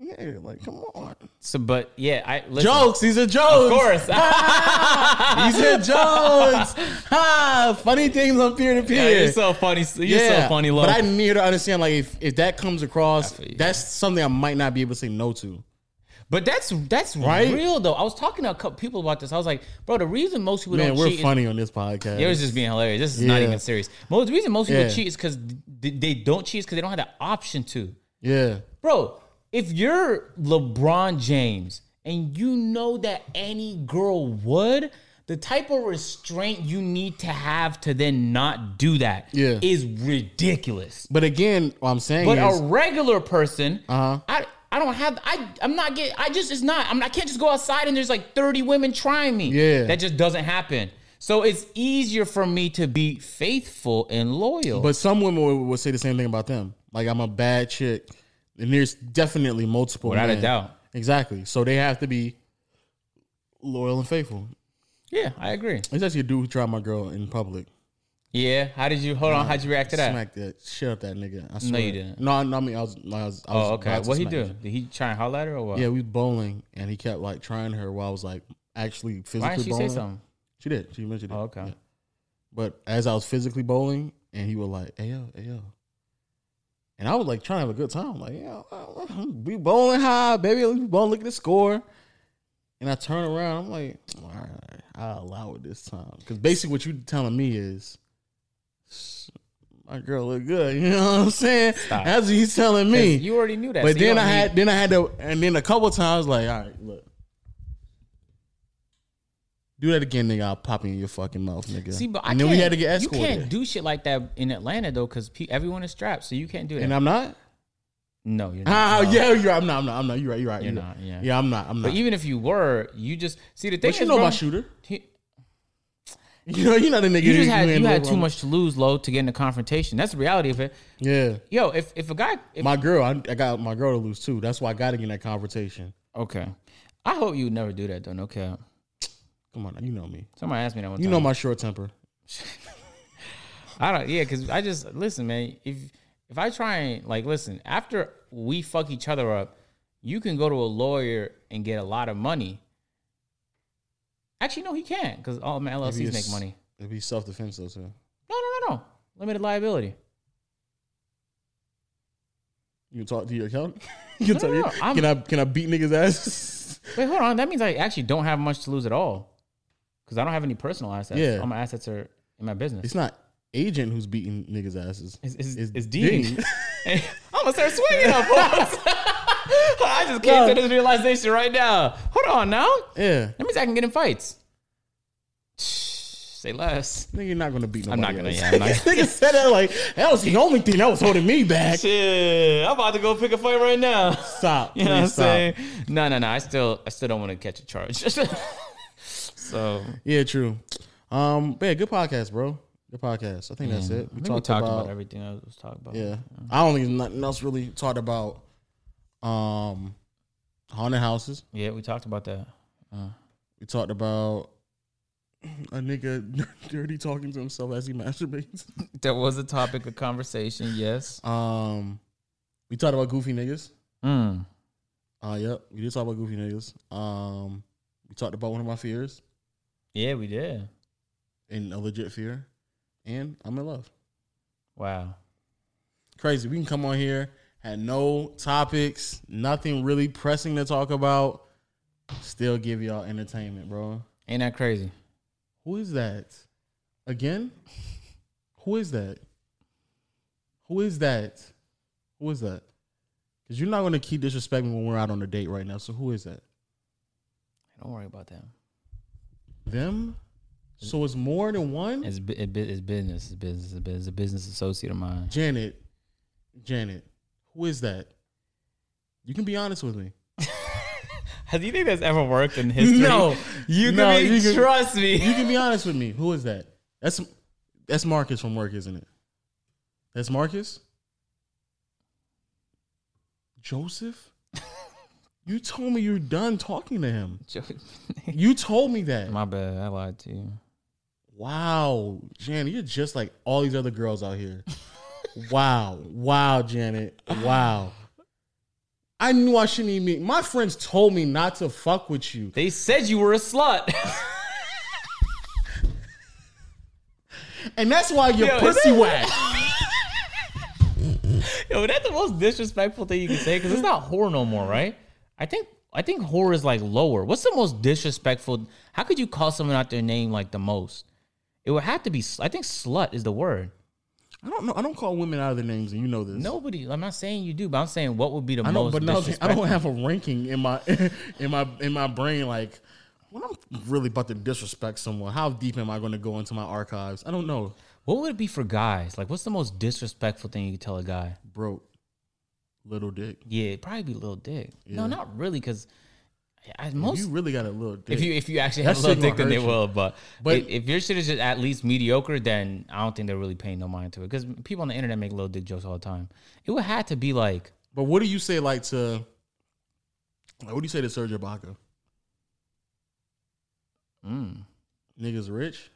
S1: yeah, like, come on,
S2: So, but yeah, I listen,
S1: jokes. These are jokes.
S2: Of course,
S1: These are jokes. ha! Funny things on peer to
S2: you're
S1: peer.
S2: so funny. You're so funny, love.
S1: But I need her to understand, like, if, if that comes across,
S2: feel you.
S1: that's something I might not be able to say no to.
S2: But that's that's
S1: Right?
S2: real though. I was talking to a couple people about this. I was like, bro, the reason most people
S1: Man,
S2: don't
S1: we're
S2: cheat. is-
S1: funny on this podcast.
S2: it was just being hilarious. This is not
S1: Yeah.
S2: even serious. Most the reason most people
S1: Yeah.
S2: cheat is because they don't cheat because they don't have the option to.
S1: yeah,
S2: Bro, if you're LeBron James and you know that any girl would, the type of restraint you need to have to then not do that is
S1: Yeah.
S2: ridiculous.
S1: but again, what I'm saying
S2: But
S1: is,
S2: a regular person,
S1: Uh-huh.
S2: I I don't have I I'm not getting I just it's not I'm, I can't just go outside and there's like 30 women trying me.
S1: Yeah.
S2: That just doesn't happen. So it's easier for me to be faithful and loyal.
S1: But some women would, would say the same thing about them. Like I'm a bad chick, and there's definitely multiple.
S2: Without a
S1: men.
S2: doubt.
S1: Exactly. So they have to be loyal and faithful.
S2: yeah, I agree.
S1: It's actually a dude who tried my girl in public.
S2: Yeah. How did you hold on? How'd you react to that?
S1: Smacked that shit up that nigga. I swear.
S2: you didn't.
S1: No, I- no, I mean I was. I was I was
S2: Oh, okay.
S1: about to
S2: What he
S1: smack
S2: do?
S1: him.
S2: Did he try and holler at her or what?
S1: Yeah, we was bowling, and he kept like trying her while I was like actually physically
S2: Why didn't she
S1: bowling.
S2: say something?
S1: She did. She mentioned it.
S2: Oh, okay.
S1: Yeah. But as I was physically bowling, and he was like, "Hey yo, hey yo," and I was like trying to have a good time, like, "Yeah, we bowling high, baby. We bowling. Look at the score." And I turn around. I'm like, "All right, I'll allow it this time." Because basically, what you telling me is, my girl look good. You know what I'm saying?
S2: Stop.
S1: That's what he's telling me.
S2: You already knew that.
S1: but
S2: so you
S1: then I
S2: don't
S1: had,
S2: need-
S1: then I had to, and then a couple times, like, all right, look. Do that again, nigga. I'll pop you in your fucking mouth, nigga.
S2: See, but I
S1: and then
S2: can't,
S1: we had to get escorted.
S2: You can't do shit like that in Atlanta though, because pe- everyone is strapped, so you can't do that.
S1: and I'm not.
S2: no, you're not.
S1: Ah, yeah, you're. I'm not. I'm not. I'm not. You're right. You're right. You're,
S2: not, yeah.
S1: Yeah, I'm not. I'm not.
S2: But even if you were, you just see the thing.
S1: But you
S2: is,
S1: know
S2: bro,
S1: about shooter.
S2: he-
S1: You know, you're not a nigga.
S2: You
S1: who-
S2: just had
S1: who ain't
S2: you
S1: no
S2: had too
S1: wrong-
S2: much to lose, low, to get in a confrontation. That's the reality of it.
S1: Yeah,
S2: Yo, if if a guy, if,
S1: my girl. I, I got my girl to lose too. That's why I got to get in that confrontation.
S2: okay, I hope you would never do that though. No cap.
S1: Come on, you know me.
S2: Somebody asked me that one
S1: You
S2: time.
S1: know my short temper.
S2: I don't. Yeah, because I just listen, man. If if I try and like listen after we fuck each other up, you can go to a lawyer and get a lot of money. Actually, no, he can't oh, because all my LLCs
S1: it's-
S2: make money.
S1: It'd be self defense though too.
S2: No, no, no, no. Limited liability.
S1: You can talk to your accountant. you can, talk
S2: No,
S1: to
S2: no,
S1: your-
S2: no, I'm-
S1: can I can I beat niggas ass?
S2: Wait, hold on. That means I actually don't have much to lose at all because I don't have any personal assets.
S1: Yeah.
S2: all my assets are in my business.
S1: it's not agent who's beating niggas asses.
S2: It's, it's,
S1: It's
S2: it's, Dean.
S1: Dean.
S2: I'm gonna start swinging up. folks. I just came to this realization right now. Hold on now.
S1: Yeah,
S2: That means I can get in fights. Say less.
S1: nigga, you're not gonna beat.
S2: I'm
S1: Nobody
S2: not gonna.
S1: Else.
S2: Yeah, I'm not.
S1: nigga said that like that was the only thing that was holding me back.
S2: Shit, I'm about to go pick a fight right now.
S1: Stop.
S2: You know what I'm
S1: please stop.
S2: saying? No, no, no. I still, I still don't want to catch a charge. so
S1: Yeah, true. Um, but yeah, good podcast, bro. Good podcast. I think that's it.
S2: I think we talked about, everything I was talking about.
S1: Yeah, I don't think nothing else really talked about. Um, haunted houses.
S2: yeah, we talked about that. Uh,
S1: We talked about a nigga dirty talking to himself as he masturbates.
S2: that was a topic of conversation. Yes.
S1: Um, we talked about goofy niggas.
S2: Mm.
S1: Uh, yep, we did talk about goofy niggas. Um, we talked about one of my fears
S2: Yeah, we did.
S1: and a legit fear, and I'm in love.
S2: Wow.
S1: crazy. We can come on here, had no topics, nothing really pressing to talk about. Still give y'all entertainment, bro.
S2: Ain't that crazy?
S1: Who is that? Again? Who is that? Who is that? Who is that? Because you're not going to keep disrespecting when we're out on a date right now. So who is that?
S2: Don't worry about that.
S1: Them? So it's more than one?
S2: It's, bu- it, bu- it's business. It's business. It's business. It's a business associate of mine.
S1: Janet. Janet. Who is that? You can be honest with me.
S2: Do you think that's ever worked in history?
S1: No.
S2: You can
S1: No,
S2: be,
S1: you can-
S2: trust
S1: You
S2: me.
S1: can be honest with me. Who is that? That's that's Marcus from work, isn't it? That's Marcus. Joseph. you told me you're done talking to him. You told me that.
S2: My bad. I lied to you.
S1: Wow, Janet, you're just like all these other girls out here. wow, wow, Janet, wow. I knew I shouldn't even meet. My friends told me not to fuck with you.
S2: They said you were a slut.
S1: And that's why your
S2: Yo, is
S1: pussy
S2: that-
S1: whack.
S2: Yo, that's the most disrespectful thing you can say because it's not whore no more, right? I think I think whore is like lower. What's the most disrespectful? How could you call someone out their name like the most? It would have to be. sl- I think slut is the word.
S1: I don't know. I don't call women out of their names, and you know this.
S2: Nobody. I'm not saying you do, but I'm saying what would be the
S1: I know,
S2: most.
S1: but no, I
S2: disrespectful?
S1: don't have a ranking in my in my in my brain. Like when I'm really about to disrespect someone, how deep am I going to go into my archives? I don't know.
S2: What would it be for guys? Like, what's the most disrespectful thing you could tell a guy?
S1: Broke, little dick.
S2: Yeah, it'd probably be little dick. No, not really, because most
S1: you really got a little dick.
S2: if you if you actually
S1: That
S2: have a little
S1: shit gonna
S2: dick, then they
S1: hurt you.
S2: will. But
S1: But-
S2: but if, if your shit is just at least mediocre, then I don't think they're really paying no mind to it. Because people on the internet make little dick jokes all the time. It would have to be like,
S1: but what do you say like to? Like, what do you say to Serge Ibaka?
S2: mm,
S1: Niggas rich,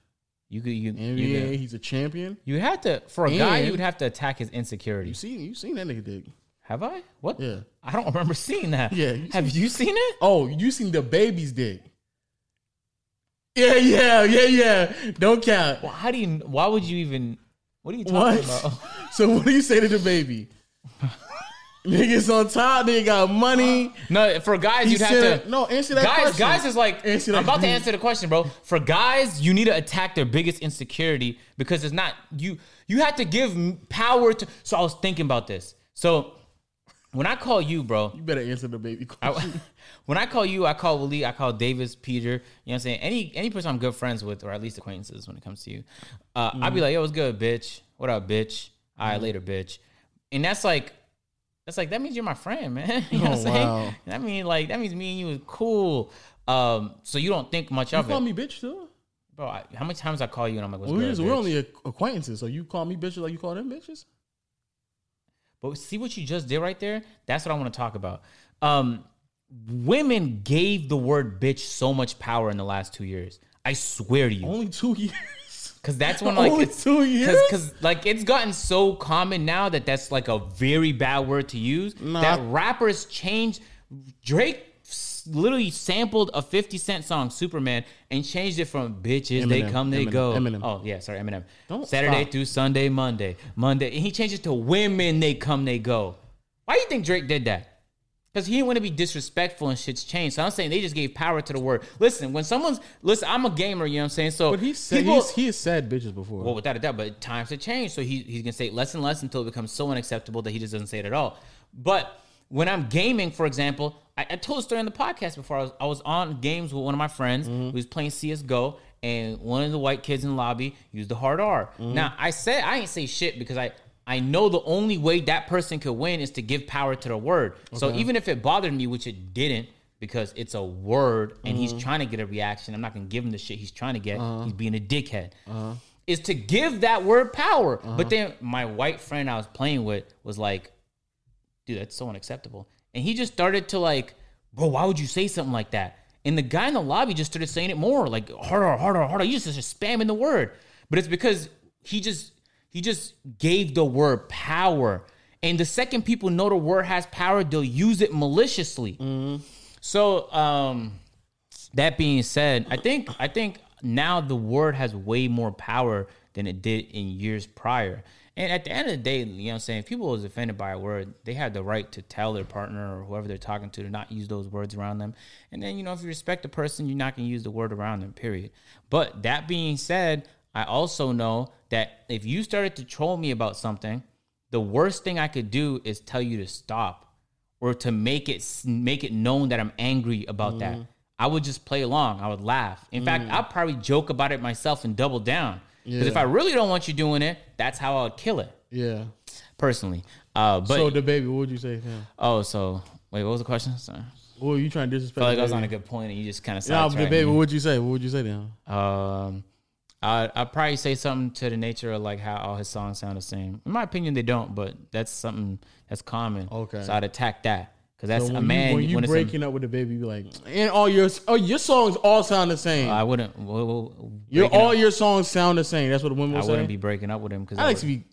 S2: you could you
S1: NBA.
S2: you, could,
S1: He's a champion.
S2: you had to for a guy,
S1: And-
S2: you would have to attack his
S1: You
S2: insecurities.
S1: seen you seen that nigga dick?
S2: Have I? What?
S1: Yeah.
S2: I don't remember seeing that.
S1: Yeah, you
S2: have you seen it?
S1: Oh, you seen the baby's dick? Yeah, yeah, yeah, yeah. Don't count.
S2: Well, how do you? Why would you even? What are you talking
S1: What?
S2: about?
S1: so what do you say to the baby? Niggas on top, they got money.
S2: No, for guys,
S1: He
S2: you'd
S1: said-
S2: have to.
S1: no, answer that
S2: guys,
S1: question.
S2: guys is like,
S1: Answer that-
S2: I'm about to answer the question, bro. For guys, you need to attack their biggest insecurity because it's not you. You have to give m- power to. So I was thinking about this. So When I call you, bro,
S1: You better answer the baby
S2: I,
S1: question.
S2: when I call you, I call Waleed, I call Davis, Peter. You know what I'm saying? Any any person I'm good friends with, or at least acquaintances, when it comes to you, uh, I'll
S1: Mm-hmm.
S2: be like, "Yo, what's good, bitch? What up, bitch? All right, later, bitch." And that's like, that's like that means you're my friend, man. you know what I'm
S1: Oh,
S2: saying?
S1: wow.
S2: That means like that means me and you is cool. Um, so you don't think much
S1: You
S2: of it,
S1: call me bitch too.
S2: bro. I, how many times I call you and I'm like, "What's
S1: We're,
S2: good?"
S1: just- we're
S2: bitch?
S1: only ac- acquaintances, so you call me bitches like you call them bitches.
S2: But see what you just did right there? That's what I want to talk about. Um, women gave the word bitch so much power in the last two years. I swear to you.
S1: Only two years.
S2: Because that's when like
S1: Only
S2: it's
S1: two years.
S2: because like it's gotten so common now that that's like a very bad word to use.
S1: Nah.
S2: That rappers changed. Drake s- literally sampled a Fifty Cent song, Superman, and changed it from "bitches they
S1: Eminem,
S2: come they
S1: Eminem,
S2: go."
S1: Eminem.
S2: Oh yeah, sorry, Eminem.
S1: Don't
S2: Saturday
S1: stop.
S2: through Sunday, Monday, Monday. And he changed it to "women they come they go." Why do you think Drake did that? Because he didn't want to be disrespectful and shit's changed. So I'm saying they just gave power to the word. Listen, when someone's listen, I'm a gamer. You know what I'm saying? So
S1: But he said
S2: people-
S1: he's, he has said bitches before.
S2: well, without a doubt, but times have changed. So he, he's going to say it less and less until it becomes so unacceptable that he just doesn't say it at all. But when I'm gaming, for example, I, I told a story on the podcast before. I was, I was on games with one of my friends who was playing CSGO, and one of the white kids in the lobby used the hard R. Now, I said, I ain't say shit because I. I know the only way that person could win is to give power to the word. So even if it bothered me, which it didn't, because it's a word and he's trying to get a reaction, I'm not gonna give him the shit he's trying to get. He's being a dickhead is to give that word power. But then my white friend I was playing with was like, dude, that's so unacceptable. And he just started to like, bro, why would you say something like that? And the guy in the lobby just started saying it more, like harder, harder, harder. You just, just spamming the word. But it's because he just he just gave the word power. And the second people know the word has power, they'll use it maliciously. So um that being said, I think I think now the word has way more power than it did in years prior. And at the end of the day, you know what I'm saying, if people is offended by a word, they have the right to tell their partner or whoever they're talking to to not use those words around them. And then, you know, if you respect the person, you're not gonna use the word around them, period. But that being said, I also know that if you started to troll me about something, the worst thing I could do is tell you to stop or to make it make it known that I'm angry about
S1: Mm.
S2: that. I would just play along. I would laugh. In fact, I'd probably joke about it myself and double down. Because if
S1: Yeah.
S2: I really don't want you doing it, that's how I would kill it
S1: yeah.
S2: personally. Uh, but
S1: so the baby, what would you say? Yeah.
S2: oh, so wait, what was the question? Sorry,
S1: What were you trying to disrespect?
S2: I felt like
S1: the
S2: I was on
S1: baby?
S2: a good point, and you just kind of
S1: Nah, but the
S2: sidetracked
S1: baby,
S2: me.
S1: what would you say? What would you say to him?
S2: Um, I I probably say something to the nature of like how all his songs sound the same. In my opinion, they don't, but that's something that's common.
S1: Okay.
S2: so I'd attack that because that's
S1: So
S2: a
S1: when
S2: man.
S1: you, when you
S2: when it's a-
S1: breaking up with the baby, you be like, and all your oh, your songs all sound the same.
S2: I wouldn't. Well, well,
S1: your
S2: breaking
S1: all
S2: up-
S1: your songs sound the same. That's what the women
S2: I
S1: will
S2: wouldn't
S1: say.
S2: be breaking up with him because
S1: I like to be.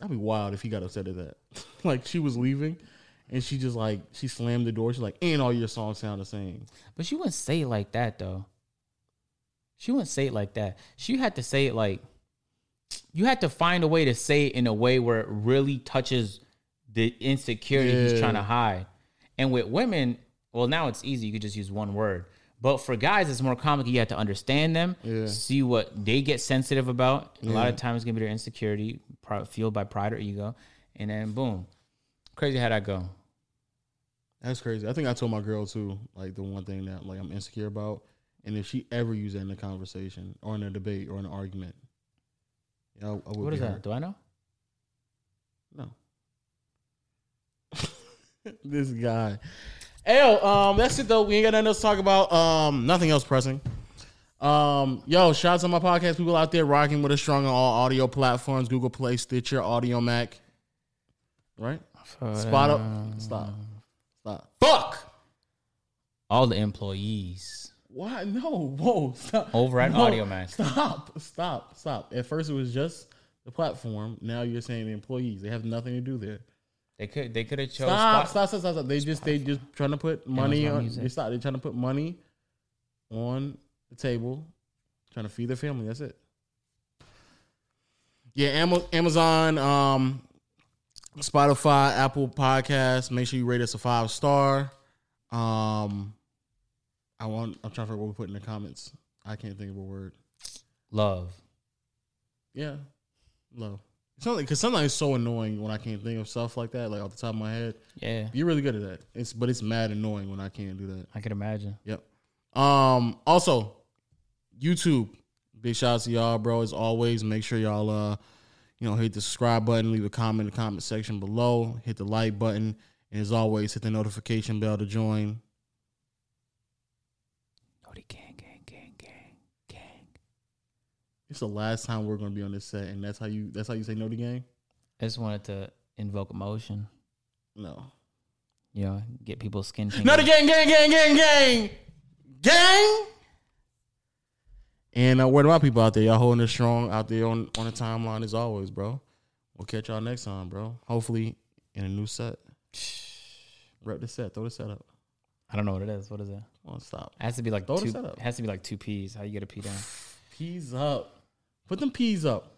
S1: That'd be wild if he got upset at that. like she was leaving, and she just like she slammed the door. She's like, and all your songs sound the same.
S2: But she wouldn't say it like that though. She wouldn't say it like that. She had to say it like you had to find a way to say it in a way where it really touches the insecurity he's
S1: Yeah.
S2: trying to hide. And with women, well, now it's easy. You could just use one word. But for guys, it's more complicated. You have to understand them,
S1: Yeah.
S2: see what they get sensitive about. A lot of times, it's gonna be their insecurity, pro- fueled by pride or ego, and then boom, crazy how that go.
S1: That's crazy. I think I told my girl too, like the one thing that like I'm insecure about, and if she ever used that in a conversation or in a debate or in an argument, yeah, I, I would
S2: What
S1: be
S2: is
S1: hurt.
S2: that? Do I know?
S1: No. this guy. L, um, that's it though. We ain't got nothing else to talk about. Um, nothing else pressing. Um, yo, shout out to my podcast people out there rocking with us strong on all audio platforms, Google Play, Stitcher, Audio Mac. Right? Spot up. Stop. Stop. Fuck!
S2: all the employees
S1: Why? No, whoa, stop.
S2: over at
S1: No,
S2: Audio Max.
S1: Stop, stop, stop. At first it was just the platform. Now you're saying the employees. They have nothing to do there.
S2: They could they could have chose
S1: Stop,
S2: Spot-
S1: stop, stop, stop, stop. They just they just trying to put money
S2: Amazon
S1: on
S2: Music.
S1: they stop they trying to put money on the table, trying to feed their family. That's it. Yeah, Ama- Amazon, um, Spotify, Apple Podcasts. Make sure you rate us a five star. Um, I want. I'm trying to figure out what we put in the comments. I can't think of a word.
S2: love.
S1: Yeah, love. It's only because sometimes it's so annoying when I can't think of stuff like that, like off the top of my head.
S2: Yeah,
S1: You're really good at that. It's but it's mad annoying when I can't do that.
S2: I could imagine.
S1: Yep. Um. Also, YouTube. Big shout out to y'all, bro. As always, make sure y'all uh, you know, hit the subscribe button, leave a comment in the comment section below, hit the like button, and as always, hit the notification bell to join.
S2: Naughty gang, gang, gang, gang, gang.
S1: It's the last time we're gonna be on this set, and that's how you that's how you say no to gang.
S2: I just wanted to invoke emotion.
S1: No.
S2: You know, get people's skin.
S1: Not a
S2: tingling.
S1: gang, gang, gang, gang, gang, gang. And uh, where do my people out there? Y'all holding it strong out there on on the timeline as always, bro. We'll catch y'all next time, bro. Hopefully in a new set. Rep the set. Throw the set up.
S2: I don't know what it is. What is it?
S1: Come on, stop.
S2: It has to be like
S1: Throw the
S2: two.
S1: set up.
S2: It has to be like two P's. How you get a P down?
S1: P's up. Put them P's up.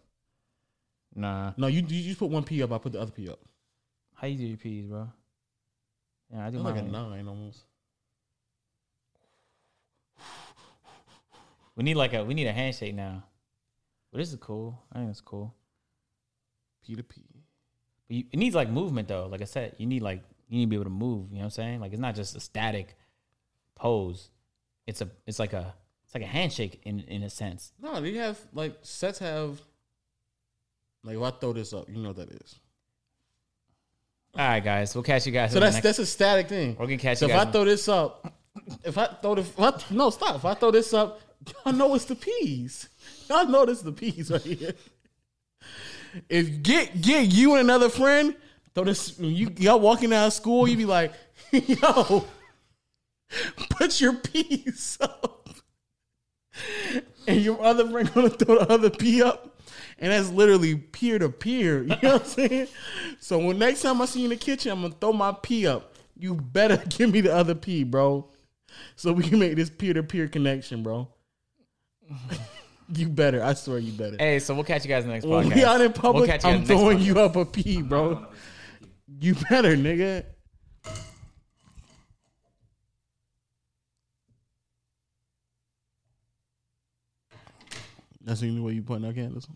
S2: Nah.
S1: No, you you just put one P up. I put the other P up.
S2: How you do your P's, bro? Yeah, I do
S1: It's like a
S2: mine.
S1: nine almost.
S2: We need like a we need a handshake now. But this is cool. I think it's cool.
S1: P to P.
S2: But you, it needs like movement though. Like I said, you need like you need to be able to move. You know what I'm saying? Like it's not just a static pose. It's a it's like a it's like a handshake in in a sense.
S1: No, they have like sets have. Like if I throw this up, you know what that is.
S2: All right, guys. We'll catch you guys.
S1: So
S2: in the
S1: that's
S2: next-
S1: that's a static thing.
S2: We're gonna catch
S1: So
S2: you
S1: if I
S2: guys-
S1: throw this up, if I throw the if I, no stop, if I throw this up, y'all know it's the peas. Y'all know this is the peas right here. If get get you and another friend throw this, when you y'all walking out of school, you be like, yo, put your peas up, and your other friend gonna throw the other pea up. And that's literally peer to peer. You know what I'm saying? So when next time I see you in the kitchen, I'm gonna throw my pee up. You better give me the other pee, bro. So we can make this peer to peer connection, bro. you better. I swear you better.
S2: hey, so we'll catch you guys in the next
S1: when
S2: podcast.
S1: we out in
S2: We'll
S1: public,
S2: catch you
S1: I'm
S2: guys next
S1: throwing
S2: podcast.
S1: you up a pee, bro. You better, nigga. That's the only way you putting out candles.